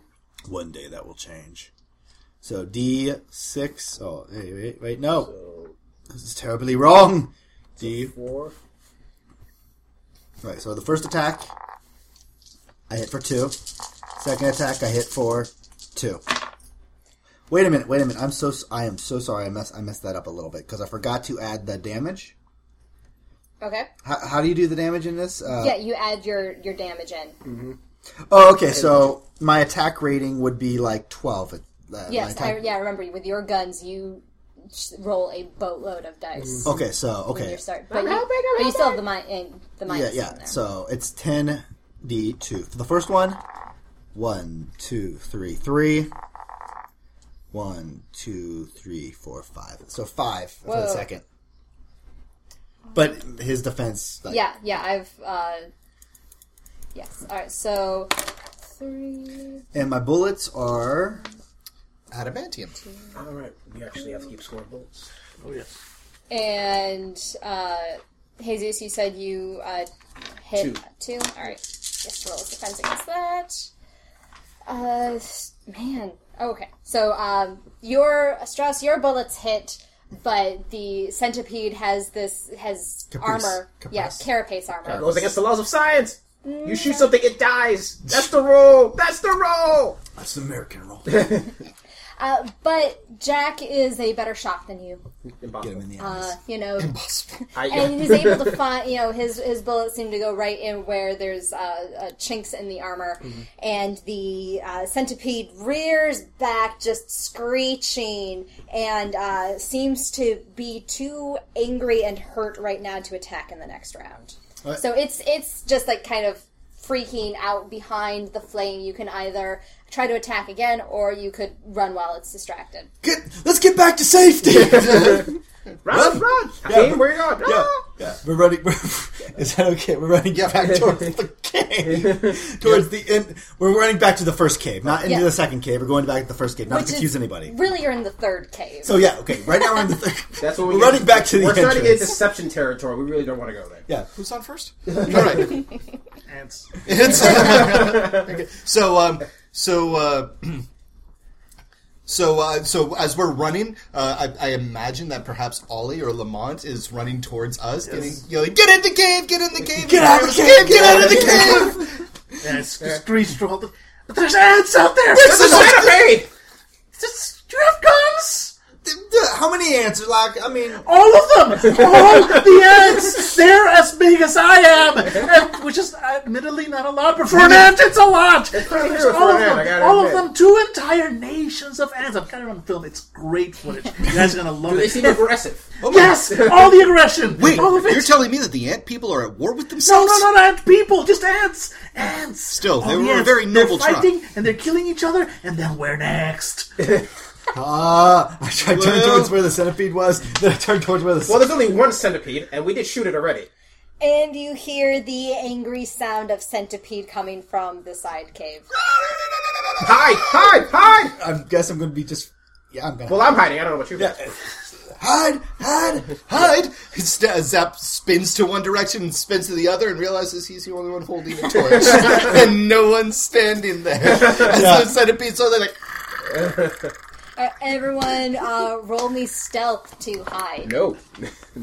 Speaker 5: One day that will change. So D six. Oh hey, wait, wait, no. This is terribly wrong. D.
Speaker 7: Four.
Speaker 5: Right. So the first attack, I hit for two. Second attack, I hit for two. Wait a minute. Wait a minute. I'm so s- I am so sorry. I mess I messed that up a little bit because I forgot to add the damage.
Speaker 2: Okay.
Speaker 5: How, how do you do the damage in this? Uh,
Speaker 2: Yeah, you add your, your damage in.
Speaker 5: Oh, okay. So my attack rating would be like twelve. At, uh, my
Speaker 2: Yes,
Speaker 5: attack-
Speaker 2: I, yeah, I remember with your guns, you s- roll a boatload of dice
Speaker 5: Okay. So okay.
Speaker 2: when you start. But you, but you still have the, mi- and the
Speaker 5: Yeah,
Speaker 2: minus on
Speaker 5: yeah.
Speaker 2: there.
Speaker 5: So it's 10 d2. For the first one, one, two, three, three. One, two, three, four, five. So five for
Speaker 2: Whoa.
Speaker 5: the second. But his defense, like,
Speaker 2: Yeah, yeah, I've. Uh, yes. All right. So three.
Speaker 5: and my bullets are
Speaker 6: Adamantium.
Speaker 7: All right, we actually have to keep scoring bullets.
Speaker 4: Oh yes.
Speaker 2: And uh, Jesus, you said you uh, hit two. All right. Yes, roll his defense against that. Uh, s- man. oh, Okay. So um, your Strauss, your bullets hit, but the centipede has this has
Speaker 5: Carapace.
Speaker 2: armor. Yeah,
Speaker 5: Carapace.
Speaker 2: carapace armor.
Speaker 7: Goes against the laws of science. You shoot something, it dies. That's the rule. That's the rule.
Speaker 5: that's an American roll.
Speaker 2: Uh, but Jack is a better shot than you.
Speaker 7: Impossible.
Speaker 5: in the
Speaker 2: Uh,
Speaker 5: eyes.
Speaker 2: you know,
Speaker 7: I,
Speaker 2: and he's able to find you know his his bullets seem to go right in where there's uh, uh, chinks in the armor, and the uh, centipede rears back, just screeching, and uh, seems to be too angry and hurt right now to attack in the next round. So it's it's just like kind of freaking out behind the flame. You can either try to attack again, or you could run while it's distracted.
Speaker 5: Get- let's get back to safety.
Speaker 7: run, run. Hakeem, where you going?
Speaker 5: yeah,
Speaker 7: Ah!
Speaker 5: yeah. We're running. is that okay? We're running
Speaker 6: Yeah.
Speaker 5: back towards the cave. towards the end. We're running back to the first cave, not into
Speaker 2: Yeah.
Speaker 5: the second cave. We're going back to the first cave, not
Speaker 2: Which
Speaker 5: to
Speaker 2: is-
Speaker 5: confuse anybody.
Speaker 2: Really, you're in the third cave.
Speaker 5: So yeah, okay. Right now we're in the. Th-
Speaker 7: That's what we
Speaker 5: we're
Speaker 7: get-
Speaker 5: running back to the
Speaker 7: We're
Speaker 5: entrance.
Speaker 7: starting to get deception territory. We really don't want to go there.
Speaker 5: yeah.
Speaker 6: Who's on first? All right.
Speaker 4: Ants.
Speaker 6: It's- so, um, so, uh, so, uh, so as we're running, uh, I, I imagine that perhaps Ollie or Lamont is running towards us, getting, yelling, "Get in the cave! Get in the cave!
Speaker 5: Get out of the cave!
Speaker 6: Get out of the cave!"
Speaker 4: Ants screeched through all the. But there's ants out there.
Speaker 7: It's a centipede.
Speaker 4: Just- do you have guns?
Speaker 5: How many ants? Like, uh, I mean,
Speaker 4: All of them. All the ants. They're as big as I am, and, which is admittedly not a lot, but for an ant, it's a lot.
Speaker 7: pretty
Speaker 4: There's
Speaker 7: true for
Speaker 4: all of
Speaker 7: an ant, I
Speaker 4: them.
Speaker 7: gotta
Speaker 4: All of
Speaker 7: admit.
Speaker 4: them. Two entire nations of ants. I'm kind of on film. It's great footage. You guys are gonna love
Speaker 7: Do they
Speaker 4: it.
Speaker 7: seem aggressive?
Speaker 4: Yes, all the aggression.
Speaker 6: Wait,
Speaker 4: all of it.
Speaker 6: you're telling me that the ant people are at war with
Speaker 4: No,
Speaker 6: themselves?
Speaker 4: no, not ant people, just ants. Ants.
Speaker 6: Still, they
Speaker 4: All the
Speaker 6: were a
Speaker 4: ants.
Speaker 6: very noble
Speaker 4: They're
Speaker 6: tribe.
Speaker 4: fighting and they're killing each other, and then we're next. Uh,
Speaker 5: ah, I tried to turn
Speaker 6: Well-
Speaker 5: towards where the centipede was. Then I turned towards where the.
Speaker 7: Well, there's only one centipede, and we did shoot it already.
Speaker 2: And you hear the angry sound of centipede coming from the side cave.
Speaker 7: Hide, hide, hide.
Speaker 5: I guess I'm going to be just. Yeah, I'm going to
Speaker 7: Well, I'm hiding. I don't know about you. guys.
Speaker 5: hide, hide.
Speaker 6: Hide! Sta- Zap spins to one direction and spins to the other and realizes he's the only one holding a torch. and no one's standing there. As the centipede, so they're like,
Speaker 2: Uh, everyone, uh, roll me stealth to hide.
Speaker 7: No.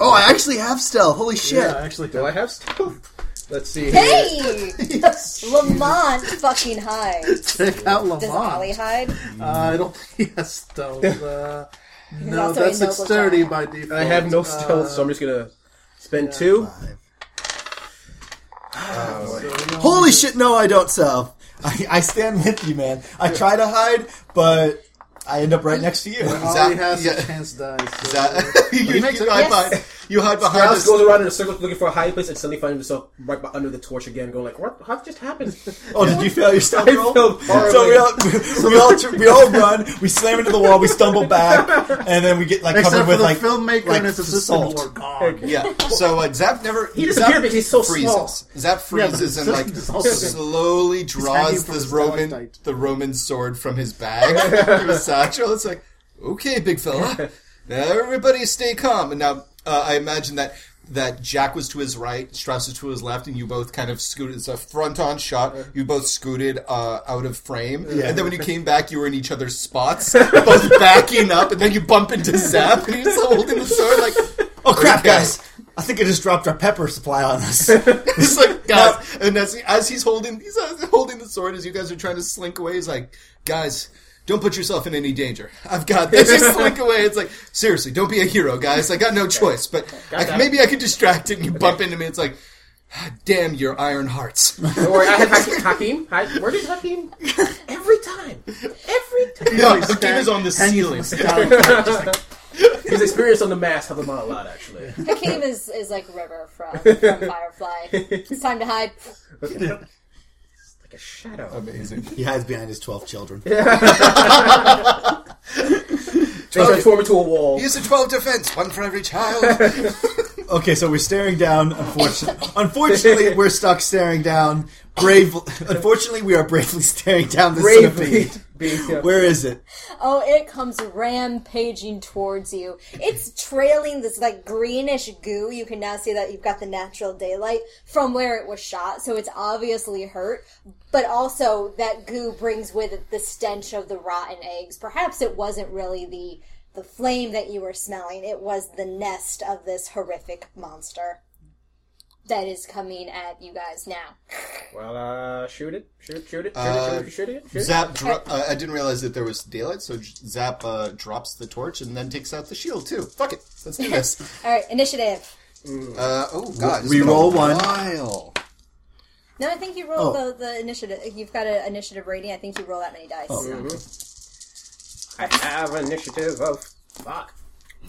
Speaker 5: Oh, I actually have stealth. Holy shit!
Speaker 4: actually.
Speaker 7: Do I have stealth? Let's see.
Speaker 2: Hey, Lamont fucking hides.
Speaker 4: Check out
Speaker 2: Does Ollie
Speaker 4: Lamont.
Speaker 2: hide?
Speaker 4: Uh, I don't think he has stealth. Uh, no,
Speaker 2: also a
Speaker 4: that's
Speaker 2: noble
Speaker 4: dexterity
Speaker 2: giant.
Speaker 4: by default.
Speaker 7: I have no
Speaker 4: Uh,
Speaker 7: stealth, so I'm just gonna spend two.
Speaker 6: Um,
Speaker 5: Holy shit! No, I don't stealth. I, I stand with you, man. I try to hide, but I end up right next to you.
Speaker 4: Ollie
Speaker 6: Zap-
Speaker 4: has
Speaker 6: yeah.
Speaker 4: a chance dice. So.
Speaker 6: Zap- uh, you, you, hide
Speaker 2: Yes.
Speaker 6: behind, you hide behind
Speaker 7: Alex
Speaker 6: this.
Speaker 7: goes around in a circle looking for a hiding place and suddenly finds himself right by- under the torch again, going like, "What? What just happened?"
Speaker 5: Oh, did you fail your stealth
Speaker 7: I
Speaker 5: roll?
Speaker 7: failed horribly.
Speaker 5: So we all we all tr- we all run. We slam into the wall. We stumble back, and then we get like
Speaker 4: Except
Speaker 5: covered
Speaker 4: for
Speaker 5: with
Speaker 4: the
Speaker 5: like
Speaker 4: filmmaker
Speaker 5: like
Speaker 4: and his assistant who are gone.
Speaker 6: Yeah. So uh, Zap never.
Speaker 7: He disappeared
Speaker 6: Zap
Speaker 7: because he's so
Speaker 6: freezes.
Speaker 7: small.
Speaker 6: Zap freezes
Speaker 4: Yeah,
Speaker 6: and
Speaker 4: but
Speaker 6: like
Speaker 4: he's also-
Speaker 6: slowly
Speaker 4: hanging
Speaker 6: draws
Speaker 4: from
Speaker 6: this
Speaker 4: the
Speaker 6: Roman
Speaker 4: stalactite.
Speaker 6: the Roman sword from his bag from his satchel. It's like, okay, big fella, now everybody stay calm. And now uh, I imagine that. That Jack was to his right, Strauss was to his left, and you both kind of scooted. It's a front-on shot. You both scooted uh, out of frame, and then when you came back, you were in each other's spots, both backing up, and then you bump into Zap, and he's holding the sword like,
Speaker 5: Oh crap,
Speaker 6: Okay.
Speaker 5: guys! I think I just dropped our pepper supply on us.
Speaker 6: It's like guys, and as, he, as he's holding, he's as- holding the sword as you guys are trying to slink away. He's like, guys, don't put yourself in any danger. I've got this. Just slink away. It's like seriously, don't be a hero, guys. I got no choice, but I, maybe I could distract it. And you bump into me. It's like, "Ah, damn your iron hearts.
Speaker 7: Don't worry, I had Hakeem. Hakeem, hi- where did Hakeem? Every time, every time.
Speaker 6: no, the game is on the ceiling.
Speaker 7: His experience on the mask helped him out a lot, actually.
Speaker 2: Hakeem is, is like River from, from Firefly. It's time to hide.
Speaker 7: like a shadow.
Speaker 6: Amazing.
Speaker 5: He hides behind his 12 children.
Speaker 7: Transform into a wall.
Speaker 6: Use a 12 defense, one for every child.
Speaker 5: Okay, so we're staring down. Unfortunately, unfortunately, we're stuck staring down. Brave. Unfortunately, we are bravely staring down the
Speaker 7: Bravely.
Speaker 5: centipede.
Speaker 7: Being, yeah.
Speaker 5: Where is it?
Speaker 2: Oh, it comes rampaging towards you. It's trailing this like greenish goo. You can now see that you've got the natural daylight from where it was shot, so it's obviously hurt. But also, that goo brings with it the stench of the rotten eggs. Perhaps it wasn't really the the flame that you were smelling; it was the nest of this horrific monster that is coming at you guys now.
Speaker 7: Well, uh, shoot it, shoot, shoot it, shoot
Speaker 6: Uh,
Speaker 7: it, shoot it, shoot it. Shoot it.
Speaker 6: Zap, dro- uh, I didn't realize that there was daylight, so J- Zap uh, drops the torch and then takes out the shield too. Fuck it, let's do this.
Speaker 2: All right, initiative.
Speaker 6: Uh, oh god,
Speaker 5: We roll one.
Speaker 6: While.
Speaker 2: No, I think you roll
Speaker 5: Oh.
Speaker 2: the, the initiative. You've got an initiative rating. I think you roll that many dice.
Speaker 7: I have initiative of fuck.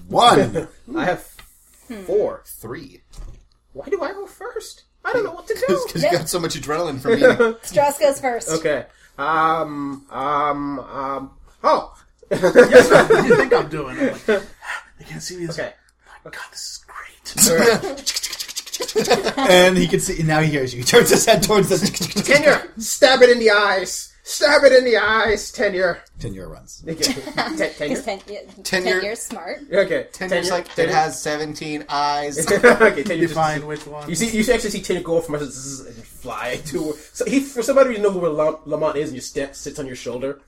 Speaker 5: One.
Speaker 7: I have four.
Speaker 6: Three.
Speaker 7: Why do I go first? I don't know what to do.
Speaker 6: Because you got so much adrenaline from me.
Speaker 2: Strauss goes first.
Speaker 7: Okay. Um. Um. Um. Oh.
Speaker 4: What do you think I'm doing? I'm like, "Ah, I can't see these.
Speaker 7: Okay.
Speaker 4: Oh, God, this is
Speaker 7: All
Speaker 4: great.
Speaker 7: right.
Speaker 5: and he can see. Now he hears you. He turns his head towards the.
Speaker 7: Tenure, stab it in the eyes. Stab it in the eyes. Tenure.
Speaker 5: Tenure runs.
Speaker 7: Ten- tenure.
Speaker 2: He's ten, yeah, ten,
Speaker 6: Ten
Speaker 2: years.
Speaker 6: year-
Speaker 2: smart.
Speaker 7: Okay.
Speaker 6: And it's like, it
Speaker 7: tenure.
Speaker 6: has 17 eyes.
Speaker 7: okay. Tenure. just-
Speaker 4: Define which one.
Speaker 7: You see, you actually see Tenure go off from us zzz, and fly to. So he, for somebody who knows where La- Lamont is, and just st- sits on your shoulder.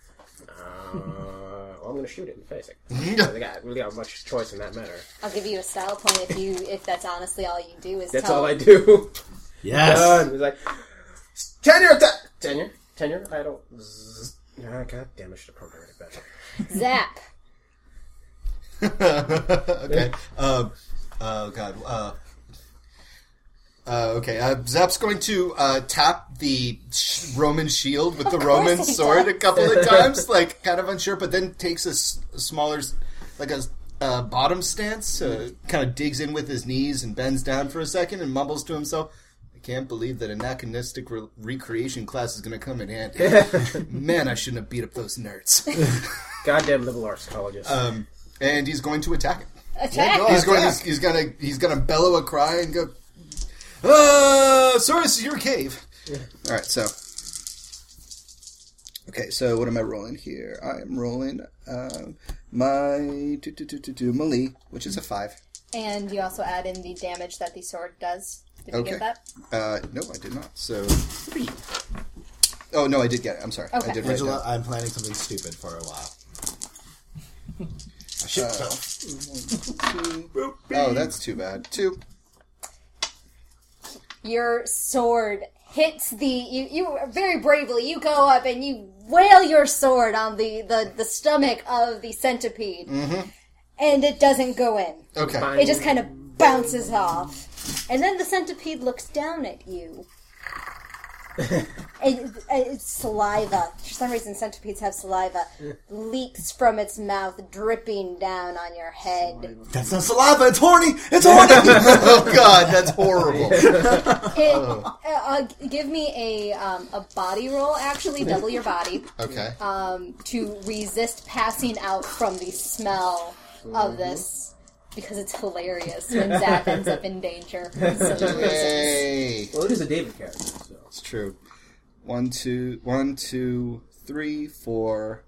Speaker 7: Uh, well, I'm gonna shoot it in the face. I don't think I really got much choice in that matter.
Speaker 2: I'll give you a style point if you if that's honestly all you do is
Speaker 7: That's
Speaker 2: tell.
Speaker 7: all I do.
Speaker 5: Yes.
Speaker 7: Uh, he's like, Tenure, ta- Tenure, Tenure. I don't. zzz. Ah, God damn! I should have programmed it
Speaker 2: Zap.
Speaker 7: better.
Speaker 6: okay. Um, oh god. Uh, uh, okay. Uh, Zap's going to uh, tap the sh- Roman shield with the Roman
Speaker 2: he
Speaker 6: sword
Speaker 2: does.
Speaker 6: a couple of times, like kind of unsure, but then takes a, s- a smaller, s- like a. s- Uh, bottom stance, uh, kind of digs in with his knees and bends down for a second and mumbles to himself, "I can't believe that anachronistic re- recreation class is going to come in handy. Man, I shouldn't have beat up those nerds."
Speaker 7: Goddamn liberal arts colleges.
Speaker 6: Um, and he's going to attack it
Speaker 2: Attack.
Speaker 6: he's going. He's, he's gonna. He's gonna bellow a cry and go. Uh, Soros, your cave. All right, so. Okay, so what am I rolling here? I am rolling um, my do, do, do, do, do, melee, which is a five.
Speaker 2: And you also add in the damage that the sword does. Did you
Speaker 6: Okay.
Speaker 2: get that?
Speaker 6: Uh, no, I did not. So three. Oh no, I did get it. I'm sorry.
Speaker 2: Okay.
Speaker 6: I did write it
Speaker 5: Angela,
Speaker 6: down.
Speaker 5: I'm planning something stupid for a while. I shoot myself.
Speaker 6: Oh, that's too bad. Two.
Speaker 2: Your sword hits the you, you very bravely you go up and you wail your sword on the the, the stomach of the centipede. And it doesn't go in.
Speaker 6: Okay.
Speaker 2: It just kind of bounces off. And then the centipede looks down at you. and, and it's saliva. For some reason, centipedes have saliva. Leaks from its mouth, dripping down on your head.
Speaker 5: That's not saliva. It's horny. It's horny.
Speaker 6: oh God, that's horrible.
Speaker 2: It, uh, uh, give me a, um, a body roll, actually, double your body,
Speaker 6: Okay.
Speaker 2: um, to resist passing out from the smell of this. Because it's hilarious when Zach ends up in danger. for silly reasons.
Speaker 6: Hey.
Speaker 7: well, it is a David character. So.
Speaker 6: It's true. One, two, one, two, three, four,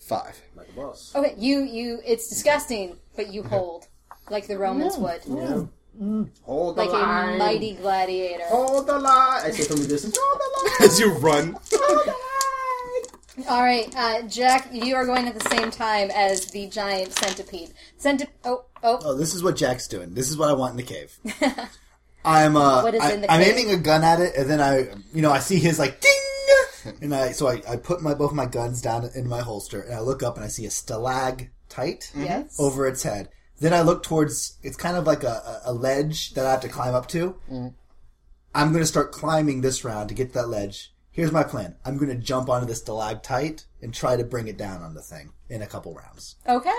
Speaker 6: five.
Speaker 7: Like a boss.
Speaker 2: Okay, you you it's disgusting, but you hold like the Romans would,
Speaker 7: Hold the
Speaker 2: like a
Speaker 7: line.
Speaker 2: mighty gladiator.
Speaker 7: Hold the line. I say from the distance. Hold the line.
Speaker 6: As you run,
Speaker 2: All right, uh, Jack, you are going at the same time as the giant centipede. Centip Oh, oh,
Speaker 5: oh, this is what Jack's doing. This is what I want in the cave. I'm uh,
Speaker 2: What is
Speaker 5: I,
Speaker 2: in the
Speaker 5: I'm
Speaker 2: cave?
Speaker 5: aiming a gun at it, and then I, you know, I see his like ding, and I so I, I put my both my guns down in my holster, and I look up and I see a stalactite
Speaker 2: yes.
Speaker 5: over its head. Then I look towards. It's kind of like a, a a ledge that I have to climb up to. I'm going to start climbing this round to get to that ledge. Here's my plan. I'm going to jump onto this stalactite and try to bring it down on the thing in a couple rounds.
Speaker 2: Okay.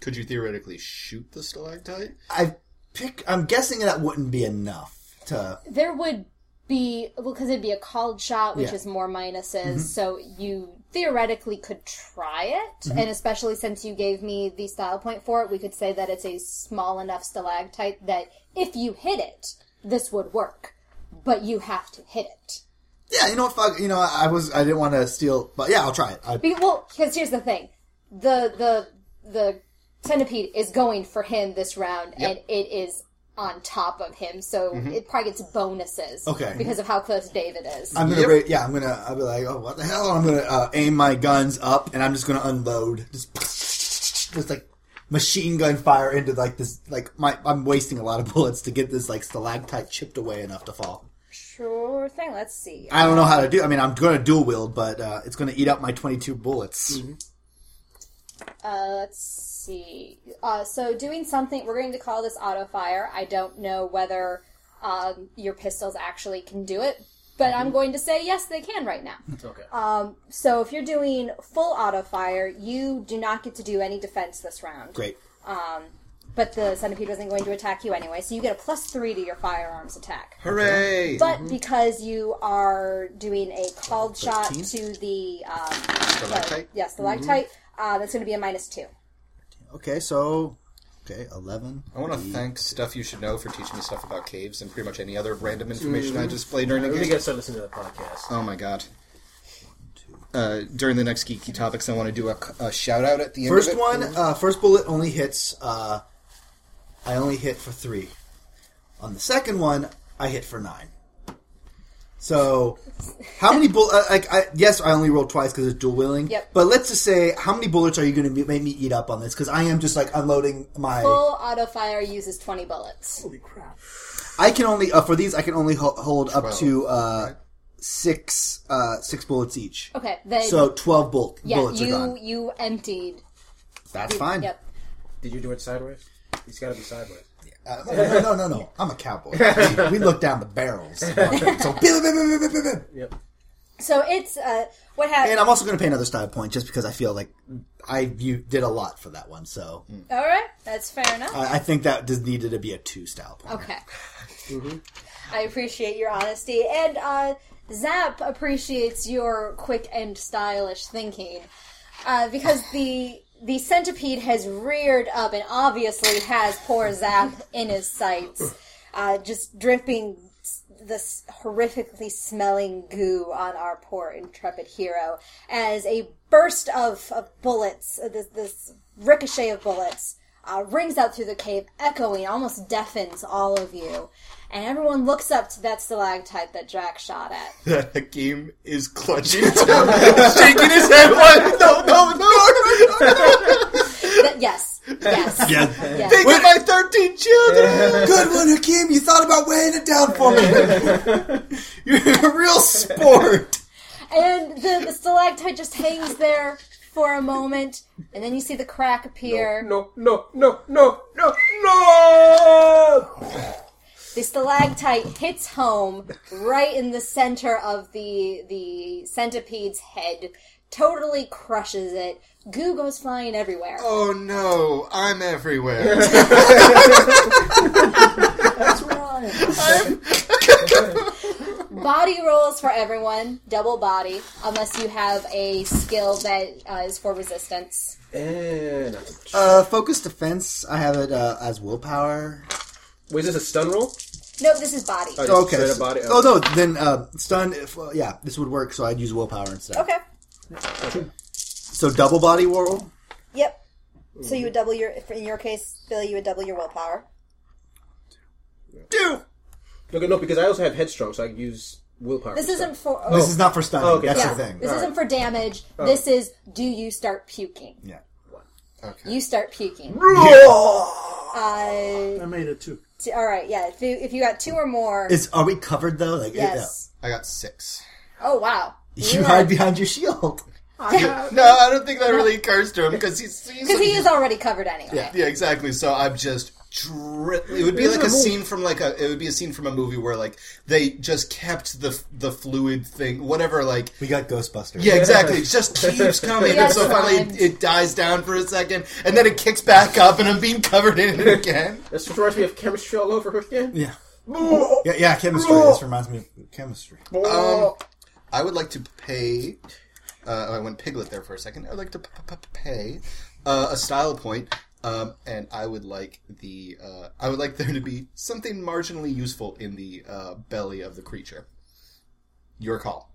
Speaker 6: could you theoretically shoot the stalactite?
Speaker 5: I pick. I'm guessing that wouldn't be enough to.
Speaker 2: There would be well because it'd be a called shot, which
Speaker 5: Yeah.
Speaker 2: is more minuses. So you theoretically could try it, and especially since you gave me the style point for it, we could say that it's a small enough stalactite that if you hit it, this would work, but you have to hit it.
Speaker 5: Yeah, you know what? Fuck, you know, I was, I didn't want to steal, but yeah, I'll try it. I,
Speaker 2: Be- well, because here's the thing: the the the centipede is going for him this round, and it is on top of him, so it probably gets bonuses.
Speaker 5: Okay.
Speaker 2: Because of how close David is.
Speaker 5: I'm gonna, ra- yeah, I'm gonna, I'll be like, oh, what the hell? I'm gonna uh, aim my guns up, and I'm just gonna unload, just, just like machine gun fire into like this, like my, I'm wasting a lot of bullets to get this like stalactite chipped away enough to fall.
Speaker 2: sure thing. Let's see.
Speaker 5: I don't know how to do. I mean, I'm gonna dual wield, but uh, it's gonna eat up my 22 bullets.
Speaker 2: Uh, let's see. Uh, so doing something. We're going to call this auto fire. I don't know whether um, your pistols actually can do it, but I'm going to say yes, they can right now. Um,
Speaker 3: Okay.
Speaker 2: So if you're doing full auto fire, you do not get to do any defense this round.
Speaker 5: Great.
Speaker 2: But the centipede wasn't going to attack you anyway, so you get a plus three to your firearms attack.
Speaker 6: Hooray!
Speaker 2: But
Speaker 5: Mm-hmm.
Speaker 2: because you are doing a called shot to the um,
Speaker 6: Stalactite?
Speaker 2: yes, the
Speaker 5: Mm-hmm.
Speaker 2: lactite, uh, that's going to be a minus two.
Speaker 5: Okay, so okay, 11.
Speaker 6: I want to thank Stuff You Should Know for teaching me stuff about caves and pretty much any other random information I just played during the
Speaker 3: We
Speaker 6: game.
Speaker 3: gotta start listening to the podcast.
Speaker 6: Oh my god. Uh, during the next geeky topics, I want to do a, a shout out at the end. of
Speaker 5: First
Speaker 6: it.
Speaker 5: one, uh, first bullet only hits. Uh, I only hit for three. On the second one, I hit for nine. So, how many bull? Uh, like, I, yes, I only rolled twice because it's dual wielding.
Speaker 2: Yep.
Speaker 5: But let's just say, how many bullets are you going to make me eat up on this? Because I am just like unloading my.
Speaker 2: Full auto fire uses twenty bullets.
Speaker 4: Holy crap.
Speaker 5: I can only uh, for these. I can only ho- hold up to uh, six uh, six bullets each.
Speaker 2: Okay, then
Speaker 5: So twelve bolt
Speaker 2: yeah,
Speaker 5: bullets are
Speaker 2: you
Speaker 5: gone.
Speaker 2: you emptied.
Speaker 5: That's fine.
Speaker 2: Yep.
Speaker 3: Did you do it sideways? It's gotta be sideways.
Speaker 5: Uh, no, no, no, no, no. I'm a cowboy. we, we look down the barrels. So, bim, bim, bim, bim, bim, bim.
Speaker 2: So it's uh, what happened.
Speaker 5: and I'm also going to pay another style point just because I feel like I you did a lot for that one. So
Speaker 2: All right, that's fair enough.
Speaker 5: I, I think that just needed to be a two style point.
Speaker 2: Okay. I appreciate your honesty. And uh, Zap appreciates your quick and stylish thinking. Uh, because the the centipede has reared up and obviously has poor Zap in his sights, uh, just dripping s- this horrifically smelling goo on our poor intrepid hero as a burst of, of bullets, uh, this, this ricochet of bullets, uh, rings out through the cave, echoing, almost deafens all of you. And everyone looks up to that stalactite that Drac shot at.
Speaker 6: That game is clutching, his head, shaking his head. Like, no, no, no!
Speaker 2: That- yes, yes.
Speaker 5: Yeah.
Speaker 2: yes.
Speaker 6: Think of my thirteen children.
Speaker 5: Good one, Hakeem. You thought about weighing it down for me. You're a real sport.
Speaker 2: And the, the stalactite just hangs there for a moment, and then you see the crack appear.
Speaker 3: No, no, no, no, no, no!
Speaker 2: The stalactite hits home right in the center of the the centipede's head, totally crushes it. Goo goes flying everywhere.
Speaker 6: Oh no! I'm everywhere.
Speaker 2: Body rolls for everyone, double body, unless you have a skill that uh, is for resistance.
Speaker 7: Eh,
Speaker 3: And not too much.
Speaker 5: Uh, focus defense. I have it uh, as willpower.
Speaker 3: Wait, is this a stun roll?
Speaker 2: No, this is body.
Speaker 3: Oh, just
Speaker 5: Okay.
Speaker 3: straight up
Speaker 5: so-
Speaker 3: body-
Speaker 5: oh no, then uh, stun. If, uh, yeah, this would work. So I'd use willpower instead.
Speaker 2: Okay.
Speaker 5: So double body whirl.
Speaker 2: Yep. So
Speaker 5: Mm-hmm.
Speaker 2: you would double your, if in your case, Bill, you would double your willpower.
Speaker 5: Do.
Speaker 3: Okay, no, because I also have headstrong, so I can use willpower.
Speaker 2: This
Speaker 3: for
Speaker 2: isn't
Speaker 3: stuff.
Speaker 2: for. oh,
Speaker 5: This is not for stunning.
Speaker 3: Okay.
Speaker 5: That's
Speaker 2: yeah,
Speaker 5: the thing. Oh.
Speaker 2: This isn't for damage. This is do you start puking?
Speaker 5: Yeah.
Speaker 2: You start puking. Uh,
Speaker 4: I made it too.
Speaker 2: t- all right, yeah. If you, if you got two or more,
Speaker 5: Is are we covered though? Like it-
Speaker 2: yes.
Speaker 6: I got six.
Speaker 2: Oh wow.
Speaker 5: You hide behind your shield.
Speaker 6: No, I don't think that really occurs to him because he's, he's
Speaker 2: Because he is already covered anyway.
Speaker 6: Yeah, exactly. So I'm just. Dri- it would be like a scene from like a. It would be a scene from a movie where like they just kept the the fluid thing, whatever. Like
Speaker 5: We got Ghostbusters.
Speaker 6: yeah, exactly. It just keeps coming,
Speaker 2: Yeah,
Speaker 6: and so
Speaker 2: it's
Speaker 6: finally
Speaker 2: timed.
Speaker 6: it, it dies down for a second, and then it kicks back up, and I'm being covered in it again.
Speaker 3: This reminds me of chemistry all over again.
Speaker 5: Yeah. Yeah, yeah, chemistry. This reminds me of chemistry.
Speaker 6: Um, I would like to pay. Uh, oh, I went piglet there for a second. I would like to p- p- p- pay uh, a style point, um, and I would like the. Uh, I would like there to be something marginally useful in the uh, belly of the creature. Your call.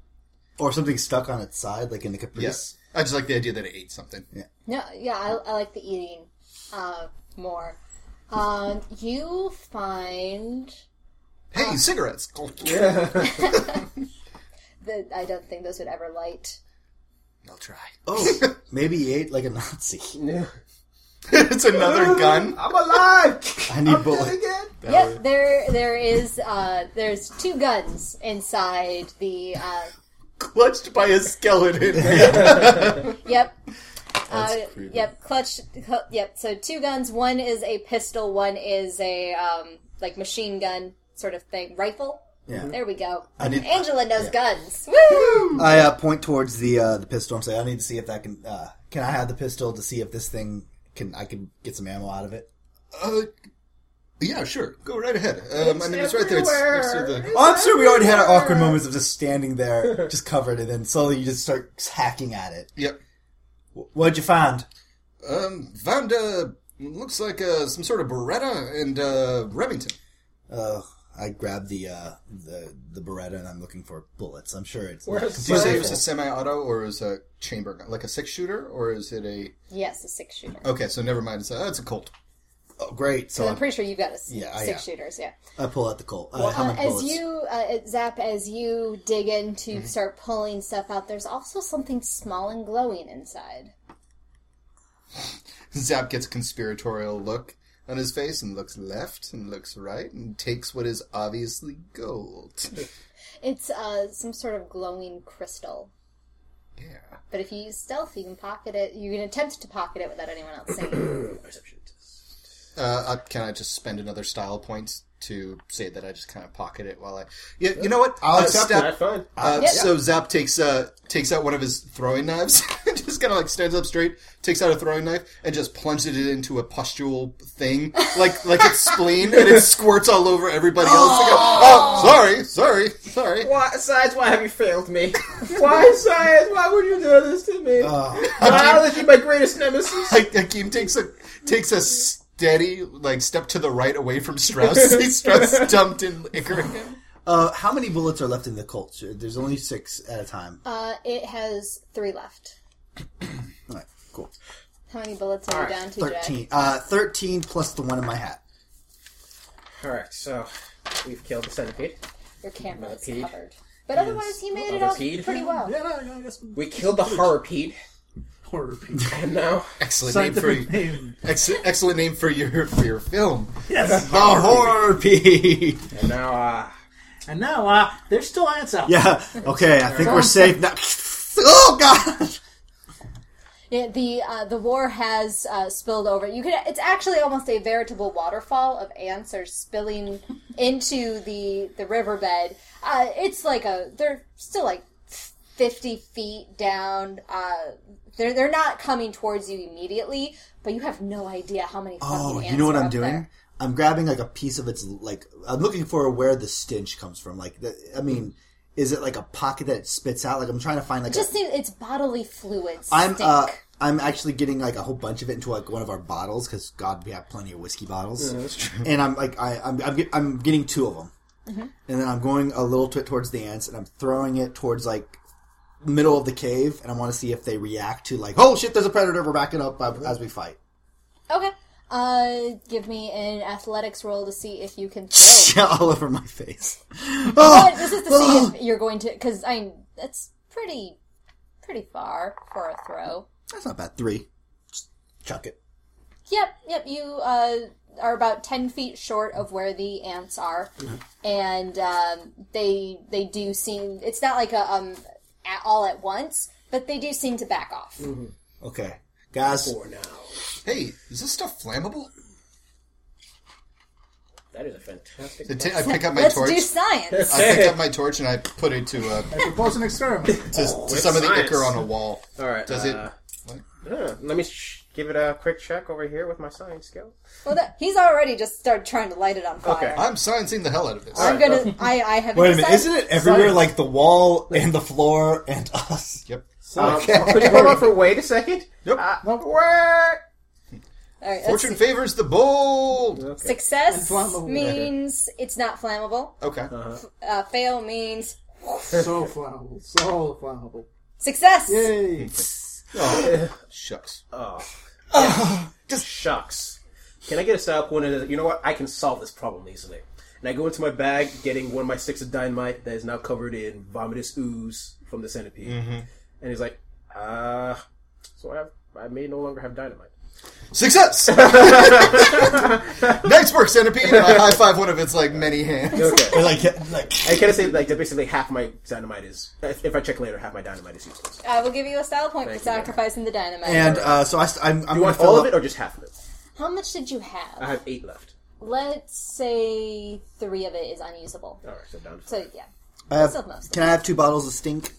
Speaker 5: Or something stuck on its side, like in the caprice.
Speaker 6: Yes. I just like the idea that it ate something.
Speaker 2: No, yeah, I, I like the eating uh, more. Um, you find
Speaker 6: Hey, cigarettes.
Speaker 2: that I don't think those would ever light.
Speaker 6: I'll try.
Speaker 5: Oh, maybe he ate like a Nazi.
Speaker 6: it's another gun.
Speaker 7: I'm alive.
Speaker 5: I need bullets.
Speaker 7: Again.
Speaker 2: Yep, there there is uh, there's two guns inside the. Uh,
Speaker 6: Clutched by a skeleton.
Speaker 2: yep. Uh, yep, clutch. cl- Yep, so two guns. One is a pistol. One is a um, like machine gun sort of thing, rifle.
Speaker 5: Yeah.
Speaker 2: There we go.
Speaker 5: I need-
Speaker 2: Angela knows guns. Woo!
Speaker 5: I uh, point towards the uh, the pistol and say, "I need to see if that can. Uh, can I have the pistol to see if this thing can? I can get some ammo out of it."
Speaker 6: uh, yeah, sure. Go right ahead. Um, I mean, it's right there. It's next to the.
Speaker 5: Oh, I'm sure we already had our awkward moments of just standing there, just covered, and then slowly you just start hacking at it.
Speaker 6: Yep.
Speaker 5: Wh- What'd you find?
Speaker 6: Um, found uh, looks like uh, some sort of Beretta and uh, Remington.
Speaker 5: Uh, I grabbed the uh, the the Beretta and I'm looking for bullets. I'm sure it's.
Speaker 7: Where's-
Speaker 6: Do you say
Speaker 5: Right.
Speaker 6: it was a semi-auto or is a chamber gun, like a six shooter, or is it a?
Speaker 2: Yes, a six shooter.
Speaker 6: Okay, so never mind. It's a, oh, it's a Colt.
Speaker 5: Oh, great! So
Speaker 2: So I'm
Speaker 5: I,
Speaker 2: pretty sure you've got a s-
Speaker 5: Yeah, I-
Speaker 2: six
Speaker 5: yeah.
Speaker 2: shooters. Yeah.
Speaker 5: I pull out the Colt. Uh, how
Speaker 2: Uh,
Speaker 5: many
Speaker 2: as
Speaker 5: bullets?
Speaker 2: you uh, zap, as you dig in to
Speaker 5: Mm-hmm.
Speaker 2: start pulling stuff out, there's also something small and glowing inside.
Speaker 6: Zap gets a conspiratorial look on his face and looks left and looks right and takes what is obviously gold.
Speaker 2: It's uh, some sort of glowing crystal.
Speaker 6: yeah.
Speaker 2: But if you use stealth, you can pocket it. You can attempt to pocket it without anyone else seeing. it.
Speaker 6: Uh, uh, can I just spend another style point to say that I just kind of pocket it while I? Yeah, you know what? I'll
Speaker 5: accept
Speaker 7: Have fun.
Speaker 6: Uh,
Speaker 2: Yep.
Speaker 6: So Zap takes uh, takes out one of his throwing knives, and just kind of like stands up straight, takes out a throwing knife, and just plunges it into a pustule thing, like like its spleen, and it squirts all over everybody else. They go, oh, sorry, sorry, sorry.
Speaker 7: Why, science? Why have you failed me? why, science? Why would you do this to me? Biology, my greatest nemesis.
Speaker 6: Like Hakeem takes a takes a steady like step to the right away from Strauss. Strauss dumped in liquor.
Speaker 5: Uh, how many bullets are left in the Colt? Sure, There's only six at a time.
Speaker 2: Uh, it has three left.
Speaker 5: All right, cool.
Speaker 2: How many bullets are you down to, Jack?
Speaker 5: Thirteen. Uh, Thirteen plus the one in my hat.
Speaker 7: All right, so we've killed the centipede.
Speaker 2: Your camera is
Speaker 7: Millipede.
Speaker 2: covered. But otherwise, you made it all
Speaker 7: Millipede.
Speaker 2: pretty well.
Speaker 4: Yeah, no, no, I guess we
Speaker 7: We killed the horrorpede,
Speaker 4: horror repeat.
Speaker 7: and now
Speaker 6: Excellent name for
Speaker 4: Scientific name.
Speaker 6: ex- excellent name for your for your film.
Speaker 4: Yes.
Speaker 5: The horror pee.
Speaker 7: and now uh,
Speaker 4: And now, uh, there's still ants out.
Speaker 5: Yeah. Okay. I think we're safe now. Oh God.
Speaker 2: Yeah, the uh, the war has uh, spilled over. You can it's actually almost a veritable waterfall of ants are spilling into the the riverbed. Uh, it's like a they're still like fifty feet down. Uh, they're they're not coming towards you immediately, but you have no idea how many. Fucking
Speaker 5: Oh,
Speaker 2: ants
Speaker 5: you know what
Speaker 2: are
Speaker 5: I'm
Speaker 2: up
Speaker 5: doing?
Speaker 2: there.
Speaker 5: I'm grabbing like a piece of its like. I'm looking for where the stench comes from. Like, the, I mean, is it like a pocket that it spits out? Like, I'm trying to find like.
Speaker 2: Just
Speaker 5: a,
Speaker 2: see, it's bodily fluids.
Speaker 5: I'm
Speaker 2: stink.
Speaker 5: uh, I'm actually getting like a whole bunch of it into like one of our bottles because God, we have plenty of whiskey bottles. that's true. And I'm like, I, I'm I'm, get, I'm getting two of them, and then I'm going a little bit towards the ants, and I'm throwing it towards like middle of the cave, and I want to see if they react to like, oh shit, there's a predator. We're backing up uh, as we fight.
Speaker 2: okay. Uh, give me an athletics roll to see if you can. throw.
Speaker 5: all over my face.
Speaker 2: But this
Speaker 5: Oh,
Speaker 2: is to see if you're going to, because I that's pretty pretty far for a throw.
Speaker 5: that's not bad. Three. Just chuck it.
Speaker 2: Yep, yep. You uh, are about ten feet short of where the ants are, and um, they they do seem. It's not like a um at all at once, but they do seem to back off.
Speaker 5: Mm-hmm. Okay, guys.
Speaker 7: now.
Speaker 6: Hey, is this stuff flammable?
Speaker 7: That is a fantastic.
Speaker 6: I ta- I pick up my
Speaker 2: Let's
Speaker 6: torch.
Speaker 2: do science.
Speaker 6: I pick up my torch and I put it to uh,
Speaker 4: I propose an experiment.
Speaker 6: to, to some of the
Speaker 7: science.
Speaker 6: ichor on a wall.
Speaker 7: All right,
Speaker 6: Does
Speaker 7: uh,
Speaker 6: it?
Speaker 7: uh, let me. Sh- give it a quick check over here with my science skill.
Speaker 2: Well, that, he's already just started trying to light it on fire.
Speaker 7: Okay.
Speaker 6: I'm sciencing the hell out of this.
Speaker 2: I'm gonna. I, I haven't.
Speaker 5: Wait a minute,
Speaker 2: decided-
Speaker 5: isn't it everywhere like the wall and the floor and us?
Speaker 6: Yep.
Speaker 7: Um, could you hold on for wait a second?
Speaker 6: Yep.
Speaker 7: Uh, where?
Speaker 2: All right, let's
Speaker 6: Fortune
Speaker 2: see.
Speaker 6: favors the bold.
Speaker 2: Success
Speaker 4: Inflammable.
Speaker 2: means it's not flammable.
Speaker 6: Okay.
Speaker 2: Uh, fail means
Speaker 4: so flammable. So flammable.
Speaker 2: success.
Speaker 4: Yay!
Speaker 6: Shucks.
Speaker 7: Shucks. Can I get a style point? And you know what? I can solve this problem easily. And I go into my bag, getting one of my sticks of dynamite that is now covered in vomitous ooze from the centipede.
Speaker 6: Mm-hmm.
Speaker 7: And he's like, uh, so I have, I may no longer have dynamite.
Speaker 6: Success! nice work, Centipede! And I high five one of its like many hands.
Speaker 7: Okay.
Speaker 5: Or like, like
Speaker 7: I kind of say like that basically half my dynamite is if, if I check later half my dynamite is useless.
Speaker 2: I will give you a style point for
Speaker 7: you, ma'am.
Speaker 2: sacrificing the dynamite.
Speaker 5: and uh, so I, st- I'm, I'm
Speaker 7: You want
Speaker 5: gonna
Speaker 7: all
Speaker 5: fill
Speaker 7: of it
Speaker 5: up-
Speaker 7: or just half of it?
Speaker 2: How much did you
Speaker 7: I
Speaker 2: have?
Speaker 7: have eight left.
Speaker 2: Let's say three of it is unusable.
Speaker 7: All right, so down. To
Speaker 2: So yeah,
Speaker 5: I have-
Speaker 2: still most.
Speaker 5: can I have two bottles of stink?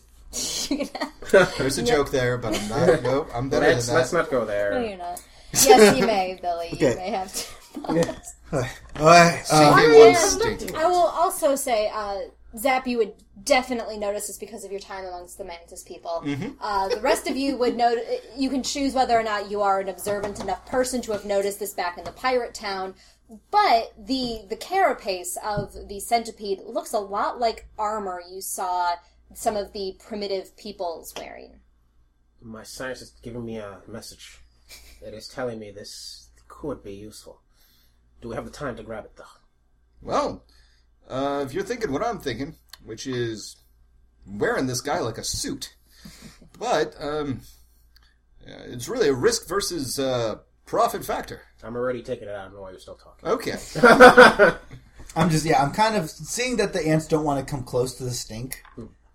Speaker 6: There's a joke there, but I'm not. Nope, I'm better
Speaker 7: let's
Speaker 6: than that.
Speaker 7: let's not go
Speaker 2: no,
Speaker 7: there.
Speaker 2: you're not. Yes, you may, Billy.
Speaker 5: Okay.
Speaker 2: You may have. To.
Speaker 5: Alright, uh,
Speaker 6: Stinky one stinky.
Speaker 2: I will also say, uh, Zap, you would definitely notice this because of your time amongst the mantis people. Uh, the rest of you would know. You can choose whether or not you are an observant enough person to have noticed this back in the pirate town. But the the carapace of the centipede looks a lot like armor you saw some of the primitive peoples wearing.
Speaker 7: My science is giving me a message. It is telling me this could be useful. Do we have the time to grab it though?
Speaker 6: Well, uh, if you're thinking what I'm thinking, which is wearing this guy like a suit, but um, yeah, it's really a risk versus uh, profit factor.
Speaker 7: I'm already taking it out. I don't know why you're still talking.
Speaker 6: Okay.
Speaker 5: I'm just yeah, I'm kind of seeing that the ants don't want to come close to the stink.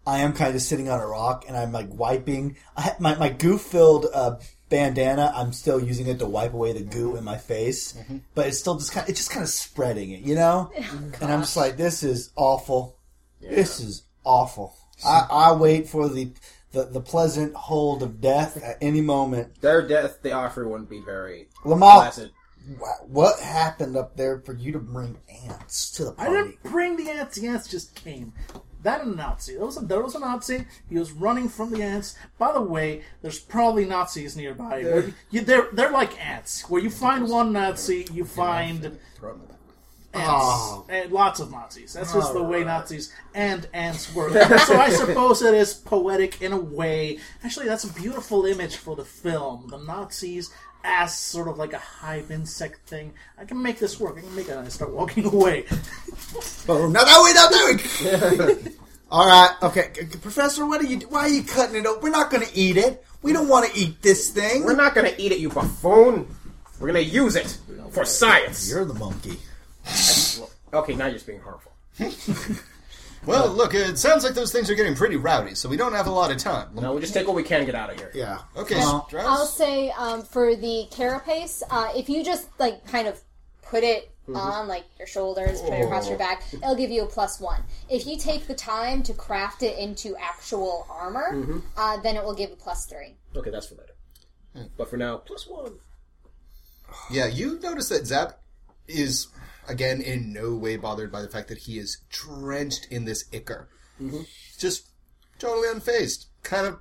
Speaker 5: I am kind of sitting on a rock and I'm like wiping I, ha- my my goo filled uh, bandana. I'm still using it to wipe away the goo in my face, but it's still just kind of, it's just kind of spreading it, you know. and I'm just like, this is awful. This is awful. I, I wait for the, the the pleasant hold of death at any moment.
Speaker 7: Their death, they offer, wouldn't be very
Speaker 5: Lamar,
Speaker 7: placid.
Speaker 5: wha- what happened up there for you to bring ants to the
Speaker 4: I
Speaker 5: party?
Speaker 4: didn't bring the ants. The ants just came. That and a Nazi. There was a, there was a Nazi. He was running from the ants. By the way, there's probably Nazis nearby. Where you, they're they're like ants. Where you find one Nazi, you find
Speaker 6: Throw it in the back.
Speaker 4: ants and lots of Nazis. That's just the way Nazis and ants work. so I suppose it is poetic in a way. Actually, that's a beautiful image for the film. The Nazis as sort of like a hive insect thing. I can make this work. I can make it. And I start walking away.
Speaker 5: Oh, not that way, not that way. All right, okay, G- G- Professor. What are you? Why are you cutting it up? We're not going to eat it. We don't want to eat this thing.
Speaker 7: We're not gonna eat it, you buffoon. We're gonna use it for science.
Speaker 5: You're the monkey.
Speaker 7: Okay, now you're just being harmful.
Speaker 6: Well, look, it sounds like those things are getting pretty rowdy, so we don't have a lot of time.
Speaker 7: No, we'll just take what we can and get out of here.
Speaker 5: Yeah.
Speaker 6: Okay,
Speaker 2: I'll
Speaker 6: Strauss.
Speaker 2: say um, for the carapace, uh, if you just like kind of put it
Speaker 7: Mm-hmm.
Speaker 2: on like your shoulders, put it across
Speaker 7: Oh.
Speaker 2: your back, it'll give you a plus one. If you take the time to craft it into actual armor,
Speaker 7: Mm-hmm.
Speaker 2: uh, then it will give a plus three.
Speaker 7: Okay, that's for later. But for now, plus one.
Speaker 6: Yeah, you notice that Zap is again in no way bothered by the fact that he is drenched in this ichor.
Speaker 7: Mm-hmm.
Speaker 6: Just totally unfazed. Kind of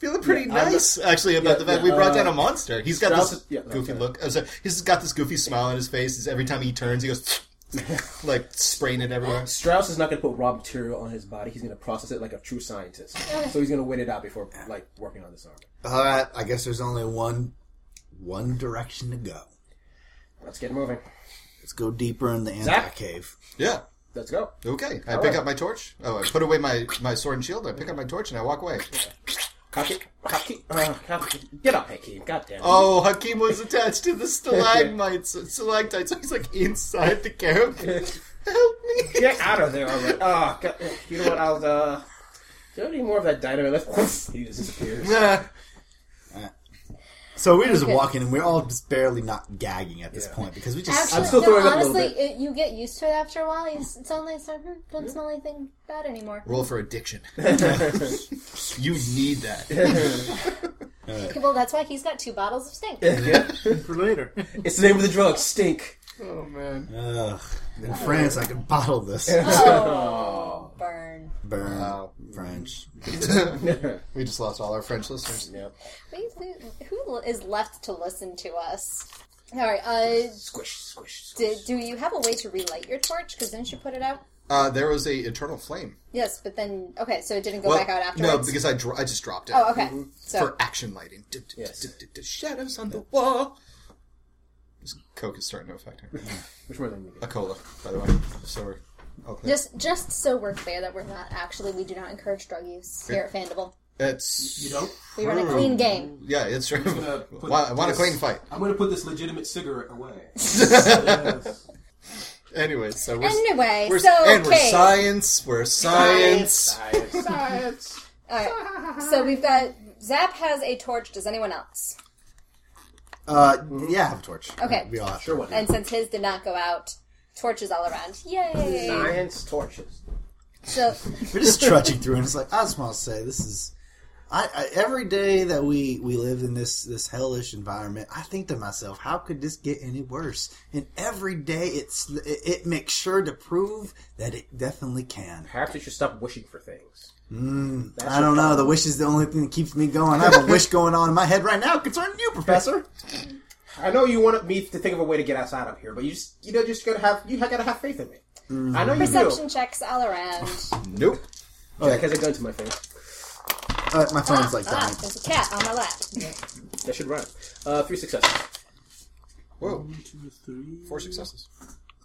Speaker 6: feeling pretty
Speaker 7: I'm-
Speaker 6: nice actually about the fact
Speaker 7: yeah,
Speaker 6: we brought
Speaker 7: uh,
Speaker 6: down a monster. He's got
Speaker 7: Strauss
Speaker 6: this
Speaker 7: is- yeah, no,
Speaker 6: goofy
Speaker 7: sorry.
Speaker 6: look. oh, sorry, he's got this goofy smile on his face. He's- every time he turns, he goes like spraying it everywhere.
Speaker 7: Strauss is not gonna put raw material on his body. He's gonna process it like a true scientist. So he's gonna wait it out before like working on this armor.
Speaker 5: All right. I guess there's only one, one direction to go.
Speaker 7: Let's get moving.
Speaker 5: Let's go deeper in the anti
Speaker 7: Zach?
Speaker 5: cave.
Speaker 6: Yeah.
Speaker 7: Let's go.
Speaker 6: Okay. I pick
Speaker 7: right.
Speaker 6: up my torch. Oh, I put away my, my sword and shield. I pick up my torch and I walk away.
Speaker 7: Kaki, Kaki, uh, Kaki, get up, Hakeem. God damn it.
Speaker 6: Oh, Hakim was attached to the stalagmites, stalactites. So he's like inside the carapace. Help me!
Speaker 7: Get out of there already. Oh, God. You know what? I'll, uh. Do you have any more of that dynamite left? he just disappears.
Speaker 6: Nah.
Speaker 5: So we're just
Speaker 2: Okay.
Speaker 5: walking, and we're all just barely not gagging at this point because we just.
Speaker 2: Actually,
Speaker 7: still
Speaker 2: no,
Speaker 7: throwing up a little
Speaker 2: honestly, It, you get used to it after a while. You, s- it's only it's not, don't smell anything bad anymore.
Speaker 6: Roll for addiction. you need that.
Speaker 2: Well, that's why he's got two bottles of stink.
Speaker 4: for later.
Speaker 7: It's the name of the drug, stink.
Speaker 6: Oh man.
Speaker 5: Ugh. In France, I could bottle this.
Speaker 2: oh, burn.
Speaker 5: Burn.
Speaker 6: Wow.
Speaker 5: French.
Speaker 6: we just lost all our French listeners. Yeah.
Speaker 2: Wait, who- Who is left to listen to us? All right. Uh,
Speaker 7: Squish, squish. squish.
Speaker 2: do, do you have a way to relight your torch? Because didn't you put it out?
Speaker 6: Uh, there was a eternal flame.
Speaker 2: Yes, but then okay, so it didn't go
Speaker 6: Well,
Speaker 2: back out
Speaker 6: no,
Speaker 2: afterwards.
Speaker 6: because I dro- I just dropped it
Speaker 2: oh, okay. So
Speaker 6: for action lighting. D- d- d- d- d- Shadows on the wall. This Coke is starting to affect her.
Speaker 7: Which more than you get?
Speaker 6: A cola, by the way. So we're all clear.
Speaker 2: just just so we're clear that we're not actually we do not encourage drug use here at Fandible.
Speaker 6: It's
Speaker 8: You know,
Speaker 2: We run a clean game.
Speaker 6: yeah, it's true.
Speaker 8: gonna
Speaker 6: Wa-
Speaker 8: put
Speaker 6: I want a
Speaker 8: this-
Speaker 6: clean fight.
Speaker 8: I'm gonna put this legitimate cigarette away.
Speaker 6: Anyway, so we're
Speaker 2: Anyway,
Speaker 6: we're
Speaker 2: so
Speaker 6: and we're
Speaker 2: okay.
Speaker 6: science. We're science.
Speaker 2: All right. So we've got Zap has a torch. Does anyone else?
Speaker 5: Uh, yeah, I have a torch.
Speaker 2: Okay.
Speaker 5: We all have
Speaker 7: Sure, what?
Speaker 2: And since his did not go out, torches all around.
Speaker 7: Mm.
Speaker 2: Yay!
Speaker 7: Science torches.
Speaker 2: So
Speaker 5: We're just trudging through, and it's like I just want to say this is. I, I every day that we we live in this this hellish environment, I think to myself, how could this get any worse? And every day, it's it, it makes sure to prove that it definitely can.
Speaker 7: Perhaps you should stop wishing for things. Mm.
Speaker 5: I don't know. The wish is the only thing that keeps me going. I have a wish going on in my head right now concerning you, Professor.
Speaker 7: I know you want me to think of a way to get us out of here, but you just you know just gotta have you gotta have faith in me. I know you
Speaker 2: perception
Speaker 7: do.
Speaker 2: checks all around.
Speaker 6: Nope.
Speaker 7: Jack has a gun to my face.
Speaker 5: Uh, my phone's like
Speaker 2: Ah,
Speaker 5: dying.
Speaker 2: there's a cat on my lap.
Speaker 7: That should run. Uh, three successes.
Speaker 6: Whoa.
Speaker 4: Two, three,
Speaker 6: Four successes.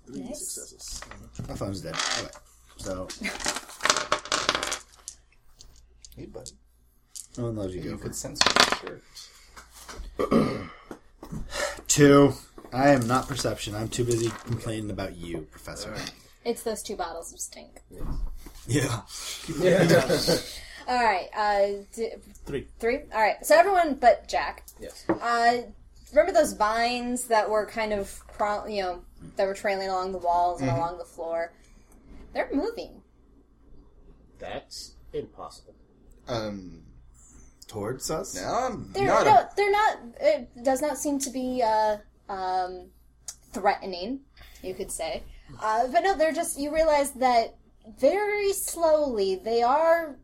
Speaker 2: Nice.
Speaker 5: My phone's dead. Okay. So,
Speaker 6: Hey, buddy.
Speaker 5: no one loves you,
Speaker 6: You
Speaker 5: Gopher.
Speaker 6: could sense it. Sure.
Speaker 5: Two. I am not perception. I'm too busy complaining about you, Professor.
Speaker 2: It's those two bottles of stink.
Speaker 5: Yeah.
Speaker 2: All right. Uh, d-
Speaker 4: three.
Speaker 2: three. All right. So everyone but Jack.
Speaker 7: Yes.
Speaker 2: Uh, remember those vines that were kind of, pro- you know, that were trailing along the walls and along the floor? They're moving.
Speaker 7: That's impossible.
Speaker 6: Um.
Speaker 5: Towards us?
Speaker 6: Now I'm
Speaker 2: They're
Speaker 6: not.
Speaker 2: no,
Speaker 6: A,
Speaker 2: they're not. It does not seem to be uh, um, threatening, you could say. Uh, but no, they're just. You realize that very slowly they are.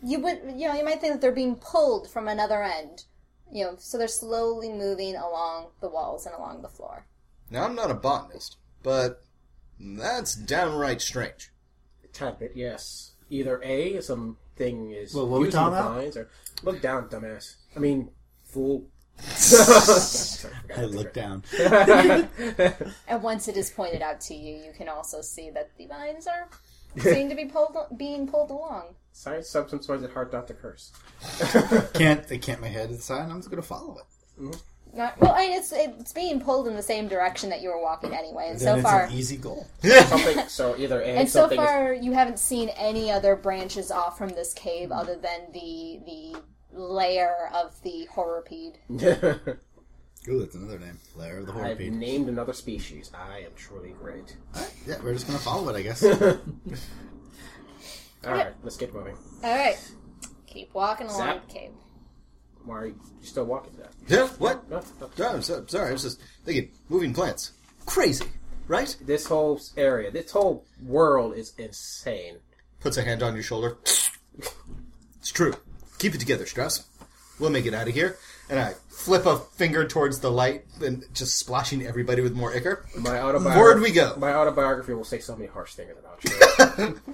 Speaker 2: You would, you know, you might think that they're being pulled from another end. You know, so they're slowly moving along the walls and along the floor.
Speaker 6: now I'm not a botanist, but that's downright strange.
Speaker 7: Type it. Yes. Either A, something is
Speaker 5: Well, what we
Speaker 7: using
Speaker 5: talking
Speaker 7: the
Speaker 5: about?
Speaker 7: vines, or look down, dumbass. I mean, fool. Sorry, I forgot
Speaker 5: I
Speaker 7: to
Speaker 5: look down.
Speaker 2: And once it is pointed out to you, you can also see that the vines are seem to be pulled, being pulled along.
Speaker 7: Science some- sometimes it's hard not to curse.
Speaker 5: Can't they can't my head inside? I'm just gonna follow it.
Speaker 2: Not, well, I mean, it's it's being pulled in the same direction that you were walking anyway, and
Speaker 5: then
Speaker 2: so
Speaker 5: it's
Speaker 2: far,
Speaker 5: an easy goal.
Speaker 7: Something. So either A,
Speaker 2: and so
Speaker 7: something
Speaker 2: far, you haven't seen any other branches off from this cave other than the the layer of the horrorpede.
Speaker 7: is.
Speaker 5: Ooh, that's another name. Lair of the
Speaker 7: I've
Speaker 5: Horripede.
Speaker 7: named another species. I am truly great.
Speaker 5: Yeah, we're just gonna follow it, I guess.
Speaker 7: All right, let's get moving.
Speaker 2: All right, keep walking along
Speaker 7: Zap.
Speaker 2: the cave.
Speaker 7: Why are you you still walking that?
Speaker 6: Yeah. What?
Speaker 7: No, no.
Speaker 6: No, I'm so, sorry. I was just thinking. Moving plants. Crazy, right?
Speaker 7: This whole area, this whole world is insane.
Speaker 6: Puts a hand on your shoulder. It's true. Keep it together, Strauss. We'll make it out of here. And I flip a finger towards the light and just splashing everybody with more ichor.
Speaker 7: My autobiography.
Speaker 6: Forward we go.
Speaker 7: My autobiography will say so many harsh things about you.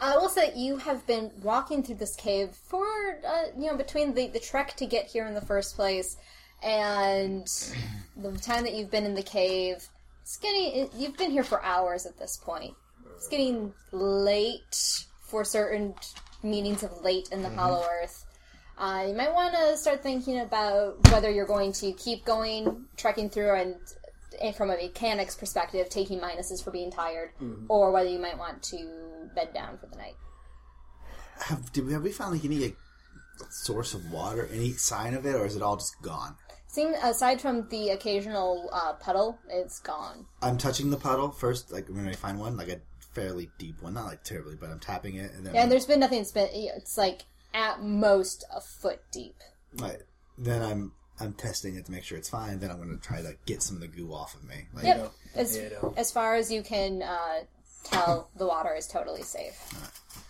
Speaker 2: I will say that Uh, you have been walking through this cave for uh, you know between the the trek to get here in the first place and the time that you've been in the cave. It's getting you've been here for hours at this point. It's getting late for certain meanings of late in the Hollow Earth. Uh, you might want to start thinking about whether you're going to keep going trekking through and, and eh, from a mechanics perspective, taking minuses for being tired,
Speaker 5: Mm-hmm.
Speaker 2: or whether you might want to bed down for the night.
Speaker 5: have, did we, have we found like any like, source of water, any sign of it, or is it all just gone?
Speaker 2: Seem aside from the occasional uh, puddle, it's gone.
Speaker 5: I'm touching the puddle first, like when I find one, like a fairly deep one, not like terribly, but I'm tapping it, and then
Speaker 2: Yeah, and there's been nothing. It's been it's like at most a foot deep.
Speaker 5: Right. Then I'm I'm testing it to make sure it's fine. Then I'm going to try to get some of the goo off of me. Like,
Speaker 2: Yep. As, as far as you can uh, tell, the water is totally safe.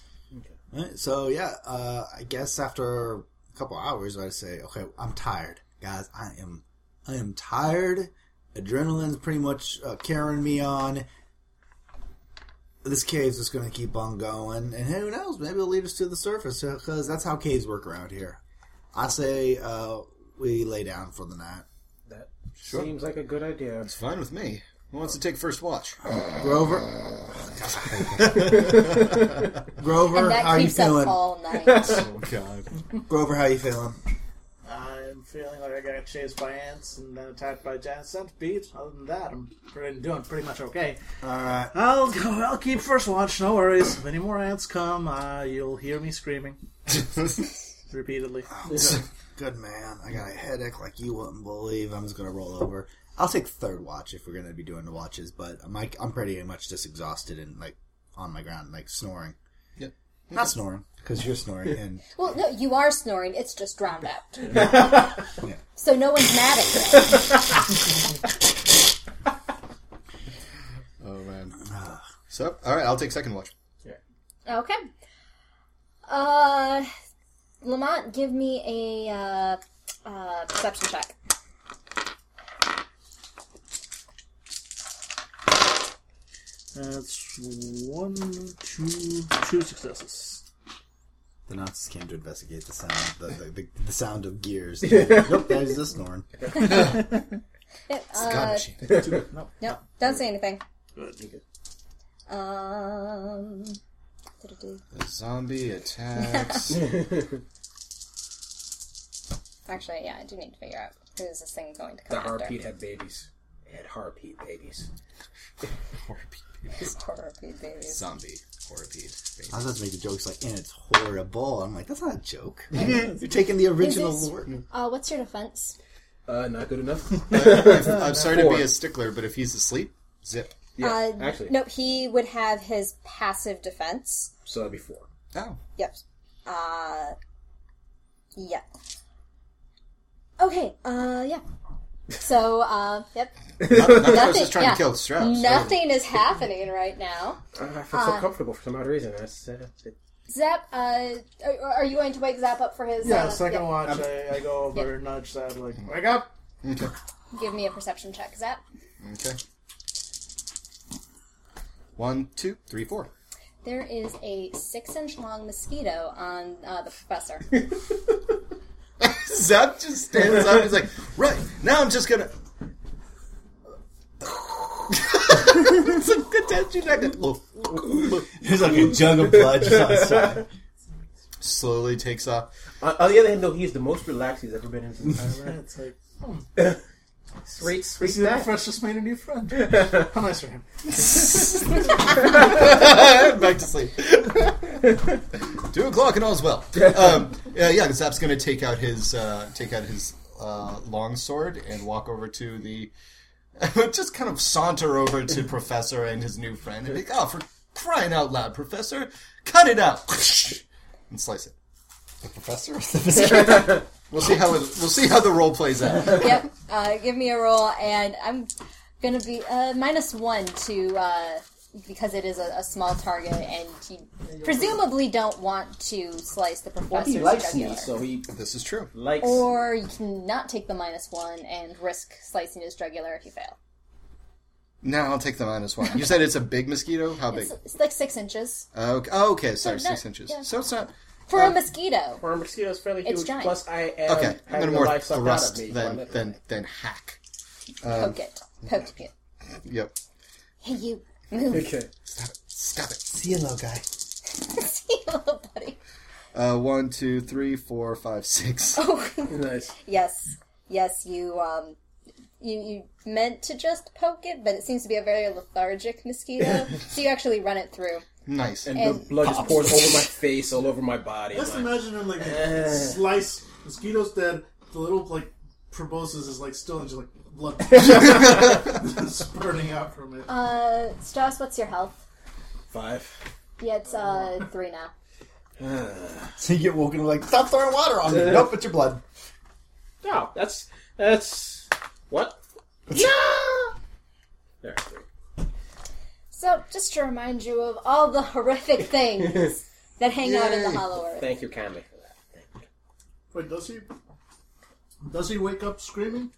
Speaker 5: Alright, So yeah, uh, I guess after a couple hours, I'd say, okay, I'm tired, guys. I am, I am tired. Adrenaline's pretty much uh, carrying me on. This cave's just going to keep on going, and who knows? Maybe it'll lead us to the surface because that's how caves work around here. I say uh, we lay down for the night.
Speaker 7: That seems like a good idea.
Speaker 6: It's fine with me. Who wants to take first watch?
Speaker 5: Grover, Grover,
Speaker 2: And
Speaker 5: how
Speaker 2: that
Speaker 5: you
Speaker 2: keeps up
Speaker 5: feeling?
Speaker 2: all night.
Speaker 6: Oh God!
Speaker 5: Grover, how you feeling?
Speaker 4: I'm feeling like I got chased by ants and then attacked by giant centipedes. Other than that, I'm pretty, doing pretty much okay.
Speaker 5: All right.
Speaker 4: I'll go. I'll keep first watch. No worries. If any more ants come, uh, you'll hear me screaming repeatedly.
Speaker 5: Good man. I got a headache like you wouldn't believe. I'm just gonna roll over. I'll take third watch if we're gonna be doing the watches, but I'm like I'm pretty much just exhausted and like on my ground, like snoring.
Speaker 6: Yep.
Speaker 5: Not snoring because you're snoring, and
Speaker 2: well, no, you are snoring. It's just drowned out. So no one's mad at you.
Speaker 6: Oh man. So, all right, I'll take second watch.
Speaker 2: Okay. Uh, Lamont, give me a uh, uh, perception check.
Speaker 4: That's one, two, two successes.
Speaker 5: the Nazis came to investigate the sound, the the, the, the sound of gears. nope, that is just snoring.
Speaker 2: Uh,
Speaker 6: God machine.
Speaker 2: No, don't say anything. Um. doo-doo-doo.
Speaker 6: The zombie attacks.
Speaker 2: Actually, yeah, I do need to figure out who is this thing going to
Speaker 7: The
Speaker 2: come after.
Speaker 7: Harpeed had babies. It had Harpeed babies.
Speaker 2: Harpy babies.
Speaker 6: zombie horripede.
Speaker 5: I was about to make the jokes like, and it's horrible. I'm like, that's not a joke. you're taking the original
Speaker 2: Is this-
Speaker 5: word.
Speaker 2: Uh, what's your defense?
Speaker 7: Uh, not good enough.
Speaker 6: I'm sorry to be a stickler, but if he's asleep, zip.
Speaker 7: yeah,
Speaker 2: uh,
Speaker 7: actually,
Speaker 2: Nope, he would have his passive defense.
Speaker 7: so that'd be four.
Speaker 6: Oh,
Speaker 2: Yep. Uh, yeah. Okay. Uh, yeah. So, uh, yep.
Speaker 6: not I was
Speaker 2: Nothing-
Speaker 6: just trying
Speaker 2: yeah. Mm.
Speaker 6: to kill Strauss.
Speaker 2: Nothing is happening right now.
Speaker 7: Uh, I feel so comfortable for some odd reason. uh, I said, it-
Speaker 2: Zap, uh, are, are you going to wake Zap up for his?
Speaker 4: Yeah,
Speaker 2: uh,
Speaker 4: second
Speaker 2: yeah.
Speaker 4: watch. I, I go over and nudge that like, wake up.
Speaker 2: Give me a perception check, Zap.
Speaker 6: Okay. One, two, three, four.
Speaker 2: There is a six-inch long mosquito on uh, the professor.
Speaker 6: Zap just stands up. He's like, right now, I'm just gonna. it's a good test. You're not gonna.
Speaker 5: It's like a jug of blood just outside.
Speaker 6: Slowly takes off.
Speaker 7: on, on the other hand, though, he's the most relaxed he's ever been in his entire life.
Speaker 4: It's like,
Speaker 7: Hmm. Sweet, sweet,
Speaker 4: see, that
Speaker 7: snack.
Speaker 4: fresh just made a new friend. How nice for him.
Speaker 6: Back to sleep. Two o'clock and all's well. Um, yeah, yeah. Zap's gonna take out his uh, take out his uh, long sword and walk over to the. just kind of saunter over to Professor and his new friend and be like, "Oh, for crying out loud, Professor, cut it out!" and slice it.
Speaker 5: Professor,
Speaker 6: We'll see how it, we'll see how the role plays out.
Speaker 2: yep. Uh, give me a roll, and I'm gonna be uh, minus one to uh, because it is a, a small target, and you presumably don't want to slice the
Speaker 7: Well,
Speaker 2: professor's
Speaker 7: he likes
Speaker 2: jugular.
Speaker 7: me, so he
Speaker 6: this is true.
Speaker 7: likes.
Speaker 2: Or you can not take the minus one and risk slicing his jugular if you fail.
Speaker 6: No, I'll take the minus one. You said it's a big mosquito. How big?
Speaker 2: It's, it's like six inches
Speaker 6: Oh, okay- oh, okay. Sorry,
Speaker 2: So not-
Speaker 6: six inches.
Speaker 2: yeah.
Speaker 6: So it's not.
Speaker 2: for a mosquito.
Speaker 7: Farm mosquitoes fairly huge.
Speaker 2: It's giant.
Speaker 7: Plus, I am
Speaker 6: Okay, I'm
Speaker 7: having
Speaker 6: gonna
Speaker 7: the
Speaker 6: more
Speaker 7: life sucked out
Speaker 6: thrust
Speaker 7: of me.
Speaker 6: than than than hack.
Speaker 2: Poke it. Poke it.
Speaker 6: Yep.
Speaker 2: Hey, you. Move.
Speaker 7: Okay.
Speaker 6: Stop it.
Speaker 5: see you, little guy.
Speaker 2: See you, little buddy.
Speaker 6: Uh, one, two, three, four, five, six.
Speaker 7: Nice.
Speaker 2: Yes, yes, you um, you you meant to just poke it, but it seems to be a very lethargic mosquito, so you actually run it through.
Speaker 6: Nice.
Speaker 7: And,
Speaker 2: And-
Speaker 7: the blood just pours over my face, all over my body.
Speaker 4: Just
Speaker 7: I'm like,
Speaker 4: imagine him like slice mosquitoes dead. The little like proboscis is like still and just like blood spurting out from it.
Speaker 2: Uh, Strauss, what's your health?
Speaker 7: five.
Speaker 2: Yeah, it's uh three now.
Speaker 5: So you get woken up like, stop throwing water on me. nope, it's your blood.
Speaker 7: No, that's that's what? no. All right.
Speaker 2: So, just to remind you of all the horrific things that hang out in the Hollow Earth.
Speaker 7: Thank you kindly for that. Thank you.
Speaker 4: Wait, does he? Does he wake up screaming?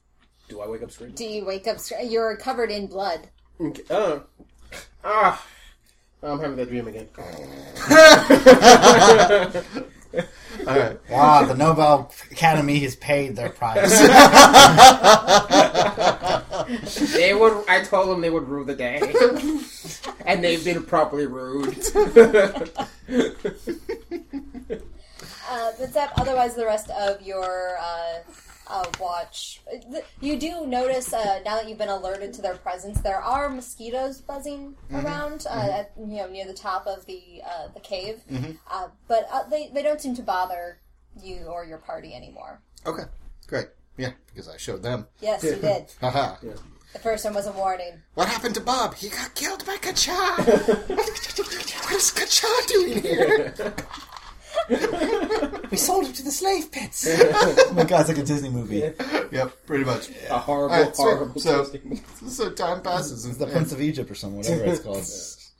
Speaker 7: Do I wake up screaming?
Speaker 2: Do you wake up? scr- You're covered in blood.
Speaker 7: Okay. Oh. Ah. I'm having that dream again.
Speaker 5: Wow, the Nobel Academy has paid their price.
Speaker 7: They would. I told them they would rue the day, and they've been properly rude.
Speaker 2: Uh, that's that. Otherwise, the rest of your uh, uh, watch, you do notice uh, now that you've been alerted to their presence. There are mosquitoes buzzing around, uh, at, you know, near the top of the uh, the cave, uh, but uh, they they don't seem to bother you or your party anymore.
Speaker 6: Okay, great. Yeah, because I showed them.
Speaker 2: Yes, you did.
Speaker 6: Haha.
Speaker 2: The first one was a warning.
Speaker 6: What happened to Bob? He got killed by Kacha. what is Kacha doing here?
Speaker 5: we sold him to the slave pits. oh my god, it's like a Disney movie.
Speaker 6: yep, pretty much.
Speaker 7: A horrible,
Speaker 6: All right, sweet.
Speaker 7: horrible.
Speaker 6: So-
Speaker 7: tasting.
Speaker 6: So time passes. And,
Speaker 5: The Prince of Egypt or something, whatever it's called.